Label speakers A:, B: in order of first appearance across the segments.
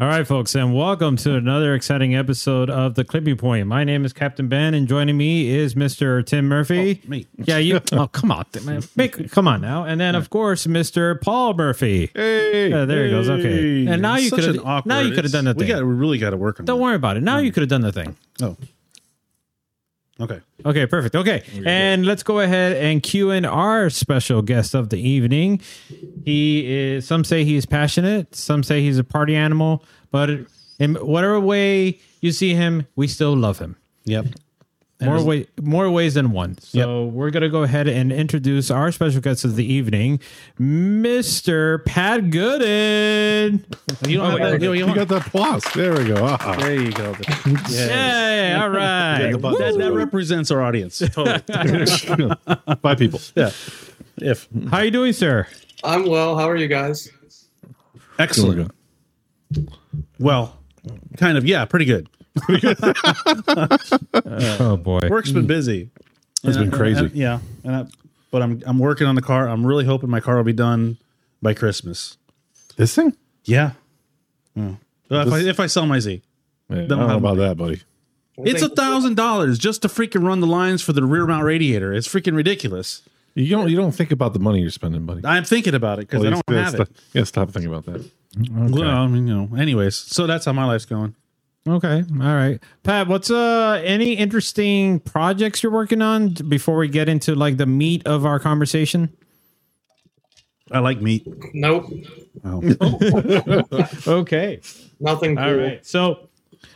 A: All right, folks, and welcome to another exciting episode of the Clipping Point. My name is Captain Ben, and joining me is Mr. Tim Murphy.
B: me.
A: Yeah, you. oh, come on, Tim, man. Make, come on now. And then, of course, Mr. Paul Murphy.
B: Hey,
A: Yeah, there he goes. Okay. And now you
B: Such
A: could've-
B: an awkward-
A: now you could've done that
B: We
A: thing.
B: got we really got to work on.
A: Don't worry about it. Now you could have done the thing.
B: that. Oh, okay.
A: Okay, perfect. Okay. And let's go ahead and cue in our special guest of the evening. He is, some say he is passionate, some say he's a party animal, but in whatever way you see him, we still love him.
B: Yep.
A: More, way, more ways than one. So we're going to go ahead and introduce our special guest of the evening, Mr. Pat Gooden. You don't have that- you don't- you
B: You
A: don't-
B: got the applause. There we go. Ah.
C: There you go.
A: Yay, all right.
B: button.
C: That, that represents our audience.
B: Five people.
C: yeah. If
A: How you doing, sir?
D: I'm well. How are you guys?
C: excellent.
B: Well,
C: Kind of. Yeah. Pretty good.
A: Oh, boy.
C: Work's been busy.
B: it's been crazy.
C: And- yeah. And I, but I'm I'm working on the car. I'm really hoping my car will be done by Christmas.
B: This thing?
C: Yeah. Yeah. Well, if, I, if I sell my Z,
B: I don't know about that, buddy.
C: it's a thousand dollars just to freaking run the lines for the rear mount radiator. It's freaking ridiculous.
B: You don't. You don't think about the money you're spending, buddy.
C: I'm thinking about it because I don't have it.
B: Yeah, stop thinking about that.
C: Well, I mean, you know. Anyways, so that's how my life's going.
A: Okay. All right. Pat, what's uh any interesting projects you're working on before we get into like the meat of our conversation?
C: I like meat.
D: Nope.
C: Oh.
A: Okay.
D: Nothing.
A: All
D: cool.
A: right. So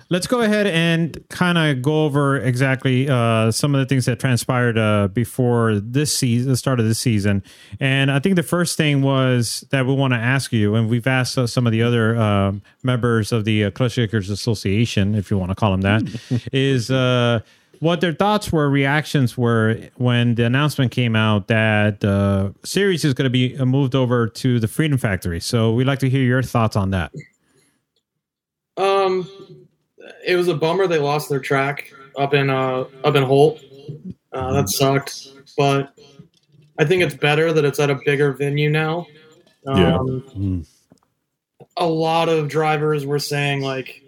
A: let's go ahead and kind of go over exactly uh, some of the things that transpired uh, before this season, the start of this season. And I think the first thing was that we want to ask you, and we've asked uh, some of the other um members of the uh, Clutch Shakers Association, if you want to call them that, is. Uh, what their thoughts were, reactions were when the announcement came out that the series is going to be moved over to the Freedom Factory. So we'd like to hear your thoughts on that.
D: Um, it was a bummer they lost their track up in uh up in Holt. Uh, that sucked, but I think it's better that it's at a bigger venue now. Um,
B: Yeah. Hmm.
D: A lot of drivers were saying like,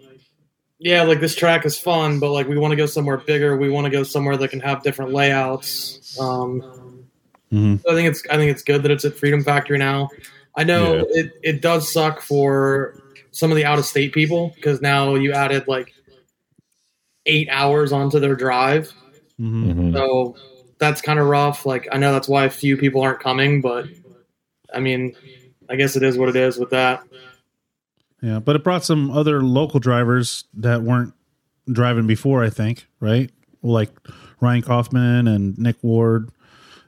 D: "Yeah, like this track is fun, but like we want to go somewhere bigger. We want to go somewhere that can have different layouts." Um,
B: Mm-hmm.
C: Mhm.
D: so I think it's I think it's good that it's at Freedom Factory now. I know
B: Yeah.
D: it, it does suck for some of the out of state people because now you added like eight hours onto their drive.
C: Mhm.
B: Mm-hmm.
D: So that's kind of rough. Like, I know that's why a few people aren't coming, but I mean, I guess it is what it is with that.
C: Yeah, but it brought some other local drivers that weren't driving before, I think, right? Like Ryan Kaufman and Nick Ward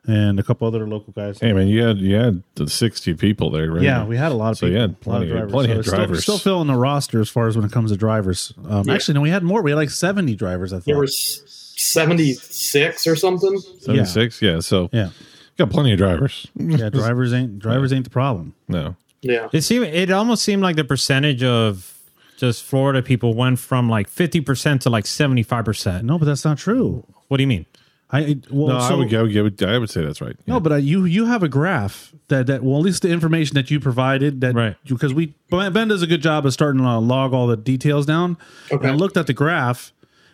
C: and a couple other local guys.
B: Hey man, you had you had the sixty people there, right?
C: Yeah, we had a lot of
B: So you
C: people. a
B: had
C: lot
B: plenty of- plenty of
C: it's
B: drivers.
C: Still, still filling the roster as far as when it comes to drivers. Um,
D: Yeah.
C: Actually, no, we had more. We had like 70 drivers, I
D: There
C: thought.
D: were s- 76 or something.
B: seventy six. Yeah. So
C: yeah.
B: got plenty of drivers.
C: Yeah, drivers ain't drivers ain't the problem.
B: No.
D: Yeah.
A: It seemed it almost seemed like the percentage of just Florida people went from like fifty percent to like seventy five percent.
C: No, but that's not true.
A: What do you mean?
C: I well,
B: No, I
C: so-
B: would go. I would, I would say that's right.
C: No, but uh, you you have a graph that that well at least the information that you provided that
A: Right.
C: because we Ben Ben does a good job of starting to log all the details down.
D: Okay.
C: And I looked at the graph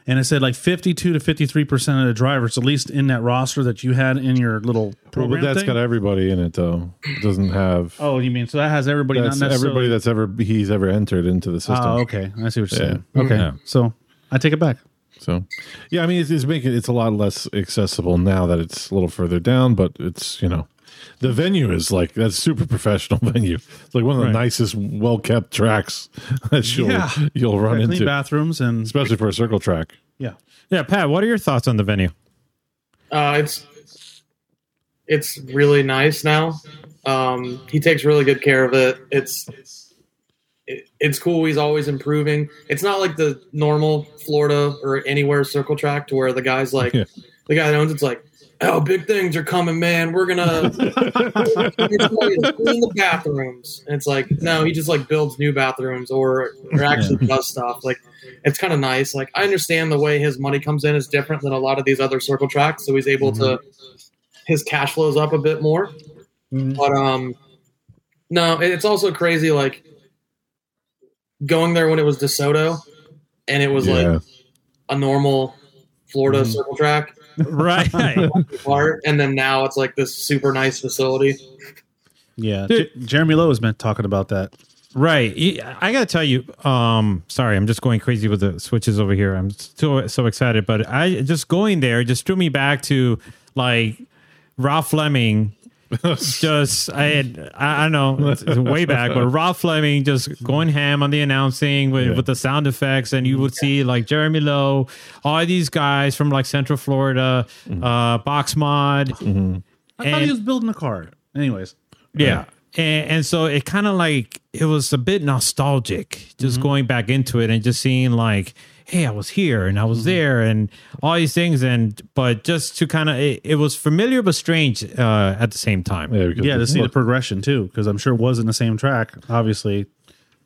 C: and it said like fifty two to fifty three percent of the drivers, at least in that roster that you had in your little
B: Well,
C: program.
B: but that's
C: thing.
B: got everybody in it though. It doesn't have
C: oh, you mean so that has everybody?
B: that's
C: not necessarily,
B: everybody that's ever he's ever entered into the system.
C: Oh, okay, I see what you're
B: Yeah.
C: saying. Okay,
A: Yeah.
C: so I take it back.
B: So, yeah, I mean, it's, it's making it's a lot less accessible now that it's a little further down, but it's you know, the venue is like that's super professional venue. It's like one of the nicest, well kept tracks that you'll
C: Yeah.
B: you'll run
C: Clean
B: into,
C: bathrooms and
B: especially for a circle track.
C: yeah,
A: Yeah, Pat, what are your thoughts on the venue?
D: Uh, it's it's really nice now. Um, he takes really good care of it. It's it, it's cool. He's always improving. It's not like the normal Florida or anywhere circle track to where the guys like
B: Yeah.
D: the guy that owns it's like, oh, big things are coming, man. We're gonna it's like, clean the bathrooms. And it's like no, he just like builds new bathrooms or or actually does stuff. Like it's kind of nice. Like I understand the way his money comes in is different than a lot of these other circle tracks, so he's able to his cash flows up a bit more. But um, no, it- it's also crazy. Like going there when it was DeSoto, and it was
B: Yeah.
D: like a normal Florida circle track
A: right.
D: apart, and then now it's like this super nice facility.
C: Yeah,
A: Dude.
C: J- Jeremy Lowe has been talking about that.
A: Right. E- I got to tell you, um, sorry, I'm just going crazy with the switches over here. I'm still so excited, but I just going there just threw me back to like Ralph Fleming. just I had, I, I don't know it's, it's way back, but Ralph Fleming just going ham on the announcing with,
B: Yeah.
A: with the sound effects, and you would see like Jeremy Lowe, all these guys from like Central Florida, uh, Box Mod,
C: I
A: And-
C: thought he was building a car. Anyways,
A: yeah. And, and so it kind of like it was a bit nostalgic just
B: Mm-hmm.
A: going back into it and just seeing like hey i was here and i was
B: Mm-hmm.
A: there and all these things and but just to kind of it, it was familiar but strange uh at the same time
B: Yeah, because
C: yeah, to see the
B: look,
C: progression too, because I'm sure it wasn't the same track. Obviously,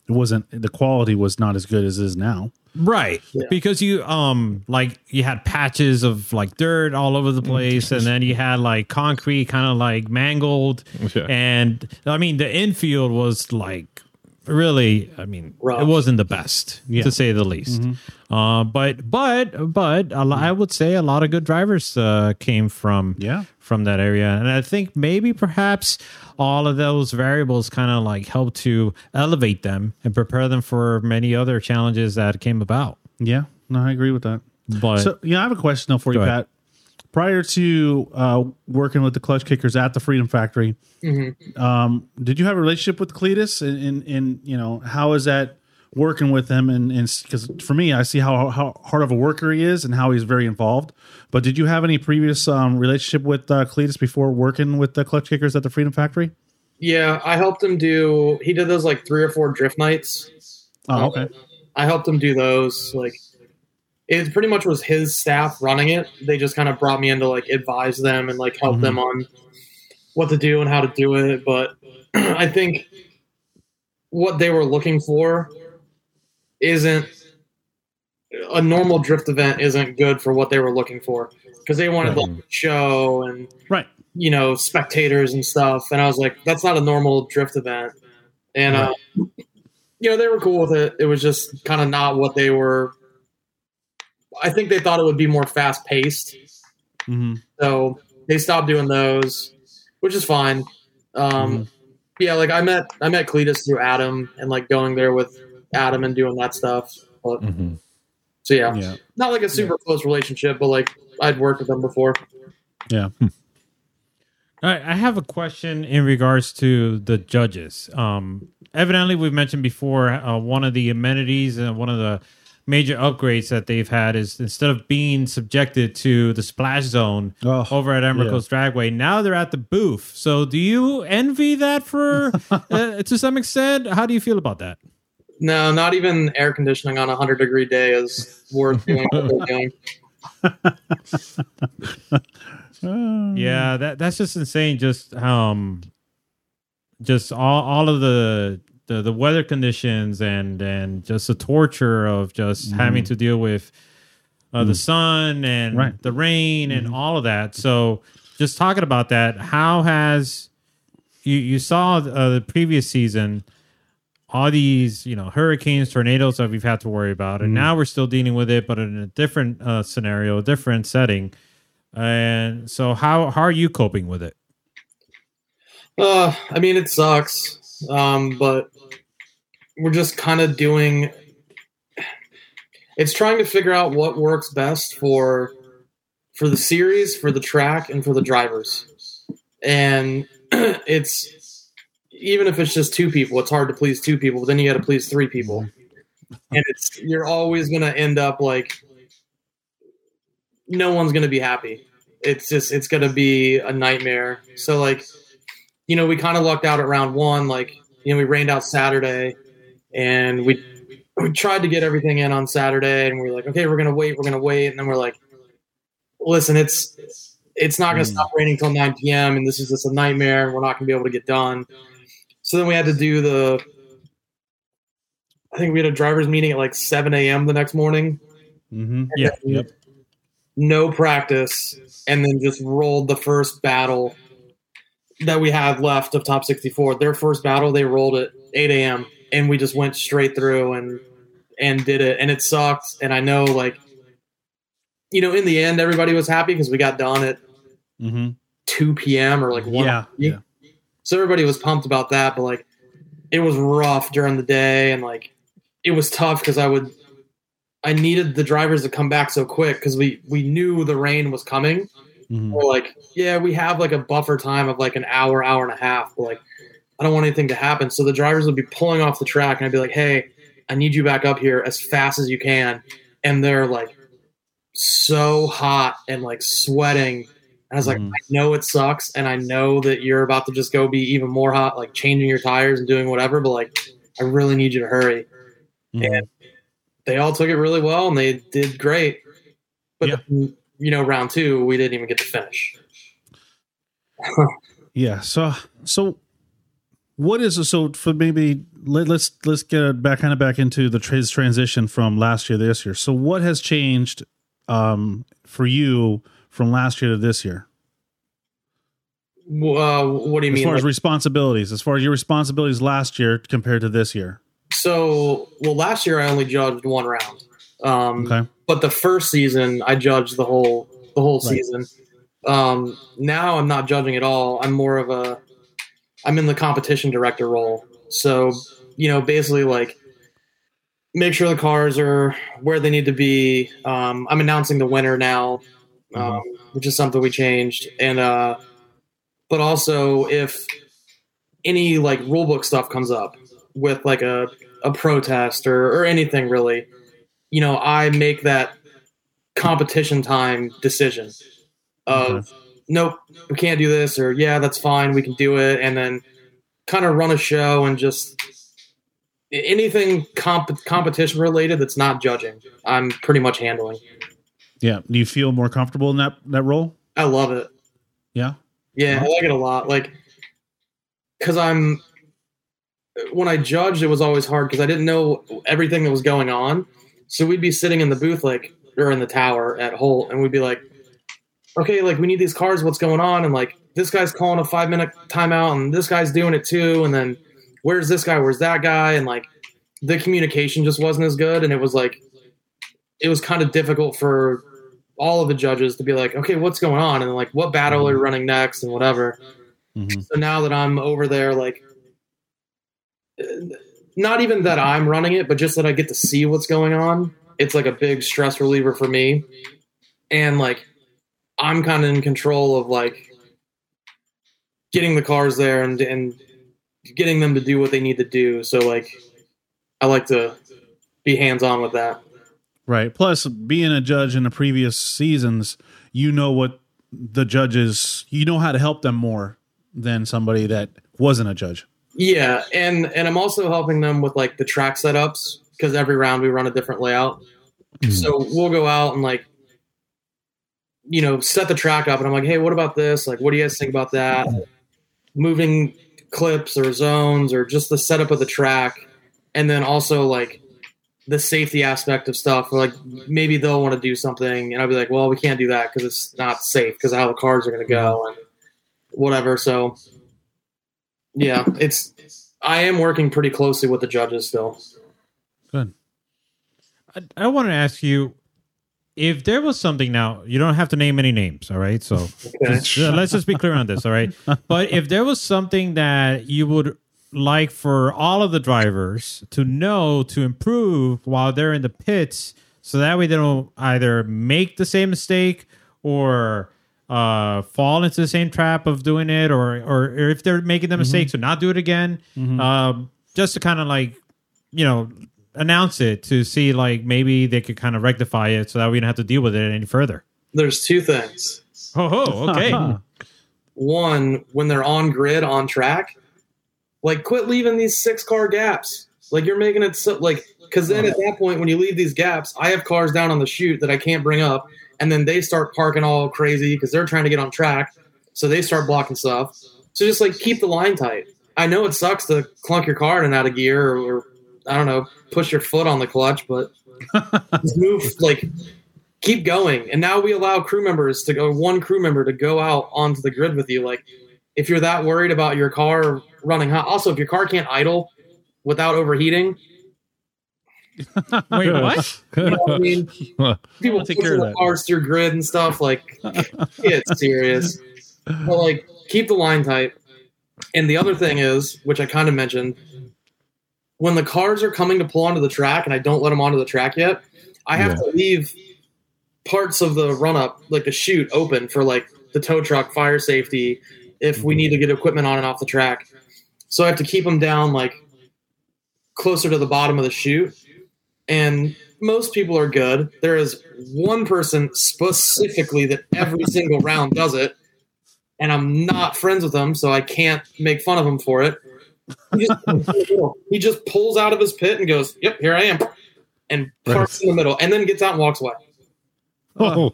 C: it wasn't. The quality was not as good as it is now.
A: right because you um like you had patches of like dirt all over
B: Mm-hmm.
A: the place and then you had like concrete kind of like mangled
B: Yeah.
A: and i mean the infield was like really i mean
D: Rough.
A: it wasn't the best
C: Yeah. Mm-hmm.
A: to say the least uh but but but a lo- i would say a lot of good drivers uh came from
C: Yeah.
A: from that area and i think maybe perhaps all of those variables kind of like helped to elevate them and prepare them for many other challenges that came about
C: Yeah, no, I agree with that.
A: but
C: So, yeah, I have a question though for you,
A: Go ahead.
C: Pat. Prior to uh, working with the Clutch Kickers at the Freedom Factory, um, did you have a relationship with Cletus? And, and, and you know, how is that working with him? And because for me, I see how how hard of a worker he is and how he's very involved. But did you have any previous um, relationship with uh, Cletus before working with the Clutch Kickers at the Freedom Factory?
D: Yeah, I helped him do. He did those like three or four drift nights.
C: Oh, okay.
D: I helped him do those. Like, it pretty much was his staff running it. They just kind of brought me in to like advise them and like help them on what to do and how to do it. But I think what they were looking for isn't a normal drift event isn't good for what they were looking for because they wanted like a show and
C: Right.
D: you know spectators and stuff and i was like that's not a normal drift event and uh, you know they were cool with it it was just kind of not what they were i think they thought it would be more fast paced
C: Mm-hmm.
D: so they stopped doing those which is fine
C: Mm-hmm.
D: um yeah like i met i met cletus through adam and like going there with adam and doing that stuff but
B: mhm.
D: so yeah,
C: Mm-hmm. Yeah.
D: not like a super close relationship but like i'd worked with them before
A: All right, I have a question in regards to the judges. Um, evidently, we've mentioned before uh, one of the amenities and one of the major upgrades that they've had is instead of being subjected to the splash zone
C: Oh,
A: over at Emerald
C: yeah.
A: Coast Dragway, now they're at the booth. So, do you envy that for uh, to some extent? How do you feel about that?
D: No, not even air conditioning on a hundred degree day is worth doing. what they're doing.
C: Uh,
A: Yeah, that that's just insane. Just um, just all all of the the, the weather conditions and and just the torture of just having to deal with uh, the sun and
C: Right.
A: the rain and all of that. So, just talking about that, how has you you saw uh, the previous season? All these, you know, hurricanes, tornadoes that we've had to worry about, and now we're still dealing with it, but in a different uh, scenario, a different setting. And so, how how are you coping with it?
D: Uh, I mean, it sucks, um, but we're just kind of doing. It's trying to figure out what works best for for the series, for the track, and for the drivers. And it's even if it's just two people, it's hard to please two people. But then you got to please three people, and it's you're always going to end up like no one's going to be happy. It's just it's going to be a nightmare. So like you know, we kind of lucked out at round one. Like, you know, we rained out Saturday, and we we tried to get everything in on Saturday, and we were like, okay, we're gonna wait, we're gonna wait, and then we're like, listen, it's it's not gonna stop raining till 9 p.m. and this is just a nightmare, and we're not gonna be able to get done. So then we had to do the. I think we had a driver's meeting at like 7 a.m. the next morning.
C: Mm-hmm.
A: Yeah,
C: yep.
D: No practice, and then just rolled the first battle that we had left of top 64. Their first battle, they rolled at 8 a.m. and we just went straight through and and did it, and it sucked. And I know, like, you know, in the end, everybody was happy because we got done at
C: Mm-hmm.
D: two p.m. or like one.
C: Yeah, yeah.
D: So everybody was pumped about that, but like, it was rough during the day, and like, it was tough because I would, I needed the drivers to come back so quick because we we knew the rain was coming.
C: hmm
D: We're like, yeah, we have like a buffer time of like an hour, hour and a half. But like, I don't want anything to happen. So the drivers would be pulling off the track, and I'd be like, hey, I need you back up here as fast as you can. And they're like so hot and like sweating. And I was like,
C: Mhm.
D: I know it sucks, and I know that you're about to just go be even more hot, like changing your tires and doing whatever. But like, I really need you to hurry.
C: Mm-hmm.
D: And they all took it really well, and they did great. But
C: Yeah.
D: you know, round two, we didn't even get to finish.
C: Yeah. So so what is so for maybe let, let's let's get it back kind of back into the trans transition from last year to this year. So what has changed um for you from last year to this year?
D: W- Uh, what do you
C: As
D: mean?
C: far as
D: Like,
C: responsibilities, as far as your responsibilities last year compared to this year.
D: so, well, last year I only judged one round, um,
C: Okay.
D: but the first season I judged the whole the whole
C: Right.
D: season. Um, now I'm not judging at all. I'm more of a I'm in the competition director role. So you know, basically like make sure the cars are where they need to be. Um, I'm announcing the winner now, um, which is something we changed, and uh, but also if any like rule book stuff comes up with like a a protest or, or anything really, you know, I make that competition time decision of nope, we can't do this, or yeah, that's fine, we can do it, and then kind of run a show and just anything comp- competition related that's not judging, I'm pretty much handling.
C: Yeah. Do you feel more comfortable in that that role?
D: I love it.
C: Yeah.
D: Yeah, I like it a lot. Like, because I'm when I judged, it was always hard because I didn't know everything that was going on. So we'd be sitting in the booth, like or in the tower at Holt, and we'd be like, "Okay, like we need these cars. What's going on?" And like this guy's calling a five minute timeout, and this guy's doing it too. And then where's this guy? Where's that guy? And like the communication just wasn't as good, and it was like it was kind of difficult for all of the judges to be like, okay, what's going on? And like, what battle are we running next and whatever.
C: Mhm.
D: So now that I'm over there, like, uh, not even that I'm running it, but just that I get to see what's going on, it's like a big stress reliever for me. And like, I'm kind of in control of like getting the cars there and, and getting them to do what they need to do. So like, I like to be hands on with that.
C: Right. Plus, being a judge in the previous seasons, you know what the judges, you know how to help them more than somebody that wasn't a judge.
D: Yeah, and and I'm also helping them with like the track setups because every round we run a different layout. So we'll go out and like, you know, set the track up, and I'm like, hey, what about this? Like, what do you guys think about that? Moving clips or zones or just the setup of the track, and then also like the safety aspect of stuff. Like maybe they'll want to do something, and I'll be like, well, we can't do that because it's not safe because of how the cars are going to go and whatever. So yeah, it's I am working pretty closely with the judges still.
A: I, I want to ask you if there was something now, you don't have to name any names, all right? So just- uh, let's just be clear on this, all right? But if there was something that you would like for all of the drivers to know to improve while they're in the pits, so that way they don't either make the same mistake or uh, fall into the same trap of doing it, or or, or if they're making the mistake to not do it again, um, just to kind of like you know announce it to see like maybe they could kind of rectify it so that we don't have to deal with it any further.
D: There's two things.
A: Oh, ho, okay.
D: One, when they're on grid on track, like quit leaving these six car gaps. Like you're making it so like because then at that point when you leave these gaps, I have cars down on the chute that I can't bring up, and then they start parking all crazy because they're trying to get on track, so they start blocking stuff. So just like keep the line tight. I know it sucks to clunk your car in and out of gear or, or I don't know, push your foot on the clutch, but just move like keep going. And now we allow crew members to go one crew member to go out onto the grid with you. Like if you're that worried about your car running hot, also if your car can't idle, without overheating.
A: Wait, what?
D: You know what I mean? People
E: I'll take
D: take
E: care of
D: the
E: that.
D: cars through grid and stuff. Like, it's serious. But like, keep the line tight. And the other thing is, which I kind of mentioned, when the cars are coming to pull onto the track, and I don't let them onto the track yet, I have to leave parts of the run up, like the chute, open for like the tow truck, fire safety, if we need to get equipment on and off the track. So I have to keep them down like closer to the bottom of the chute. And most people are good. There is one person specifically that every single round does it, and I'm not friends with him, so I can't make fun of him for it. He just, he just pulls out of his pit and goes, "Yep, here I am," and parks in the middle, and then gets out and walks away.
B: Oh,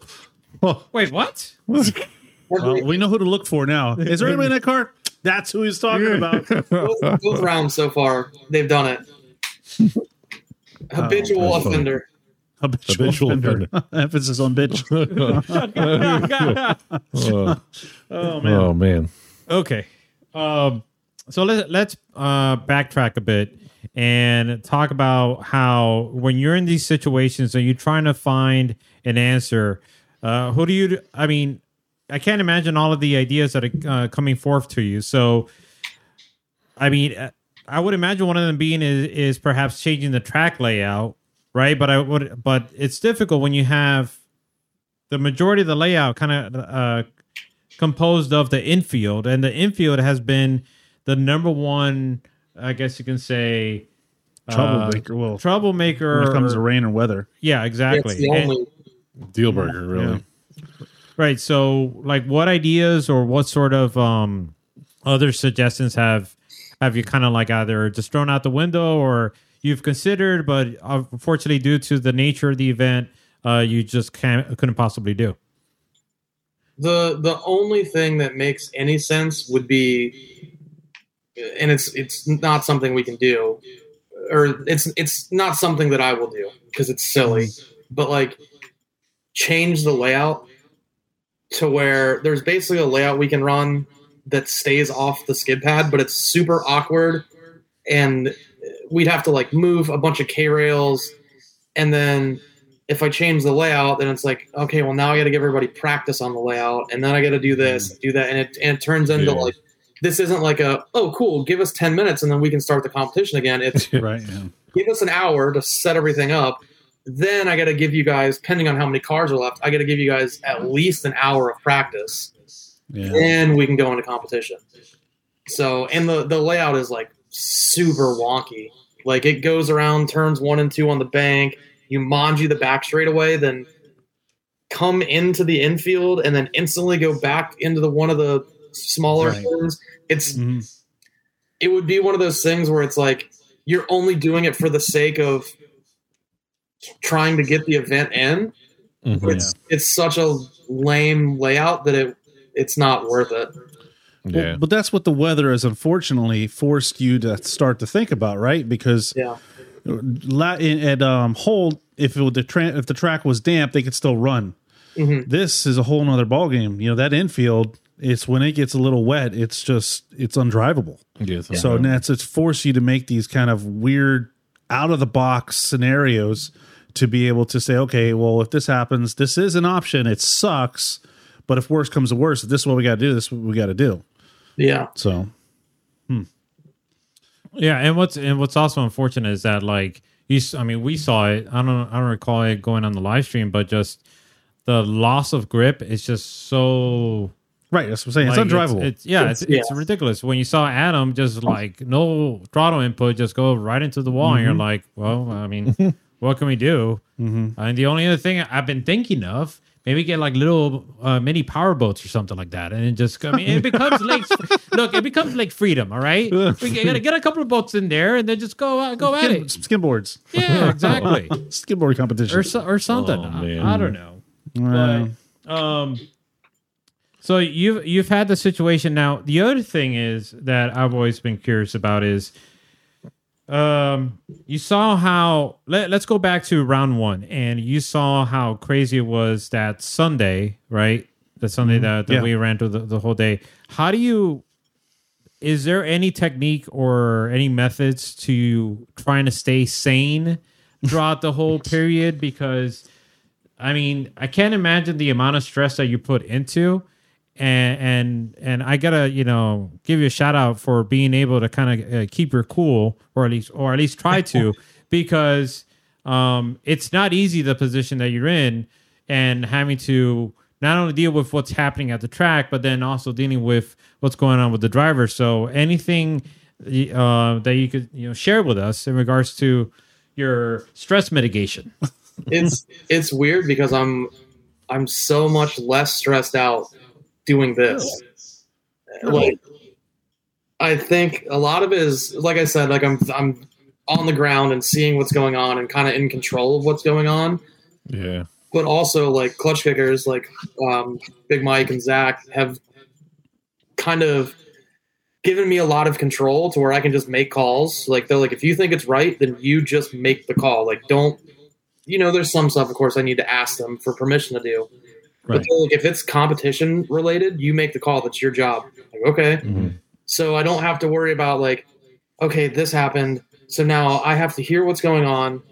B: oh.
A: Wait, what?
C: Well, we know who to look for now. Is there anybody in that car? That's who he's talking about.
D: both, both rounds so far, they've done it. Habitual
A: Oh,
B: that's funny.
D: offender.
C: Habitual,
B: Habitual
C: offender. Emphasis on bitch.
B: oh,
C: Oh man.
B: oh man.
A: Okay. Um, so let's let's uh, backtrack a bit and talk about how when you're in these situations and you're trying to find an answer, uh, who do you? I mean, I can't imagine all of the ideas that are uh, coming forth to you. So, I mean, uh, I would imagine one of them being is, is perhaps changing the track layout, right? But I would, but it's difficult when you have the majority of the layout kind of uh, composed of the infield, and the infield has been the number one, I guess you can say, uh,
C: Troublemaker. well,
A: troublemaker.
C: when it comes to rain and weather.
A: yeah, exactly.
D: It's the
A: And-
D: only.
B: Deal breaker, really.
C: Yeah.
A: Right. So, like, what ideas or what sort of um, other suggestions have have you kind of like either just thrown out the window or you've considered, but unfortunately, due to the nature of the event, uh, you just can't couldn't possibly do.
D: the the only thing that makes any sense would be and it's it's not something we can do or it's it's not something that I will do because it's silly but like change the layout to where there's basically a layout we can run that stays off the skid pad but it's super awkward and we'd have to like move a bunch of K rails and then if I change the layout, then it's like, okay, well now I got to give everybody practice on the layout, and then I got to do this, do that, and it and it turns into
B: Yeah.
D: like this isn't like a oh cool, give us ten minutes and then we can start the competition again. It's
C: Right. Yeah.
D: give us an hour to set everything up. Then I got to give you guys, depending on how many cars are left, I got to give you guys at least an hour of practice.
C: yeah.
D: Then we can go into competition. So and the the layout is like super wonky. Like it goes around turns one and two on the bank. You manji the back straightaway, then come into the infield and then instantly go back into the one of the smaller
C: Right.
D: turns. It's
C: Mhm.
D: it would be one of those things where it's like you're only doing it for the sake of trying to get the event in.
B: Mhm.
D: It's it's such a lame layout that it it's not worth it.
C: Well,
B: Yeah.
C: but that's what the weather has unfortunately forced you to start to think about, right? Because
D: Yeah.
C: la- in- at um, Holt, if it, would- the tra- if the track was damp, they could still run.
D: Mhm.
C: This is a whole nother ballgame. You know that infield. It's when it gets a little wet. It's just it's undrivable.
B: Yeah, it's
C: So
B: unreal.
C: that's it's forced you to make these kind of weird, out of the box scenarios to be able to say, okay, well, if this happens, this is an option. It sucks, but if worse comes to worse, this is what we got to do. This is what we got to do.
D: Yeah.
C: So
A: Yeah, and what's and what's also unfortunate is that like you, s- I mean, we saw it. I don't, I don't recall it going on the live stream, but just the loss of grip is just so
C: right, that's what I'm saying.
A: Like,
C: it's undrivable.
A: It's, yeah, it's, it's ridiculous. When you saw Adam just like no throttle input, just go right into the wall, and you're like, well, I mean, what can we do? Mm-hmm. And the only other thing I've been thinking of. Maybe get like little uh, mini power boats or something like that, and it just I mean it becomes like look it becomes like freedom. All right, we gotta get a couple of boats in there and then just go uh, go at
C: Skin,
A: it.
C: skimboards,
A: Yeah, exactly,
C: skimboard competition.
A: or so, or something.
B: Oh, man.
A: I, I don't know.
C: Uh,
A: Um, so you've you've had the situation now. The other thing is that I've always been curious about is, um, you saw how let, let's go back to round one, and you saw how crazy it was that Sunday, right? The Sunday that, that
C: Yeah.
A: we ran through the, the whole day. How do you is there any technique or any methods to trying to stay sane throughout the whole period? Because I mean, I can't imagine the amount of stress that you put into. And, and and I gotta you know give you a shout out for being able to kind of uh, keep your cool or at least or at least try to because um, it's not easy the position that you're in and having to not only deal with what's happening at the track but then also dealing with what's going on with the driver so anything uh, that you could you know share with us in regards to your stress mitigation
D: it's it's weird because I'm I'm so much less stressed out doing this. Like I think a lot of it is like I said, like I'm I'm on the ground and seeing what's going on and kind of in control of what's going on.
B: Yeah.
D: But also like clutch kickers like um, Big Mike and Zach have kind of given me a lot of control to where I can just make calls. Like they're like, if you think it's right, then you just make the call. Like don't you know, there's some stuff of course I need to ask them for permission to do.
A: Right.
D: But they're like, if it's competition related, you make the call. That's your job. Like, okay. So I don't have to worry about like, okay, this happened. So now I have to hear what's going on.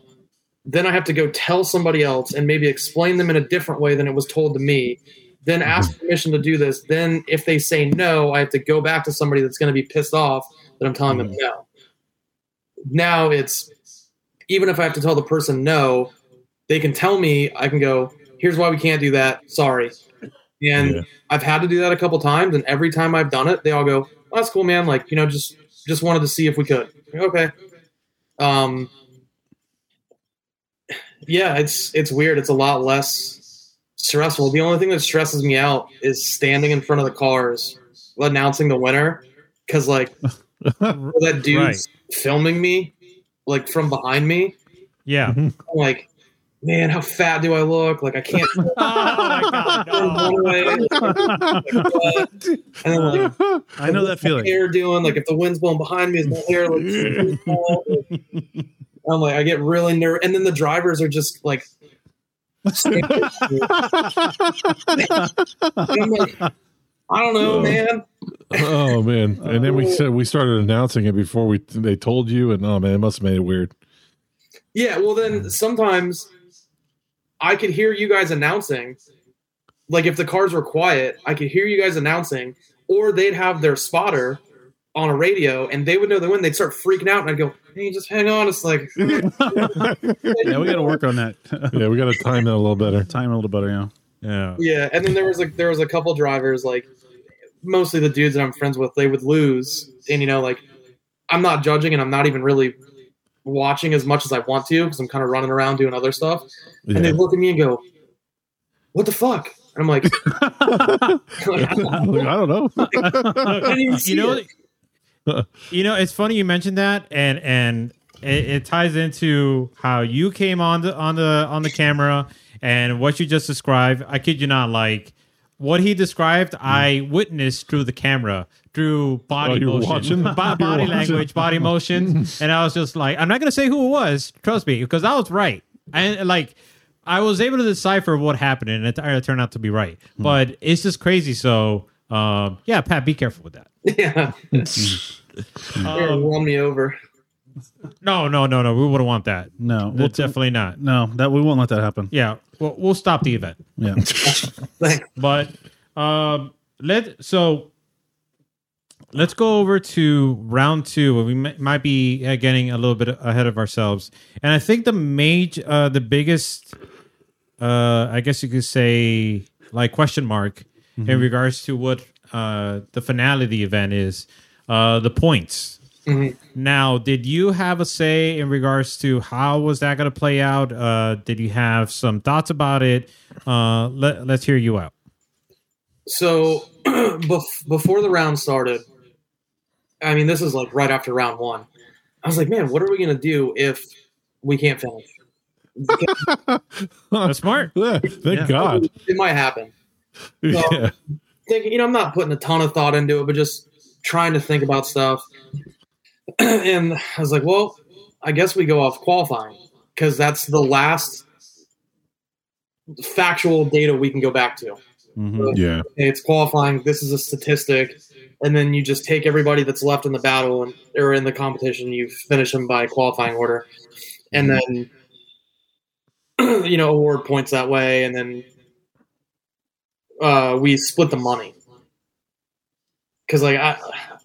D: Then I have to go tell somebody else and maybe explain them in a different way than it was told to me. Then ask permission to do this. Then if they say no, I have to go back to somebody that's going to be pissed off that I'm telling them no. Now it's even if I have to tell the person no, they can tell me. I can go. Here's why we can't do that. Sorry. And
B: Yeah.
D: I've had to do that a couple times, and every time I've done it, they all go, oh, "That's cool, man." Like you know, just just wanted to see if we could. Okay. Um. Yeah, it's it's weird. It's a lot less stressful. The only thing that stresses me out is standing in front of the cars announcing the winner, because like that dude's filming me like from behind me.
A: yeah
D: I'm like, man, how fat do I look? Like I can't.
A: oh my god no.
D: and then like,
C: I know that
D: my
C: feeling.
D: hair doing like if the wind's blowing behind me, is my hair like? I'm like, I get really nervous, and then the drivers are just like. staring at me. And I'm like, I don't know, man.
B: Oh man! And then we said we started announcing it before we they told you, and oh man, it must have made it weird.
D: Yeah, well, then sometimes I could hear you guys announcing. Like if the cars were quiet, I could hear you guys announcing, or they'd have their spotter on a radio, and they would know the win. They'd start freaking out, and I'd go, "Hey, just hang on." It's like,
C: Yeah, we got to work on that.
B: Yeah, we got to time that a little better.
C: Time a little better, you know.
A: yeah
D: yeah. And then there was like there was a couple drivers, like mostly the dudes that I'm friends with, they would lose, and you know, like I'm not judging, and I'm not even really watching as much as I want to because I'm kind of running around doing other stuff.
B: Yeah.
D: and they look at me and go, "What the fuck?" And I'm like,
B: Like, I don't know.
D: I didn't even see
A: you know,
D: it.
A: you know, it's funny you mentioned that, and and it, it ties into how you came on the on the on the camera and what you just described. I kid you not, like what he described, I witnessed through the camera, through
B: Oh,
A: body
B: Hmm. you were
A: motion,
B: watching?
A: bo-
B: You were
A: body
B: watching.
A: language, body motion, and I was just like, I'm not gonna say who it was. Trust me, because I was right, and like. I was able to decipher what happened, and it it turned out to be right.
B: Hmm.
A: But it's just crazy. So, um, yeah, Pat, be careful with that.
D: yeah, They
A: Um,
D: won me over.
A: No, no, no, no. We wouldn't want that.
C: No,
A: Well,
C: we'll
A: definitely not.
C: no, that we won't let that happen.
A: Yeah, we'll, we'll stop the event.
C: Yeah,
D: Thanks.
A: But um, let so let's go over to round two. We mi- might be uh, getting a little bit ahead of ourselves, and I think the mage, uh, the biggest, uh, I guess you could say, like question mark in regards to what uh, the finale of the event is, uh, the points.
D: Mhm.
A: Now, did you have a say in regards to how was that going to play out? Uh, did you have some thoughts about it? Uh, let, let's hear you out.
D: So bef- before the round started, I mean, this is like right after round one. I was like, man, what are we gonna do if we can't finish?
A: That's smart.
B: Yeah, thank
C: Yeah.
B: God.
D: It might happen.
B: Yeah.
D: thinking, you know, I'm not putting a ton of thought into it, but just trying to think about stuff. and I was like, well, I guess we go off qualifying because that's the last factual data we can go back to.
C: Mhm.
B: Yeah. Mm-hmm.
D: Okay, it's qualifying. This is a statistic. and then you just take everybody that's left in the battle and or in the competition. You finish them by qualifying order, and then you know award points that way, and then uh, we split the money because like I.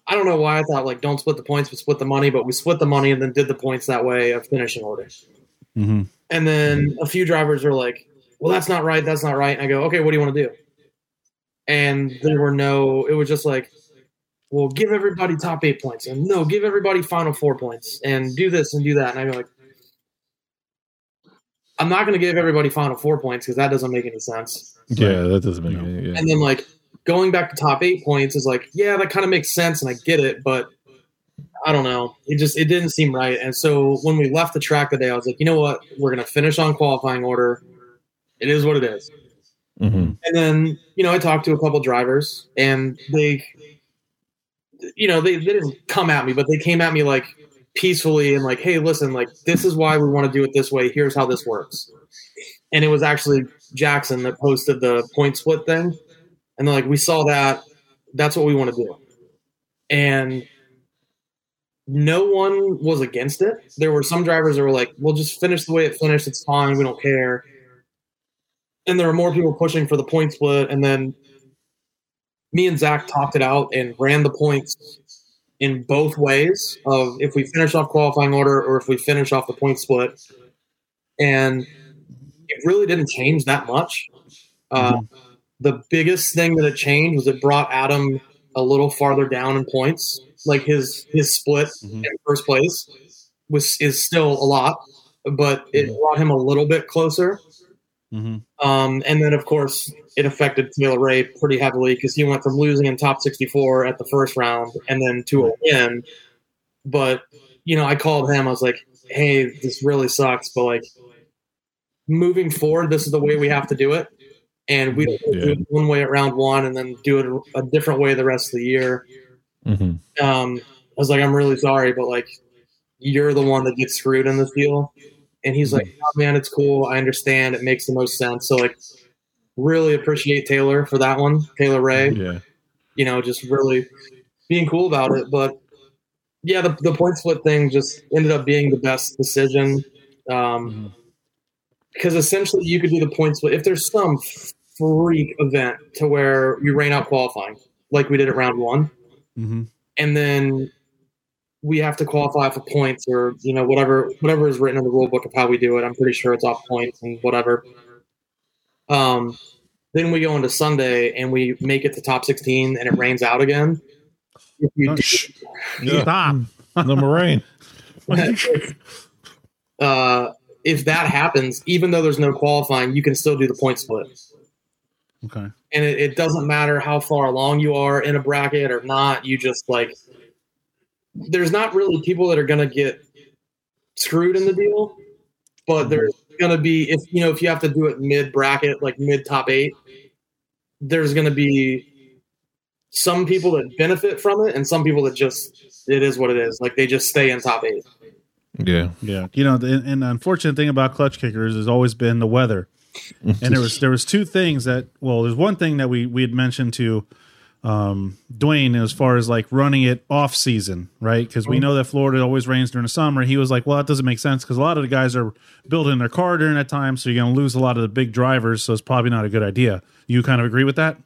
D: I don't know why I thought like don't split the points but split the money, but we split the money and then did the points that way of finishing order.
C: Mm-hmm.
D: And then a few drivers are like, well, that's not right. That's not right. And I go, okay, what do you want to do? And there were no, it was just like, well, give everybody top eight points. And no, give everybody final four points and do this and do that. And I'm like, I'm not going to give everybody final four points because that doesn't make any sense.
B: Yeah, that doesn't make
C: No.
B: any. Yeah.
D: And then like going back to top eight points is like, yeah, that kind of makes sense and I get it, but I don't know. It just it didn't seem right. And so when we left the track today, I was like, you know what? We're gonna finish on qualifying order. It is what it is.
B: Mhm.
D: And then, you know, I talked to a couple drivers and they you know, they, they didn't come at me, but they came at me like peacefully and like, hey, listen, like this is why we want to do it this way. Here's how this works. And it was actually Jackson that posted the point split thing. And they're like, we saw that. That's what we want to do. And no one was against it. There were some drivers that were like, we'll just finish the way it finished. It's fine. We don't care. And there were more people pushing for the point split. And then me and Zach talked it out and ran the points in both ways of if we finish off qualifying order or if we finish off the point split. And it really didn't change that much. Uh, The biggest thing that it changed was it brought Adam a little farther down in points. Like his his split
C: Mhm.
D: in first place was is still a lot, but it brought him a little bit closer.
C: Mm-hmm.
D: Um, and then, of course, it affected Taylor Ray pretty heavily because he went from losing in top 64 at the first round and then to a win. But, you know, I called him. I was like, hey, this really sucks. But, like, moving forward, this is the way we have to do it. And we don't do
B: Yeah.
D: it one way at round one and then do it a different way the rest of the year.
B: Mhm.
D: Um, I was like, I'm really sorry, but, like, you're the one that gets screwed in this deal. And he's like, oh, man, it's cool. I understand. It makes the most sense. So, like, really appreciate Taylor for that one. Taylor
C: Mm-hmm.
D: Ray,
B: Yeah.
D: you know, just really being cool about it. But yeah, the, the point split thing just ended up being the best decision. Um, because essentially you could do the point split if there's some freak event to where you rain out qualifying, like we did at round one
C: Mm-hmm.
D: and then we have to qualify for points or you know whatever whatever is written in the rule book of how we do it. I'm pretty sure it's off points and whatever. Um, then we go into Sunday and we make it to top 16 and it rains out again. If you do-
C: Stop.
B: No moraine.
D: uh, if that happens, even though there's no qualifying, you can still do the point split.
C: Okay.
D: and it, it doesn't matter how far along you are in a bracket or not. You just like there's not really people that are gonna get screwed in the deal, but there's gonna be if you know if you have to do it mid bracket, like mid top eight, there's gonna be some people that benefit from it and some people that just it is what it is. Like they just stay in top eight.
B: Yeah.
C: Yeah, you know, the, and, and the unfortunate thing about clutch kickers has always been the weather. And there was there was two things that well, there's one thing that we we had mentioned to um, Dwayne as far as like running it off season, right? Because we know that Florida always rains during the summer. He was like, well, that doesn't make sense because a lot of the guys are building their car during that time, so you're going to lose a lot of the big drivers. So it's probably not a good idea. You kind of agree with that?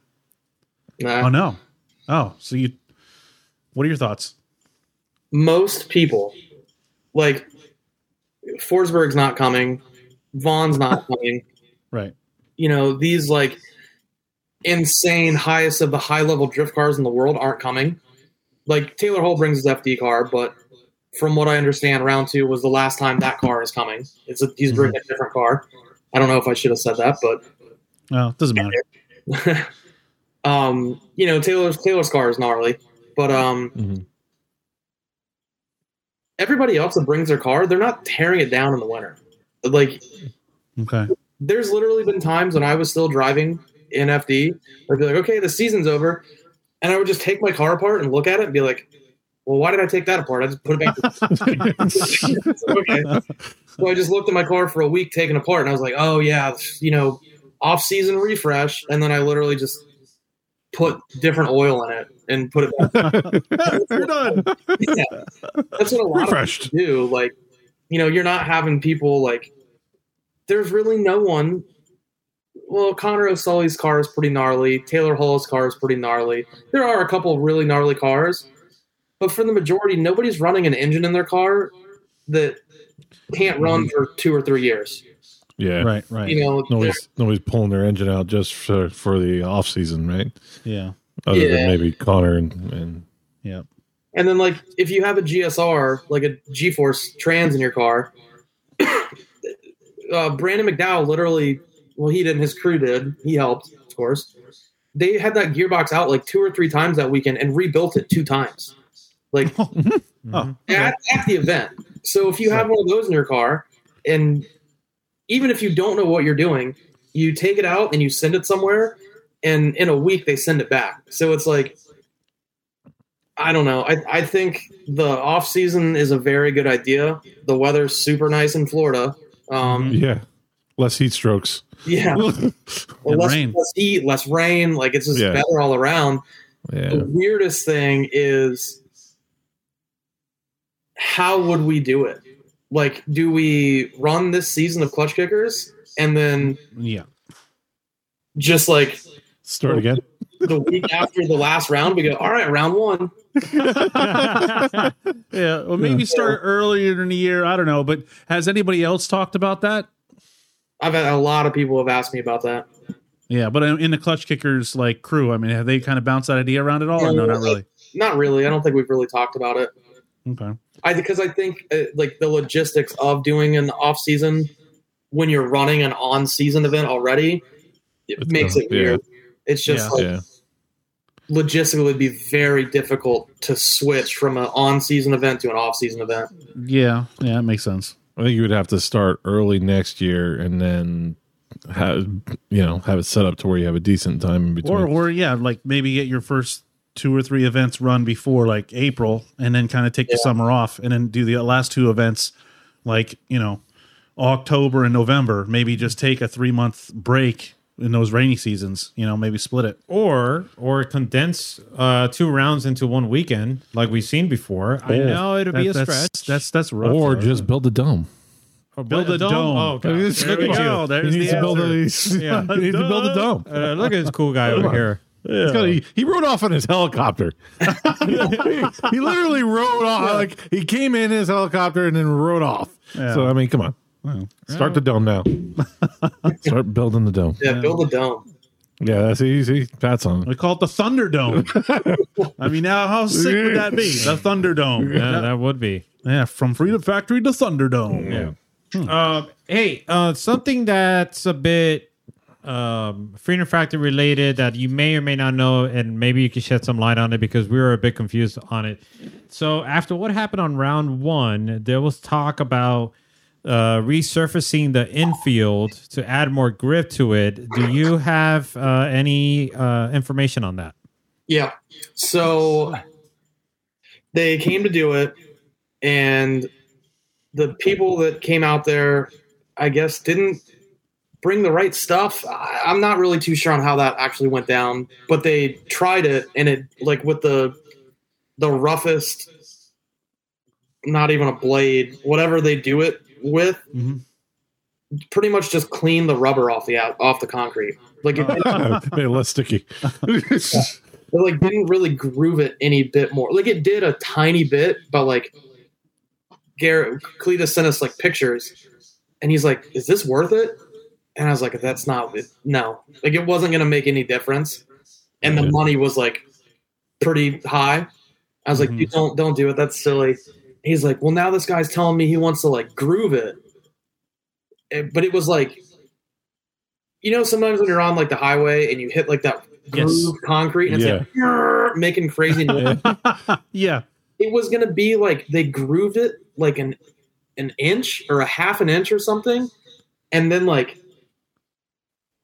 D: Nah.
C: Oh no. Oh, so you. What are your thoughts?
D: most people, like Forsberg's not coming, Vaughn's not coming.
C: Right.
D: You know these like insane highest of the high level drift cars in the world aren't coming. Like Taylor Hall brings his FD car, but from what I understand, round two was the last time that car is coming. It's a, he's bringing a different car. I don't know if I should have said that, but
C: Well, it doesn't matter.
D: um, you know, Taylor's Taylor's car is gnarly, but um,
C: Mm-hmm.
B: Mhm.
D: everybody else that brings their car, they're not tearing it down in the winter. Like,
C: Okay.
D: there's literally been times when I was still driving in FD, I'd be like, okay, the season's over, and I would just take my car apart and look at it and be like, well, why did I take that apart? I just put it back. It's like, okay. So I just looked at my car for a week taken apart, and I was like, oh yeah, you know, off season refresh, and then I literally just put different oil in it and put it back.
C: We're done.
D: yeah. That's what a lot
B: Refreshed.
D: of people do. Like, you know, you're not having people like. There's really no one. Well, Connor O'Sully's car is pretty gnarly. Taylor Hall's car is pretty gnarly. There are a couple of really gnarly cars, but for the majority, nobody's running an engine in their car that can't run for two or three years.
B: Yeah.
C: Right, right.
D: You know,
B: Nobody's nobody's pulling their engine out just for, for the off season, right?
C: Yeah.
B: Other than
D: Yeah.
B: maybe Connor and, and
C: Yeah.
D: And then like if you have a GSR, like a G-force trans in your car, uh, Brandon McDowell literally, well, he didn't, his crew did. He helped, of course. They had that gearbox out like two or three times that weekend and rebuilt it two times, like
C: Oh,
D: at, at the event. So if you have one of those in your car, and even if you don't know what you're doing, you take it out and you send it somewhere, and in a week they send it back. So it's like, I don't know. I, I think the off season is a very good idea. The weather's super nice in Florida. Um,
B: yeah, less heat strokes.
D: yeah,
C: And
D: less,
C: rain.
D: less heat, less rain. Like it's just
B: Yeah.
D: better all around
B: yeah.
D: the weirdest thing is how would we do it? Like, do we run this season of Clutch Kickers and then
C: yeah.
D: just like
B: Start again.
D: the week after the last round, we go, all right, round one.
C: Yeah. Well, maybe start earlier in the year. I don't know. But has anybody else talked about that?
D: I've had a lot of people have asked me about that.
C: Yeah. But in in the clutch kickers like crew, I mean, have they kind of bounced that idea around at all? Or no, not really.
D: Not really. I don't think we've really talked about it.
C: Okay.
D: I because I think uh, like the logistics of doing an off season when you're running an on season event already, it
B: It's
D: makes
B: tough,
D: it weird. It's just
C: Yeah.
D: like
B: Yeah.
D: logistically would be very difficult to switch from an on-season event to an off-season event.
C: Yeah. Yeah. That makes sense.
B: I think you would have to start early next year and then have you know have it set up to where you have a decent time in between.
C: Or, or yeah, like maybe get your first two or three events run before like April and then kind of take the summer off and then do the last two events like, you know, October and November. Maybe just take a three month break in those rainy seasons, you know, maybe split it.
A: or or condense uh, two rounds into one weekend, like we've seen before. I
B: Or-
A: know it'll be a
C: That- that's,
A: stretch.
C: That's that's rough.
B: Or
C: though.
B: just build a dome.
A: Or
C: build a dome.
A: Oh, God.
B: Look
A: There we go.
B: at
C: go. There's
B: he needs
C: the
B: to build
C: answer.
B: a,
A: Yeah.
B: he needs to build a dome.
A: Uh, look at this cool guy over here. Uh,
B: He's got a- he rode off in his helicopter. he literally rode off. Like he came in his helicopter and then rode off.
C: Yeah.
B: So I mean, come on,
C: Wow.
B: start the dome now. start building the dome.
D: Yeah, build a dome.
B: Yeah, that's easy. That's on.
C: We call it the Thunderdome. I mean, now how sick would that be? The Thunderdome.
A: Yeah,
C: Yeah,
A: that would be.
C: yeah from Freedom Factory to Thunderdome.
B: Yeah.
A: Um, hey, uh, something that's a bit um, Freedom Factor related that you may or may not know, and maybe you can shed some light on it because we were a bit confused on it. So, after what happened on round one, there was talk about uh, resurfacing the infield to add more grip to it. Do you have uh, any uh, information on that?
D: Yeah. So they came to do it, and the people that came out there, I guess, didn't bring the right stuff. I, I'm not really too sure on how that actually went down, but they tried it, and it like with the the roughest, not even a blade, whatever they do it with.
C: Mhm.
D: Pretty much just clean the rubber off the out off the concrete. Like it,
B: Made it less sticky.
D: it like didn't really groove it any bit more. Like it did a tiny bit, but like Garrett Cletus sent us like pictures, and he's like, "Is this worth it?" And I was like, "That's not it. no. Like it wasn't gonna make any difference." And the
B: Yeah.
D: money was like pretty high. I was like,
C: Mhm.
D: "Dude, "Don't don't do it. That's silly." He's like, "Well, now this guy's telling me he wants to like groove it," And- but it was like. You know, sometimes when you're on like the highway and you hit like that
A: Yes.
D: groove concrete and it's like "Grrr," making crazy noise.
C: yeah.
D: it was gonna be like they grooved it like an an inch or a half an inch or something, and then like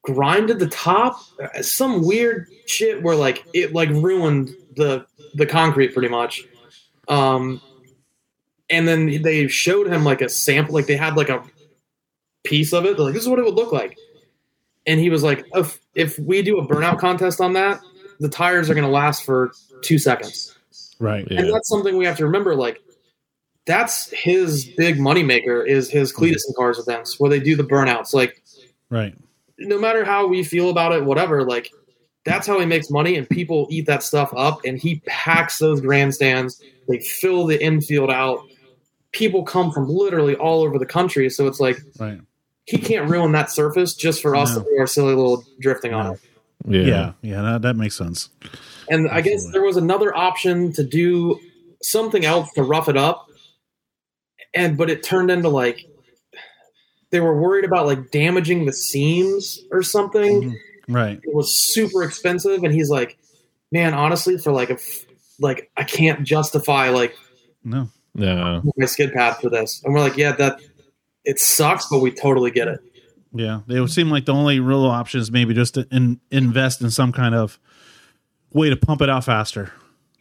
D: grinded the top. Uh, Some weird shit where like it like ruined the the concrete pretty much. Um, and then they showed him like a sample, like they had like a piece of it. "Oh, They're like, this is what it would look like. And he was like, if, if we do a burnout contest on that, the tires are going to last for two seconds,
B: Right. Yeah.
D: and that's something we have to remember. Like that's his big moneymaker is his
C: Mm-hmm.
D: Cletus and Cars events where they do the burnouts. Like
C: Right.
D: no matter how we feel about it, whatever, like that's how he makes money and people eat that stuff up and he packs those grandstands. They fill the infield out. People come from literally all over the country. So it's like
C: Right.
D: he can't ruin that surface just for us
C: No.
D: to do our silly little drifting on
C: No.
D: it.
B: yeah.
C: Yeah. Yeah. that, that makes sense.
D: And I guess
C: Absolutely.
D: there was another option to do something else to rough it up. And but it turned into like they were worried about like damaging the seams or something.
C: Mm-hmm. Right.
D: it was super expensive and he's like man honestly for like a f- like i can't justify like
C: No.
B: Yeah.
D: my skid pad for this and we're like yeah that it sucks but we totally get it
C: Yeah. They would seem like the only real option is maybe just to in, invest in some kind of way to pump it out faster.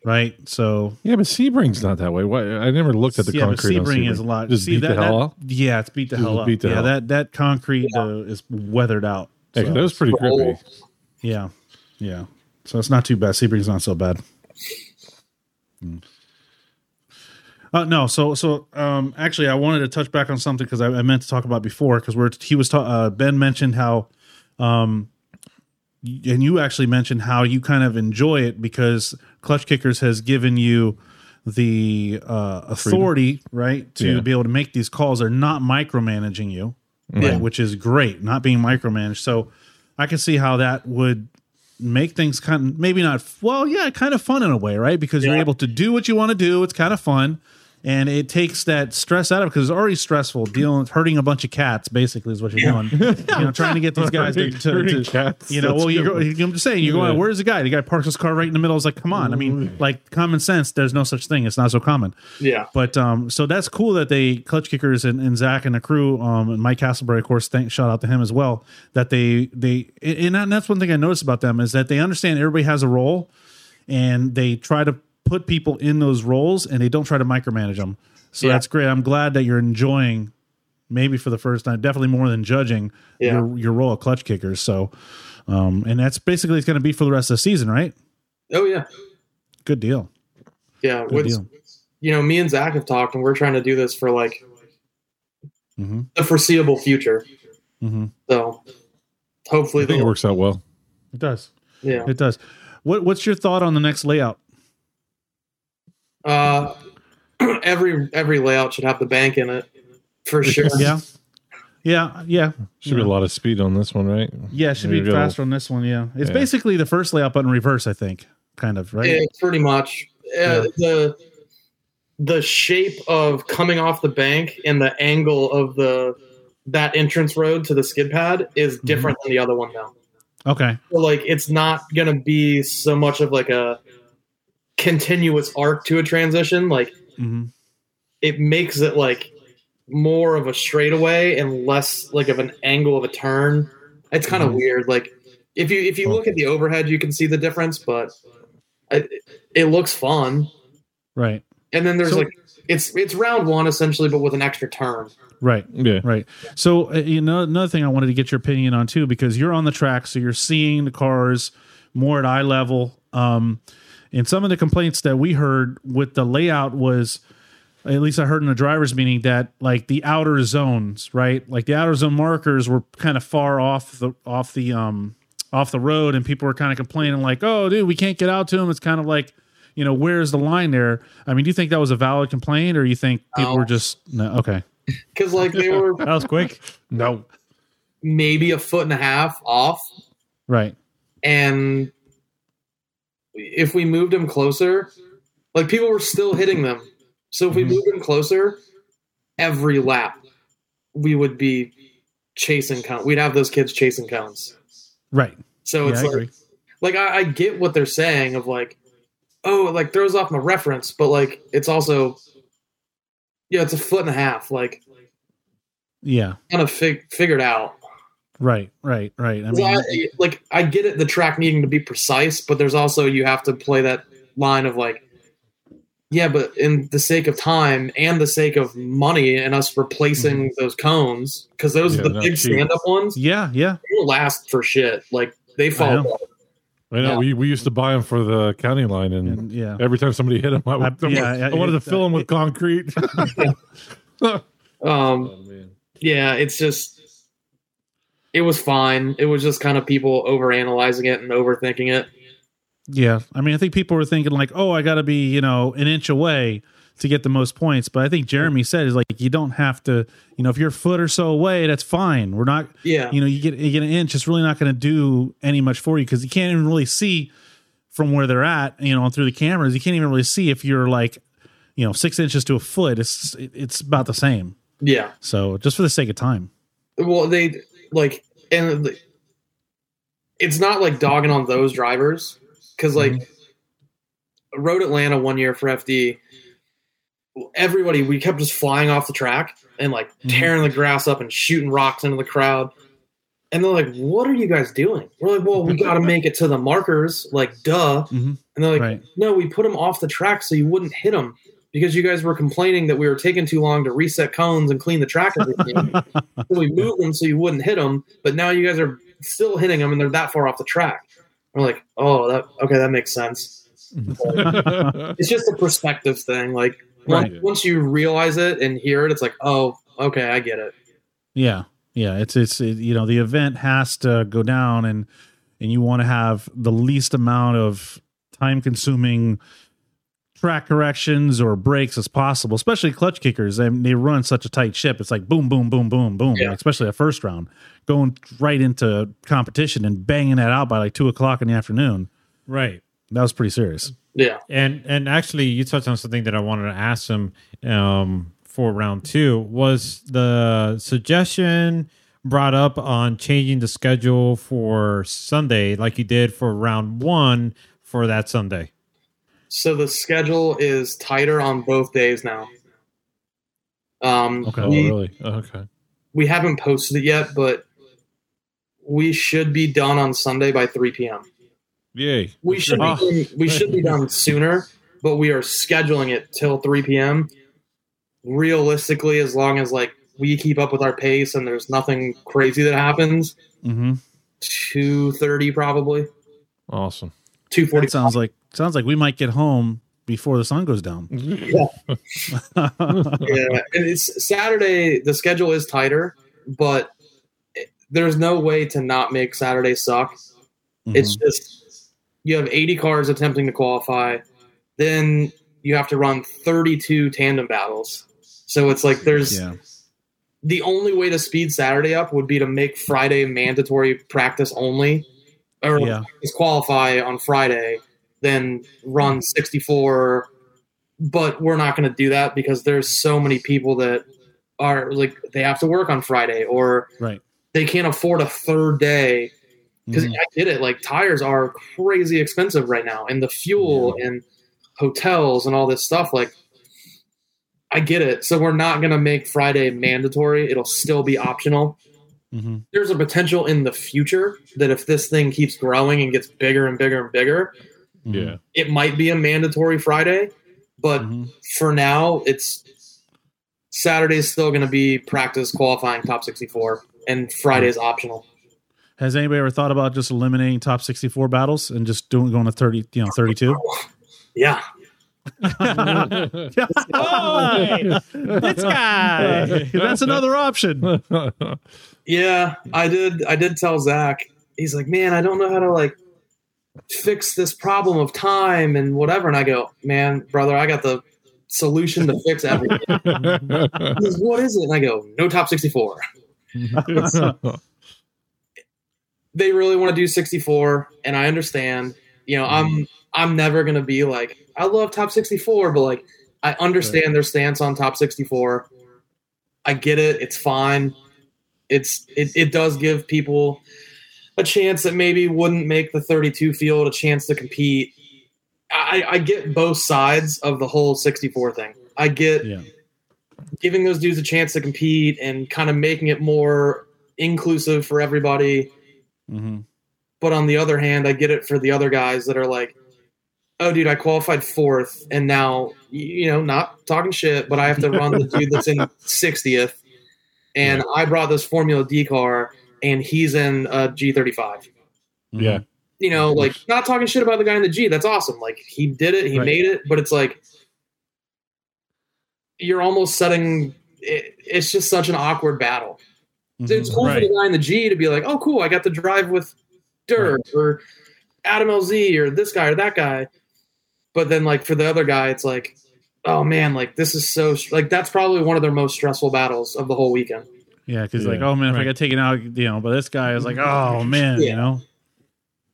C: Right. So
B: Yeah, but Sebring's not that way. Why? I never looked at the
C: yeah, but
B: concrete. on
C: Sebring is a lot.
B: Just
C: see,
B: beat
C: that,
B: the hell
C: that-
B: out.
C: Yeah, it's beat the
B: Just
C: hell up.
B: beat the
C: yeah,
B: hell
C: that that concrete uh, is weathered out.
B: Hey,
C: So,
B: that was pretty
D: Oh.
B: grippy.
C: yeah, yeah. So it's not too bad. Sebring's not so bad. Mm. Uh, no, so so um, actually, I wanted to touch back on something because I, I meant to talk about before because we're he was ta- uh, Ben mentioned how, um, y- and you actually mentioned how you kind of enjoy it because Clutch Kickers has given you the uh, authority, right, to
B: Yeah.
C: be able to make these calls. They're not micromanaging you,
D: Yeah.
C: right, which is great. Not being micromanaged, so I can see how that would make things kind of maybe not well, yeah, kind of fun in a way, right? Because you're
D: Yeah.
C: able to do what you want to do. It's kind of fun, and it takes that stress out of because it's already stressful dealing hurting a bunch of cats. Basically, is what you're doing. you know, trying to get these guys to, to,
B: Herding
C: to-
B: cats.
C: you know,
B: That's
C: well,
B: a
C: you're,
B: good
C: go-
B: one.
C: I'm just saying, you're going,
B: Yeah.
C: where's the guy? The guy parks his car right in the middle. It's like, come on. I mean, like common sense, there's no such thing. It's not so common.
D: yeah
C: But um, so that's cool that they clutch kickers and, and Zach and the crew um, and Mike Castleberry, of course. Thank, shout out to him as well. That they they and that- and that's one thing I noticed about them is that they understand everybody has a role, and they try to put people in those roles, and they don't try to micromanage them. So
D: Yeah.
C: that's great. I'm glad that you're enjoying, maybe for the first time, definitely more than judging
D: Yeah.
C: your your role at clutch kickers. So, um, and that's basically it's going to be for the rest of the season, right?
D: oh yeah
C: Good deal.
D: yeah
C: Good
D: Which
C: deal.
D: you know me and zach have talked and we're trying to do this for like
C: hmm
D: the foreseeable future
C: hmm
D: so hopefully
B: I think it
D: they'll
B: works out well.
C: It does.
D: yeah
C: It does. What What's your thought on the next layout?
D: uh every every layout should have the bank in it for sure
C: Yeah, yeah, yeah.
B: Should be a lot of speed on this one, right?
C: Yeah, it should be
B: Maybe it'll-
C: faster on this one. Yeah, it's
B: Yeah.
C: basically the first layout but in reverse. I think, kind of right.
D: Yeah, pretty much. Uh, The the shape of coming off the bank and the angle of the that entrance road to the skid pad is different than the other one now.
C: Okay.
D: So like it's not gonna be so much of like a continuous arc to a transition. Like
C: hmm
D: it makes it like more of a straightaway and less like of an angle of a turn. It's kind of weird. Like if you if you look at the overhead, you can see the difference, but it, it looks fun
C: Right.
D: and then there's
C: So-
D: like it's it's round one essentially, but with an extra turn.
C: Right.
B: Yeah.
C: Right. So uh, you know another thing I wanted to get your opinion on too because you're on the track, so you're seeing the cars more at eye level. Um, and some of the complaints that we heard with the layout was, at least I heard in the drivers' meeting that like the outer zones, right, like the outer zone markers were kind of far off the off the um off the road, and people were kind of complaining like, oh, dude, we can't get out to them. It's kind of like. You know, where's the line there? I mean, do you think that was a valid complaint or you think people
D: No.
C: were just, no, okay.
D: Because like they were
A: That was quick.
B: No.
D: maybe a foot and a half off,
C: Right.
D: and if we moved them closer, like people were still hitting them. So if we
C: Mhm.
D: moved them closer, every lap we would be chasing cones. We'd have those kids chasing cones.
C: Right.
D: So
C: Yeah,
D: it's
C: I
D: like
C: agree.
D: like I, I get what they're saying of like oh it like throws off my reference but like it's also yeah it's a foot and a half like
C: Yeah.
D: kind of fig- figured out
C: Right. Right. Right. I mean,
D: So I- like i get it the track needing to be precise but there's also you have to play that line of like yeah but in the sake of time and the sake of money and us replacing those cones because those
B: Yeah,
D: are the
B: they're not
D: big
B: cheap.
D: stand-up ones
C: yeah. Yeah.
D: they don't last for shit like they fall
C: know.
D: apart.
B: I know
D: Yeah.
B: we, we used to buy them for the county line, and,
C: And, yeah.
B: every time somebody hit them, I, would-
C: I-
B: I
C: yeah,
B: wanted,
C: I-
B: I wanted to fill them with concrete.
D: Um, yeah, it's just it was fine. It was just kind of people overanalyzing it and overthinking it.
C: Yeah, I mean, I think people were thinking like, "Oh, I got to be you know an inch away to get the most points." But I think Jeremy said is like, you don't have to. You know, if you're a foot or so away, that's fine. We're not.
D: Yeah,
C: You know, you get you get an inch, it's really not going to do any much for you because you can't even really see from where they're at. You know, and through the cameras, you can't even really see if you're like, you know, six inches to a foot. It's it- it's about the same.
D: yeah.
C: So just for the sake of time,
D: Well, they like, and the- it's not like dogging on those drivers because, like, I rode Atlanta one year for FD. Everybody, we kept just flying off the track and like
C: Mhm.
D: tearing the grass up and shooting rocks into the crowd. And they're like, "What are you guys doing?" We're like, "Well, we got to make it to the markers, like, duh."
C: Mhm.
D: And they're like,
C: right?
D: no, we put them off the track so you wouldn't hit them because you guys were complaining that we were taking too long to reset cones and clean the track. every day. so we moved them so you wouldn't hit them, but now you guys are still hitting them and they're that far off the track. We're like, oh, that okay, that makes sense.
B: Oh,
D: It's just a perspective thing. Like once,
B: Right.
D: once you realize it and hear it, it's like, oh, okay, I get it.
C: Yeah, yeah. It's it's it, you know the event has to go down, and and you want to have the least amount of time consuming track corrections or breaks as possible. Especially clutch kickers, they they run such a tight ship. It's like boom, boom, boom, boom, boom.
D: Yeah.
C: Like, especially the first round, going right into competition and banging that out by like two o'clock in the afternoon.
A: Right.
C: That was pretty serious.
D: Yeah,
A: And and actually, you touched on something that I wanted to ask him um, for round two was the suggestion brought up on changing the schedule for Sunday, like you did for round one for that Sunday.
D: So the schedule is tighter on both days now. Um,
C: Okay.
B: oh,
D: we-
B: really? Oh, okay.
D: we haven't posted it yet, but we should be done on Sunday by 3 p.m.
B: Yay.
D: We should
C: Oh.
D: be, we should be done sooner, but we are scheduling it till 3 p.m. Realistically, as long as like we keep up with our pace and there's nothing crazy that happens,
C: Mm-hmm.
D: 2:30 probably,
B: Awesome.
D: 2:40.
C: That sounds like sounds like we might get home before the sun goes down.
D: yeah, and it's Saturday. The schedule is tighter, but it- there's no way to not make Saturday suck. It's just you have 80 cars attempting to qualify, then you have to run 32 tandem battles. So it's like there's
C: yeah.
D: the only way to speed Saturday up would be to make Friday mandatory practice only, or
C: Yeah.
D: just qualify on Friday, then run 64. But we're not going to do that because there's so many people that are like they have to work on Friday or
C: Right.
D: they can't afford a third day because
C: Mhm.
D: I get it. Like tires are crazy expensive right now, and the fuel and hotels and all this stuff. Like, I get it. So we're not gonna make Friday mandatory. It'll still be optional.
C: Mhm.
D: There's a potential in the future that if this thing keeps growing and gets bigger and bigger and bigger,
C: Mhm.
B: Yeah.
D: it might be a mandatory Friday. But
C: Mhm.
D: for now, it's Saturday's still gonna be practice qualifying top 64, and Friday's optional.
C: Has anybody ever thought about just eliminating top 64 battles and just doing going to 30, you know, 32?
D: Yeah.
A: Oh, this guy.
C: That's another option.
D: Yeah, I did. I did tell Zach. He's like, man, I don't know how to like fix this problem of time and whatever. And I go, man, brother, I got the solution to fix everything. He goes, what is it? And I go, no top sixty four. They really want to do sixty four, and I understand. You know, I'm I'm never gonna be like I love top sixty four, but like I understand their stance on top sixty four. I get it. It's fine. It's it, it does give people a chance that maybe wouldn't make the 32 field a chance to compete. I, I get both sides of the whole 64 thing. I get
C: Yeah.
D: giving those dudes a chance to compete and kind of making it more inclusive for everybody.
A: Mm-hmm.
C: hmm
D: But on the other hand, I get it for the other guys that are like, oh, dude, I qualified fourth, and now, y- you know, not talking shit, but I have to run the dude that's in 60th. And
C: Mm-hmm.
D: I brought this Formula D car, and he's in a G35.
B: Yeah.
D: you know, like not talking shit about the guy in the G. That's awesome. Like he did it, he
C: Right.
D: made it, but it's like you're almost setting. It, it's just such an awkward battle.
C: Mm-hmm.
D: So It's cool for
A: Right.
D: the guy in the G to be like, oh, cool, I got to drive with Dirk or Adam LZ or this guy or that guy. But then, like, for the other guy, it's like, oh man, like, this is so, str- like, that's probably one of their most stressful battles of the whole weekend.
C: Yeah, because like,
B: Yeah.
C: oh man, if I
A: Right.
C: got taken out, you know, but this guy is like, oh man, you
D: Yeah.
C: know.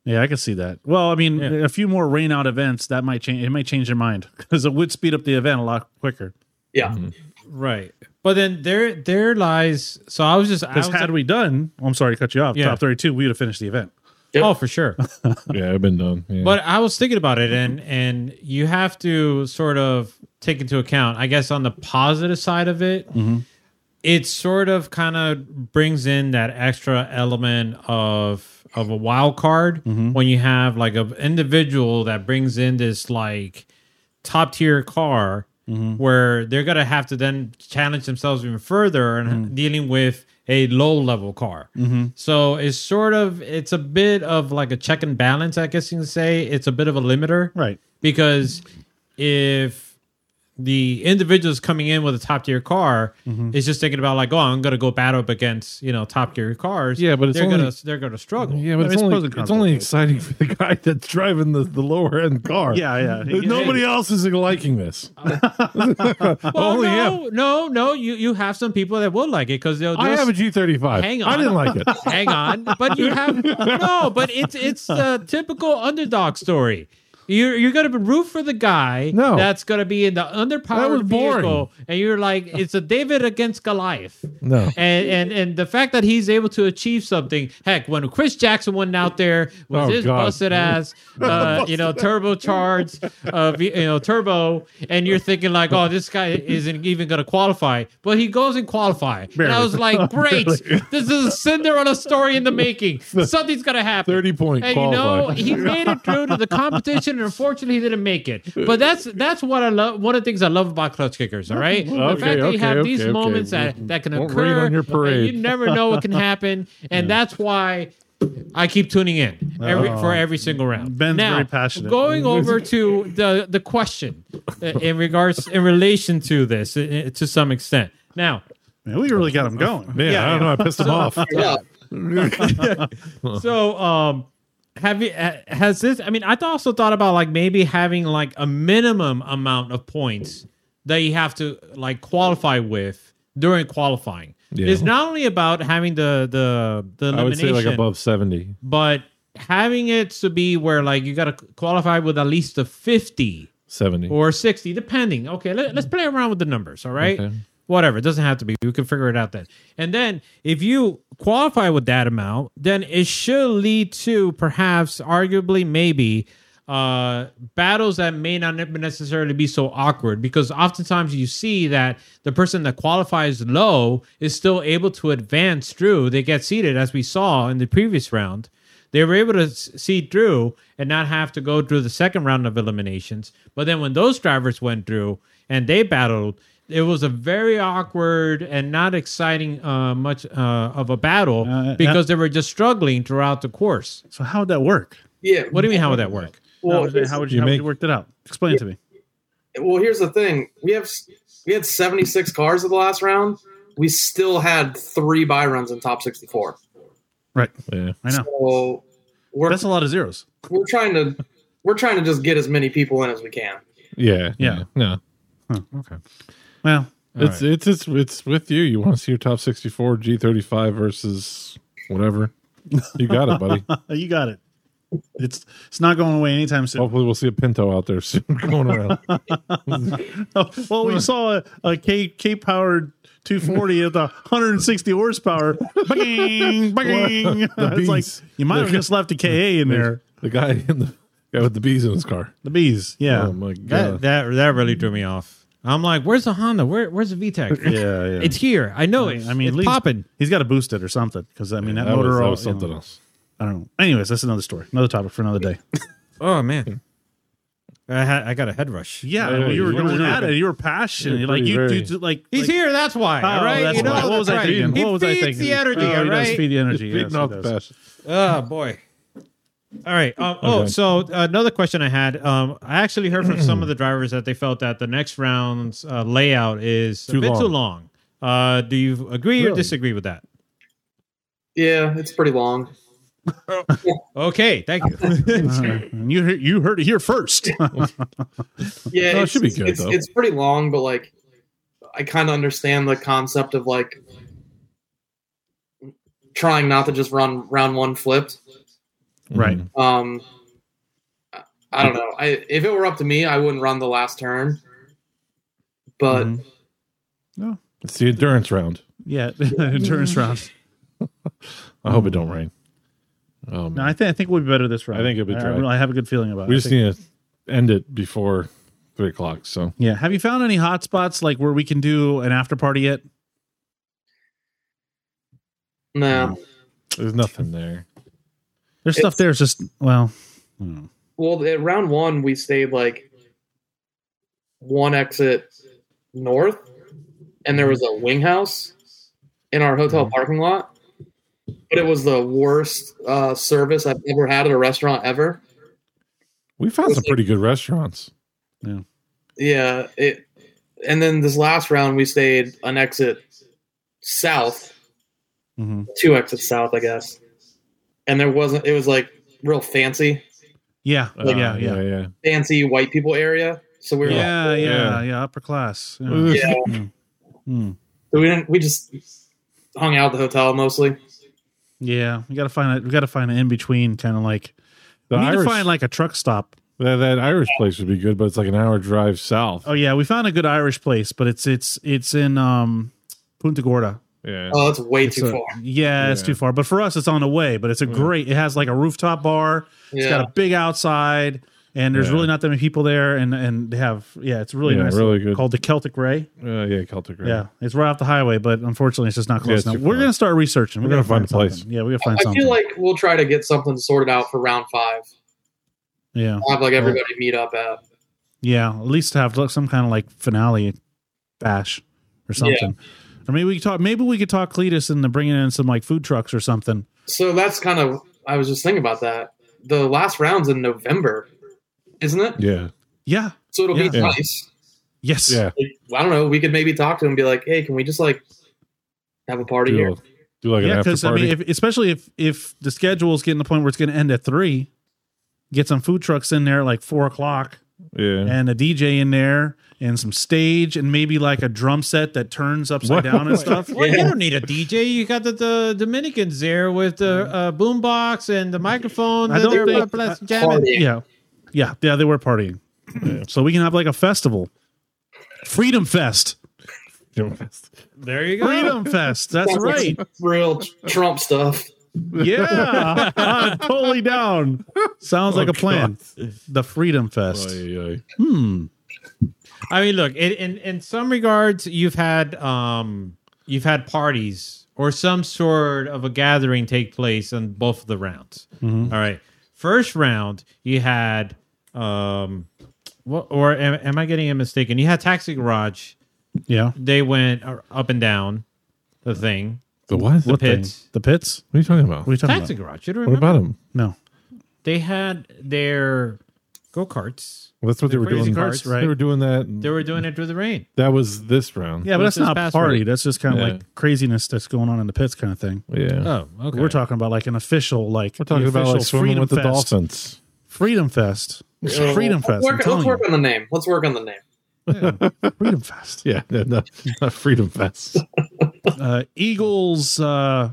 C: Yeah, I can see that. Well, I mean,
A: Yeah.
C: a few more rain out events that might change. It might change their mind because it would speed up the event a lot quicker.
D: Yeah.
C: Mm-hmm.
A: Right. But then there there lies. So I was just. I
C: Because
A: was
C: had we done, oh, I'm sorry to cut you off.
A: Yeah.
C: Top 32, we would have finished the event.
A: oh, for sure.
B: yeah, I've been done. Yeah.
A: But I was thinking about it, and and you have to sort of take into account, I guess, on the positive side of it, it sort of kind of brings in that extra element of of a wild card when you have like an individual that brings in this like top tier car
B: Mm-hmm.
A: where they're gonna have to then challenge themselves even further and
B: Mm.
A: dealing with a low level car.
B: Mm-hmm.
A: So it's sort of it's a bit of like a check and balance, I guess you can say. It's a bit of a limiter.
C: Right.
A: Because if the individuals coming in with a top tier car
B: Mm-hmm.
A: is just thinking about like, oh, I'm gonna go battle up against, you know, top tier cars.
B: Yeah, but it's
A: they're
B: only-
A: gonna they're gonna struggle.
B: yeah, but
C: I mean,
B: it's,
C: it's pros
B: only,
C: and cons
B: it's only
C: both ways.
B: exciting for the guy that's driving the, the lower end car.
C: Yeah, yeah.
B: Nobody else is liking this.
A: Well,
B: Only
A: no, no, no. You you have some people that will like it because they'll.
B: I
A: just-
B: have a G35.
A: Hang
B: I
A: on.
B: didn't like it.
A: hang on but you have no but it's it's the typical underdog story you're, you're gonna root for the guy
B: No.
A: that's gonna be in the
B: That was
A: underpowered
B: boring.
A: vehicle, and you're like, it's a David against Goliath,
B: No.
A: and and and the fact that he's able to achieve something. Heck, when Chris Jackson went out there with
B: Oh,
A: his
B: God.
A: busted ass, uh, you know, turbocharged, uh, v- you know, turbo, and you're thinking like, oh, this guy isn't even gonna qualify, but he goes and qualify, and I
C: Barely.
A: was like, great, this is a Cinderella story in the making. Something's gonna happen.
B: 30 point
A: And
B: qualified.
A: you know, he made it through to the competition, and unfortunately, he didn't make it. But that's that's what I love. One of the things I love about clutch kickers. All right, the
B: Okay,
A: fact that
B: okay,
A: you have these
B: okay, okay.
A: moments that that can
B: Won't
A: occur.
B: rain on your
A: and
B: parade.
A: you never know what can happen, and that's why. I keep tuning in every, for every single round.
C: Ben's
A: now,
C: very passionate.
A: Going over to the the question uh, in regards in relation to this uh, uh, to some extent. Now,
C: Man, we really got them going.
B: Man,
A: Yeah,
B: I don't know. I pissed him off.
D: Yeah.
A: So, um, have you ha- has this? I mean, I th- also thought about like maybe having like a minimum amount of points that you have to like qualify with during qualifying.
B: Yeah.
A: It's not only about having the the the
B: I would say
A: elimination,
B: like above 70.
A: but having it to be where like you got to qualify with at least a fifty
B: 70.
A: or 60 depending okay let, us play around with the numbers all right
B: Okay.
A: whatever it doesn't have to be we can figure it out then and then if you qualify with that amount then it should lead to perhaps arguably maybe uh battles that may not ne- necessarily be so awkward because oftentimes you see that the person that qualifies low is still able to advance through they get seated as we saw in the previous round they were able to s- see through and not have to go through the second round of eliminations. But then when those drivers went through and they battled, it was a very awkward and not exciting uh, much uh, of a battle
C: Uh,
A: because they were just struggling throughout the course.
C: So how would that work?
D: Yeah.
A: What do you mean? How would that work?
C: How
D: Well,
C: would you,
D: here's-
C: how would
B: You
C: you, how would
B: make-
C: you work that out? Explain it to me.
D: well, here's the thing. We have we had 76 cars at the last round. We still had three buy runs in top 64.
C: Right.
B: Yeah.
C: I know.
D: So we're
C: That's a lot of zeros.
D: we're trying to we're trying to just get as many people in as we can.
B: Yeah.
C: Yeah.
B: No.
C: Hmm,
A: Okay.
C: Well,
B: It's, it's it's it's with you. You want to see your top 64 G35 versus whatever. You got it, buddy.
C: Uh, you got it. It's it's not going away anytime soon.
B: Hopefully, we'll see a Pinto out there soon going around.
C: well, we saw a, a K K powered 240 at the 160 horsepower. Bang, bang.
B: The
C: it's like
B: bees.
C: you might have just left a KA in there.
B: The guy in the guy with the bees in his car.
C: The bees, yeah,
B: Oh my
A: That,
B: god!
A: that that really threw me off. I'm like, where's the Honda? Where, where's the VTEC?
C: yeah, yeah.
A: It's here. I know it.
C: I mean, at
A: it's
C: least
A: popping.
C: He's got to boost it or something because I mean that,
B: that, was,
C: motor
B: that
C: all-
B: was
C: you know,
B: something else.
C: I don't know. Anyways, that's another story, another topic for another day.
A: Oh man, I had I got a head rush.
C: Yeah,
B: Yeah,
C: well, you were
B: you were
C: going
B: pretty-
C: at it. You were passionate.
B: you were
C: like you,
B: pretty
C: you,
B: very-
C: like
A: He's
C: like,
A: here. That's why.
C: Oh,
A: all right.
C: that's
A: you know,
C: why. What was I
A: that's right.
C: thinking?
A: He
C: What was I
A: feeds
C: thinking?
A: the energy.
C: Oh,
A: all
C: he does
A: right.
C: feed the energy.
B: Beating
C: yes, he
B: off
C: does.
B: the passion.
A: Oh boy. All right. Um, oh,
B: Okay.
A: so another question I had. Um, I actually heard from some of the drivers that they felt that the next round's uh, layout is
B: Too
A: a bit
B: long.
A: too long. Uh, do you agree or
B: Really?
A: disagree with that?
D: Yeah, it's pretty long.
A: Okay, thank you.
C: Uh, and you heard- you heard it here first.
B: Mm-hmm.
D: Yeah,
B: No, it
D: it's,
B: should be
D: it's-
B: good,
D: it's,
B: though.
D: it's pretty long, but like, I kind of understand the concept of like trying not to just run round one flipped.
C: Right.
D: Um, I- I don't know. I if it were up to me, I wouldn't run the last turn. But
C: Mhm.
B: Mm-hmm. It's the endurance round.
C: Yeah, endurance round.
B: I hope it don't rain. Um,
C: No, I think I think we'll be better this round.
B: I think it'll be
C: I,
B: dry.
C: really- I have a good feeling about
B: we
C: it. I
B: just
C: think-
B: need to end it before three o'clock. So
C: yeah. Have you found any hot spots like where we can do an after party yet?
B: Mm-hmm.
D: no.
B: there's nothing there.
C: There's stuff
D: It's-
C: there. It's just well, I
B: Hmm.
C: don't know.
D: Well, at round one, we stayed like one exit north, and there was a wing house in our hotel parking lot. But it was the worst uh, service I've ever had at a restaurant ever.
B: We found some pretty good restaurants.
D: Yeah, it. And then this last round, we stayed an exit south,
C: Mhm.
D: two exits south, I guess. And there wasn't. It was like real fancy,
C: yeah,
B: Uh,
C: yeah, yeah,
B: yeah,
D: fancy white people area. So we were like,
C: yeah, yeah,
B: yeah.
C: yeah, upper class. Yeah.
B: Well, there's-
C: Mm.
D: so we didn't. We just hung out at the hotel mostly.
C: Yeah, we gotta find a, we gotta find an in between kind of like
B: The
C: we need
B: Irish,
C: to find like a truck stop.
B: that, that Irish place would be good, but it's like an hour drive south.
C: Oh yeah, we found a good Irish place, but it's it's it's in um Punta Gorda.
B: yeah,
D: Oh, that's way
C: It's
D: too
C: a-
D: far.
C: Yeah, it's
B: Yeah.
C: too far. But for us, it's on the way. But it's a
B: Yeah.
C: great. It has like a rooftop bar. It's
D: Yeah.
C: got a big outside, and there's
B: Yeah.
C: really not that many people there. And and they have yeah, it's really
B: Yeah,
C: nice.
B: really good.
C: Called the Celtic Ray.
B: Uh, yeah, Celtic. Ray.
C: Yeah, it's right off the highway, but unfortunately, it's just not
B: Yeah,
C: close
B: it's
C: enough.
B: too
C: We're
B: far.
C: gonna start researching. We're,
B: We're
C: gonna,
B: gonna
C: find,
B: find a
C: something. Yeah, we gotta find
D: I
C: something.
D: feel like we'll try to get something sorted out for round five.
C: yeah,
D: I'll have like everybody meet up at.
C: yeah. At least have like, some kind of like finale bash or something. Or maybe we could talk. Maybe we could talk Cletus into bringing in some like food trucks or something.
D: So that's kind of I was just thinking about that. The last round's in November, isn't it?
B: yeah,
C: Yeah.
D: So it'll
C: Yeah.
D: be
B: Yeah.
D: nice.
C: Yes.
B: yeah.
D: Like, I don't know. We could maybe talk to him and be like, "Hey, can we just like have a party
B: Do,
D: here?"
B: a- do like an
C: yeah,
B: after
C: because I
B: party.
C: mean, if, especially if if the schedule is getting to the point where it's going to end at three, get some food trucks in there at like four o'clock,
B: yeah,
C: and a DJ in there, and some stage, and maybe like a drum set that turns upside down and stuff.
A: Well, You don't need a DJ. You got the, the Dominicans there with the uh, boombox and the microphone.
C: I
A: that
C: don't
A: they're
C: think-
A: bl- bl-
C: I-
A: jamming.
D: Party.
C: Yeah, yeah, yeah. They were partying, so we can have like a festival, Freedom Fest,
A: There you go.
C: Freedom Fest. That's
D: Sounds like
C: right.
D: some Real Trump stuff.
C: Yeah, I'm totally down. Sounds like
B: Oh,
C: a plan. The Freedom Fest.
B: Ay, ay.
C: Hmm.
A: I mean, look, in, in in some regards, you've had um you've had parties or some sort of a gathering take place in both of the rounds. All right, first round you had um what or am, am I getting it mistaken? You had Taxi Garage.
C: Yeah.
A: They went uh, up and down the thing.
B: The what?
A: The
B: What
A: pits.
C: The pits.
B: are you talking about?
C: What are you talking
A: Taxi
C: about?
A: Garage. You don't
B: What
A: remember?
B: about him?
C: No.
A: they had their go karts.
B: Well, that's what they
A: The
B: were
A: crazy
B: doing.
A: carts,
B: They
C: right.
B: were doing that.
A: They were doing it through the rain.
B: that was this round.
C: Yeah, but
A: What's
C: that's not
A: his
C: a
A: password?
C: party. That's just kind of
B: Yeah.
C: like craziness that's going on in the pits kind of thing.
B: yeah.
A: Oh, okay.
C: We're talking about like an official, like
B: We're talking
C: Uh, the
B: about like
C: official
B: swimming with the
C: Fest.
B: dolphins.
C: Freedom Fest.
D: Uh,
C: Freedom
D: let's
C: Fest. I'm
D: Work, let's
C: telling
D: work
C: you.
D: on the name. Let's work on the name.
C: Freedom Fest.
B: Yeah, no, no, not Freedom Fest.
C: Uh, Eagles uh,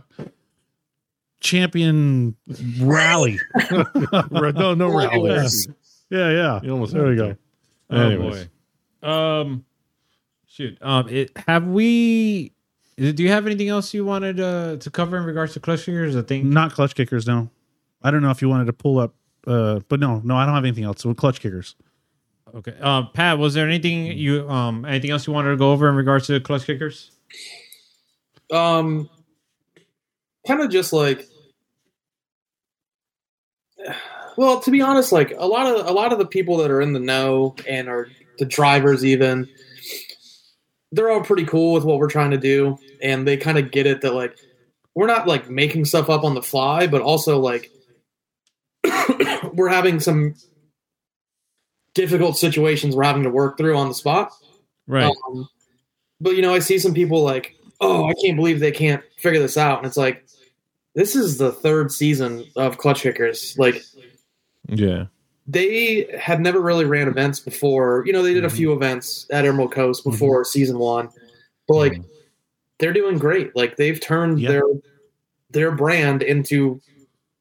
C: champion rally.
B: no, no rally.
D: Yes.
C: Yeah, yeah.
B: You almost
C: There we go.
A: Oh
B: Anyways.
A: boy. Um, shoot. Um, it, have we? Do you have anything else you wanted uh, to cover in regards to clutch fingers? I think.
C: Not clutch kickers. No, I don't know if you wanted to pull up, uh, but no, no, I don't have anything else. So clutch kickers.
A: Okay. Uh, Pat, was there anything you um anything else you wanted to go over in regards to the clutch kickers?
D: um kind of just like well to be honest like a lot of a lot of the people that are in the know and are the drivers even they're all pretty cool with what we're trying to do and they kind of get it that like we're not like making stuff up on the fly but also like we're having some difficult situations we're having to work through on the spot.
A: Right.
D: Um, but you know, I see some people like, oh, I can't believe they can't figure this out, and it's like, this is the third season of Clutch Kickers. Like
B: Yeah.
D: they had never really ran events before. You know, they did a few events at Emerald Coast before season one, but like they're doing great. Like they've turned
C: Yeah.
D: their their brand into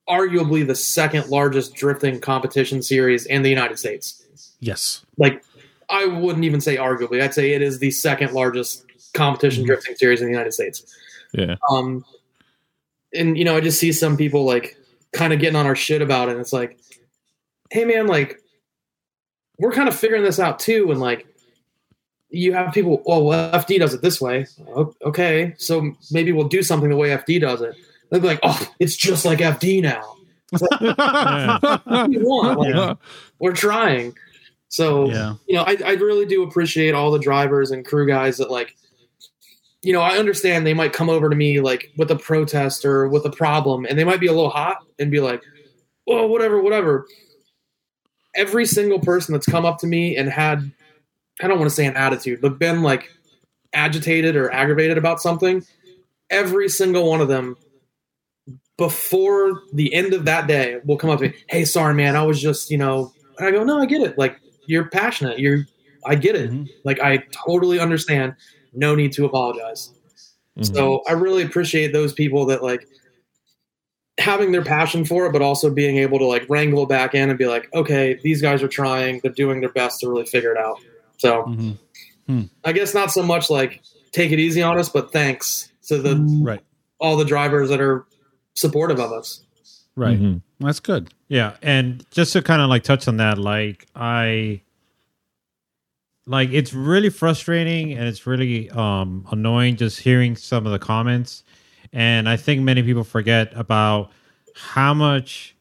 D: arguably the second largest drifting competition series in the United States.
C: Yes.
D: Like I wouldn't even say arguably. I'd say it is the second largest competition drifting series in the United States
B: Yeah.
D: um and you know i just see some people like kind of getting on our shit about it and it's like hey man like we're kind of figuring this out too and like you have people oh well fd does it this way O- okay so maybe we'll do something the way fd does it they'll be like oh it's just like fd now What do you want? Like,
C: Yeah.
D: we're trying so
C: Yeah.
D: you know, I, I really do appreciate all the drivers and crew guys that like, you know, I understand they might come over to me like with a protest or with a problem, and they might be a little hot and be like, "Well, whatever, whatever." Every single person that's come up to me and had, I don't want to say an attitude, but been like agitated or aggravated about something, every single one of them before the end of that day will come up to me, "Hey, sorry, man, I was just, you know," and I go, "No, I get it. Like." you're passionate. You're I get it.
C: Mhm.
D: Like I totally understand. No need to apologize.
B: Mm-hmm.
D: So
C: Mm-hmm.
D: I really appreciate those people that like having their passion for it, but also being able to like wrangle it back in and be like, okay, these guys are trying. They're doing their best to really figure it out. So
C: Mhm.
D: I guess not so much like take it easy on us, but thanks to the
C: Right.
D: all the drivers that are supportive of us.
C: Right.
B: Mhm.
C: That's good.
A: Yeah, and just to kind of like touch on that, like I like it's really frustrating and it's really um annoying just hearing some of the comments. And I think many people forget about how much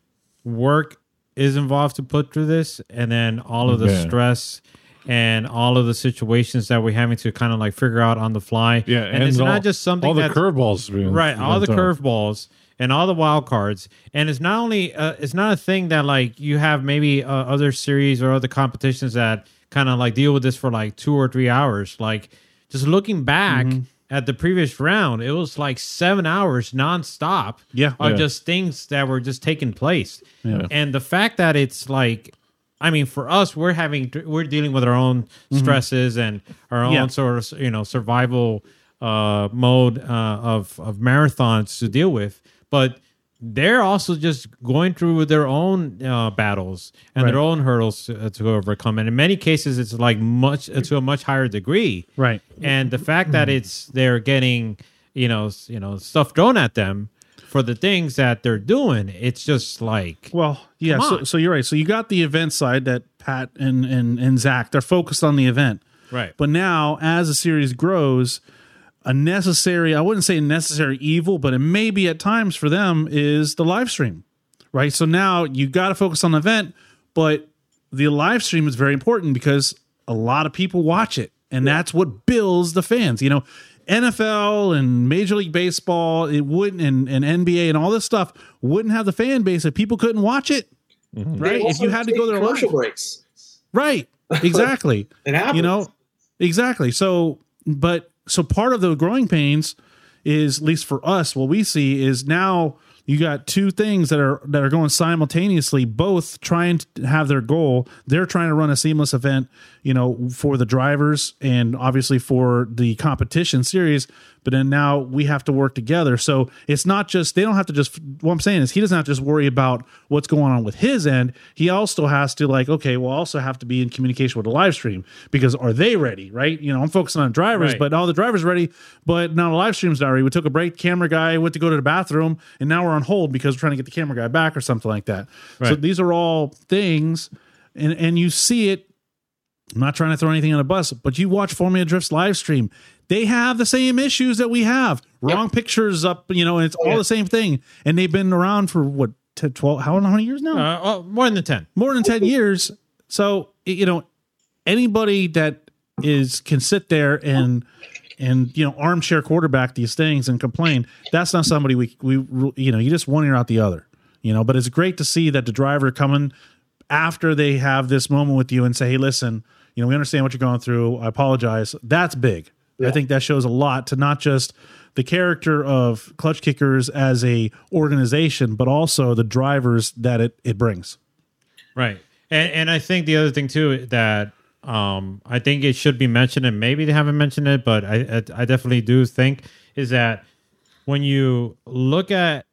A: work is involved to put through this and then all of the
B: Yeah.
A: stress and all of the situations that we're having to kind of like figure out on the fly.
B: Yeah.
A: and, it's
B: all-
A: not just something
B: all the
A: that's
B: curveballs. we-
A: right all the
B: we-
A: curveballs and all the wild cards and it's not only uh, it's not a thing that like you have maybe uh, other series or other competitions that kind of like deal with this for like two or three hours like just looking back at the previous round it was like seven hours nonstop
C: Yeah.
A: of
B: Yeah.
A: just things that were just taking place
C: Yeah.
A: and the fact that it's like I mean, for us, we're having we're dealing with our own stresses and our own
C: Mm-hmm. Yeah.
A: sort of you know survival uh, mode uh, of of marathons to deal with, but they're also just going through their own uh, battles and their
C: Right.
A: own hurdles to, uh, to overcome. And in many cases, it's like much uh, to a much higher degree
C: Right. Mm-hmm.
A: and the fact that it's they're getting you know s- you know stuff thrown at them for the things that they're doing it's just like
C: Well, yeah.
A: Come
C: So,
A: on.
C: so you're right. So you got the event side that Pat and, and and Zach they're focused on the event,
A: right
C: but now as the series grows, a necessary I wouldn't say a necessary evil, but it may be at times for them is the live stream, right? So now you got to focus on the event, but the live stream is very important because a lot of people watch it, and that's what builds the fans. You know, NFL and Major League Baseball, it wouldn't, and, and NBA and all this stuff wouldn't have the fan base if people couldn't watch it, right?
D: They
C: If you
D: also
C: had to
D: take
C: go there
D: commercial
C: live,
D: breaks.
C: right? Exactly.
D: It happens.
C: you know exactly so but so part of the growing pains is at least for us what we see is now you got two things that are that are going simultaneously both trying to have their goal they're trying to run a seamless event you know for the drivers and obviously for the competition series but then now we have to work together so it's not just they don't have to just what i'm saying is he doesn't have to just worry about what's going on with his end he also has to like okay well also have to be in communication with the live stream because are they ready right you know i'm focusing on drivers
A: Right.
C: but all the drivers ready but now the live stream's not ready we took a break camera guy went to go to the bathroom and now we're on hold because we're trying to get the camera guy back or something like that so
A: Right.
C: these are all things and and you see it I'm not trying to throw anything on a bus, but you watch Formula Drift's live stream. They have the same issues that we have. Wrong pictures up, you know, and it's all the same thing. And they've been around for what, 10, 12, how long- how many years now?
A: uh, oh, more than the 10
C: More than 10 years. So, y- you know, anybody that is can sit there and and you know armchair quarterback these things and complain that's not somebody we we you know you just one ear out the other you know but it's great to see that the driver coming after they have this moment with you and say hey listen you know we understand what you're going through i apologize that's big i think that shows a lot to not just the character of clutch kickers as a organization but also the drivers that it, it brings
A: Right. And and I think the other thing too that um I think it should be mentioned and maybe they haven't mentioned it, but I I, I definitely do think is that when you look at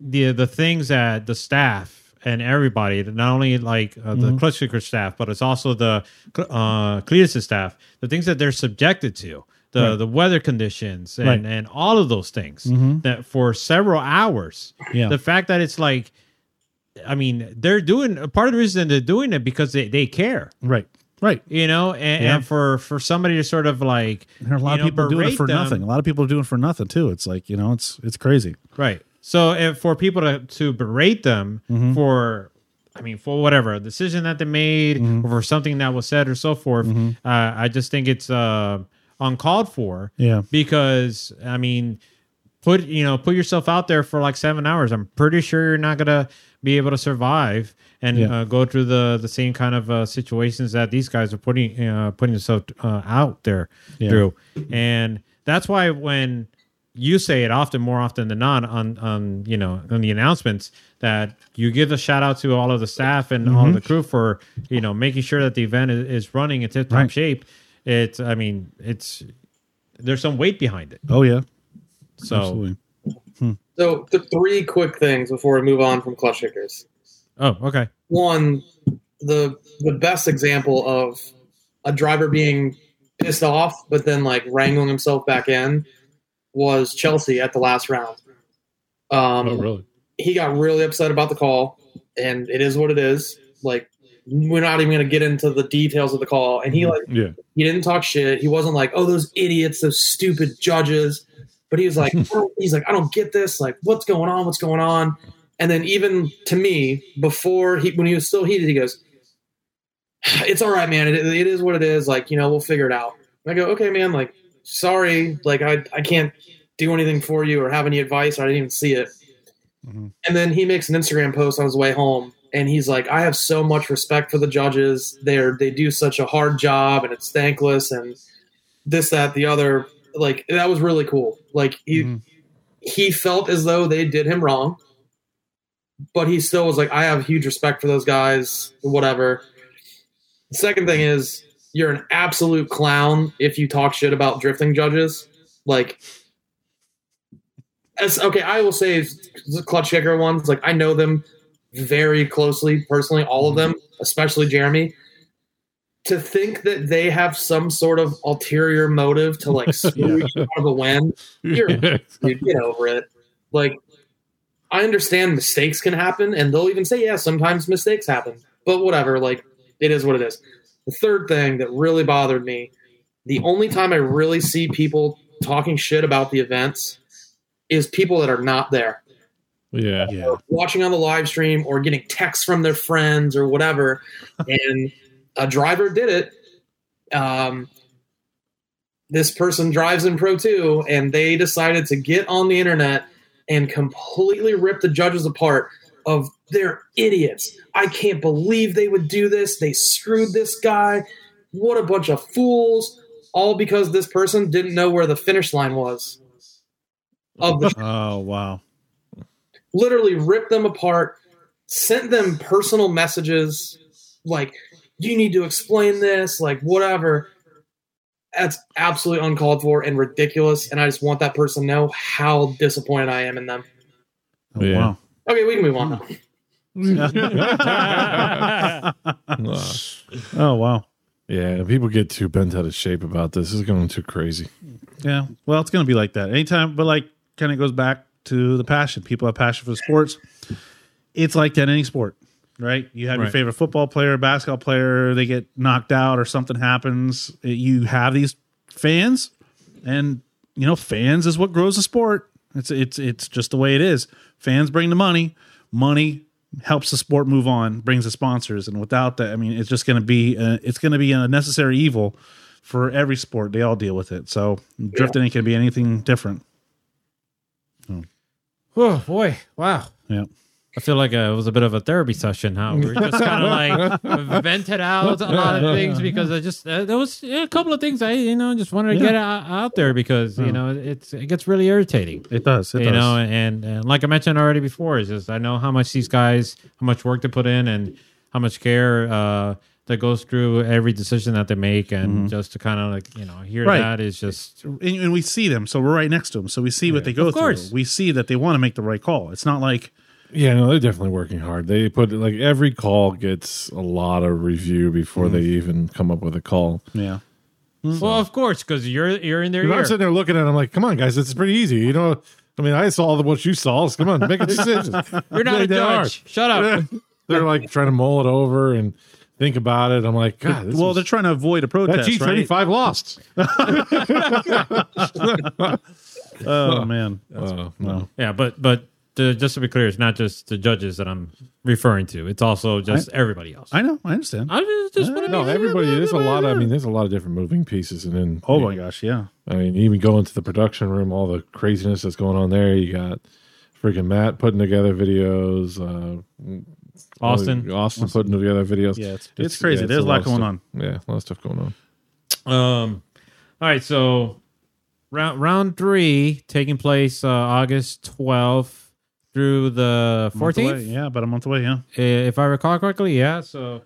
A: the the things that the staff and everybody, not only like uh, the clutch kicker staff, but it's also the uh, Cletus staff, the things that they're subjected to, the the weather conditions, and,
C: Right.
A: and all of those things that for several hours.
C: Yeah.
A: The fact that it's like I mean, they're doing part of the reason they're doing it because they, they care,
C: right right
A: you know, and,
C: Yeah.
A: and for for somebody to sort of like
C: there are a lot
A: you know,
C: of people doing it
A: berate
C: for
A: them-
C: nothing a lot of people are doing it for nothing too it's like you know it's it's crazy
A: right? So if, for people to to berate them
C: Mm-hmm.
A: for, I mean, for whatever a decision that they made
C: Mm-hmm.
A: or for something that was said or so forth, uh, I just think it's uh, uncalled for.
C: Yeah.
A: because I mean, put you know put yourself out there for like seven hours i'm pretty sure you're not gonna be able to survive and
C: Yeah.
A: uh, go through the the same kind of uh, situations that these guys are putting uh, putting themselves uh, out there through and that's why when you say it often more often than not on on you know on the announcements that you give a shout out to all of the staff and all of
C: Mm-hmm.
A: the crew for you know making sure that the event is, is running in tip top
C: Right.
A: shape it's i mean it's there's some weight behind it
C: oh yeah
A: so
C: absolutely
D: So, th- three quick things before we move on from clutch kickers.
A: oh okay
D: One, the the best example of a driver being pissed off but then like wrangling himself back in was Chelsea at the last round. Um,
B: oh, really?
D: he got really upset about the call, and it is what it is. Like we're not even gonna get into the details of the call, and he like
B: Yeah.
D: he didn't talk shit. He wasn't like oh those idiots, those stupid judges. But he was like I don't- he's like I don't get this. Like what's going on? What's going on? And then even to me before he when he was still heated, he goes, "It's all right, man. It, it is what it is. Like you know we'll figure it out." And I go, "Okay, man. Like sorry. Like I I can't do anything for you or have any advice. I didn't even see it." And then he makes an Instagram post on his way home, and he's like, "I have so much respect for the judges. They're they do such a hard job, and it's thankless, and this, that, the other. Like that was really cool. Like he
C: Mhm.
D: he felt as though they did him wrong, but he still was like, I have huge respect for those guys. Whatever. The second thing is, you're an absolute clown if you talk shit about drifting judges. Like as okay, I will say the clutch kicker ones. Like I know them very closely personally, all of them, especially Jeremy. To think that they have some sort of ulterior motive to like screw you out of a win, you're dude, get over it. Like, I understand mistakes can happen, and they'll even say, yeah, sometimes mistakes happen, but whatever. Like, it is what it is. The third thing that really bothered me the only time I really see people talking shit about the events is people that are not there
B: Yeah.
C: yeah
D: watching on the live stream or getting texts from their friends or whatever. and a driver did it. Um, this person drives in Pro 2, and they decided to get on the internet and completely rip the judges apart of they're idiots. I can't believe they would do this. They screwed this guy. What a bunch of fools. All because this person didn't know where the finish line was of the
C: oh wow
D: literally ripped them apart, sent them personal messages like, you need to explain this, like, whatever. That's absolutely uncalled for and ridiculous. And I just want that person to know how disappointed I am in them.
C: oh,
B: Yeah.
C: wow
D: Okay, we can move on. now.
B: Ah.
C: oh wow
B: Yeah, people get too bent out of shape about this. This is going too crazy.
C: Yeah. Well, it's going to be like that anytime, but like kind of goes back to the passion. People have passion for the sports. It's like that in any sport, right? You have your
A: Right.
C: favorite football player, basketball player, they get knocked out or something happens. You have these fans and you know, fans is what grows the sport. It's it's it's just the way it is. Fans bring the money. Money helps the sport move on, brings the sponsors, and without that, I mean, it's just going to be uh it's going to be a necessary evil for every sport. They all deal with it. So drifting ain't going to be anything different.
A: Oh boy! Wow.
C: Yeah.
A: I feel like uh it was a bit of a therapy session. Huh? We were just kind of like vented out a lot of things because I just uh, there was a couple of things I you know just wanted to get out, out there because
C: Oh.
A: you know it's it gets really irritating.
C: It does. It
A: you
C: does.
A: know, and, and like I mentioned already before, is just I know how much these guys, how much work they put in, and how much care uh, that goes through every decision that they make, and just to kind of like you know hear
C: Mm-hmm. Right.
A: that is just
C: and, and we see them, so we're right next to them, so we see what they go
A: Of course.
C: through. We see that they want to make the right call. It's not like
B: Yeah, no, they're definitely working hard. They put like every call gets a lot of review
A: Mm-hmm.
B: before they even come up with a call.
C: yeah, Mm-hmm.
A: well, of course, because you're you're in their
B: If I'm
A: ear.
B: sitting there looking at, it, I'm like, come on, guys, it's pretty easy. You know, I mean, I saw what you saw. So come on, make a decision.
A: You're not
B: They-
A: a
B: they are.
A: judge. Shut up.
B: they're like trying to mull it over and think about it. I'm like, God, this
C: well,
B: was-
C: they're trying to avoid a protest,
B: that G35
C: right?
B: lost.
C: Oh man,
B: Uh, no.
A: yeah, but but. To, just to be clear, it's not just the judges that I'm referring to. It's also just everybody else.
C: I know, I understand.
A: I just, just wanna
B: No,
A: be-
B: everybody. There's a lot. Of, I mean, there's a lot of different moving pieces, and then
C: oh my gosh, yeah,
B: I mean, even going to the production room, all the craziness that's going on there. You got freaking Matt putting together videos. Uh,
A: Austin.
B: Austin putting together videos.
C: yeah, it's, it's, crazy.
B: yeah,
C: There's a lot
B: of
C: going
B: stuff-
C: on.
B: Yeah, a lot of stuff going on.
A: Um, all right, so round round three taking place uh, August twelfth through the
C: Month away,
A: fourteenth,
C: yeah, about a month away, yeah.
A: Uh, if I recall correctly. Yeah, so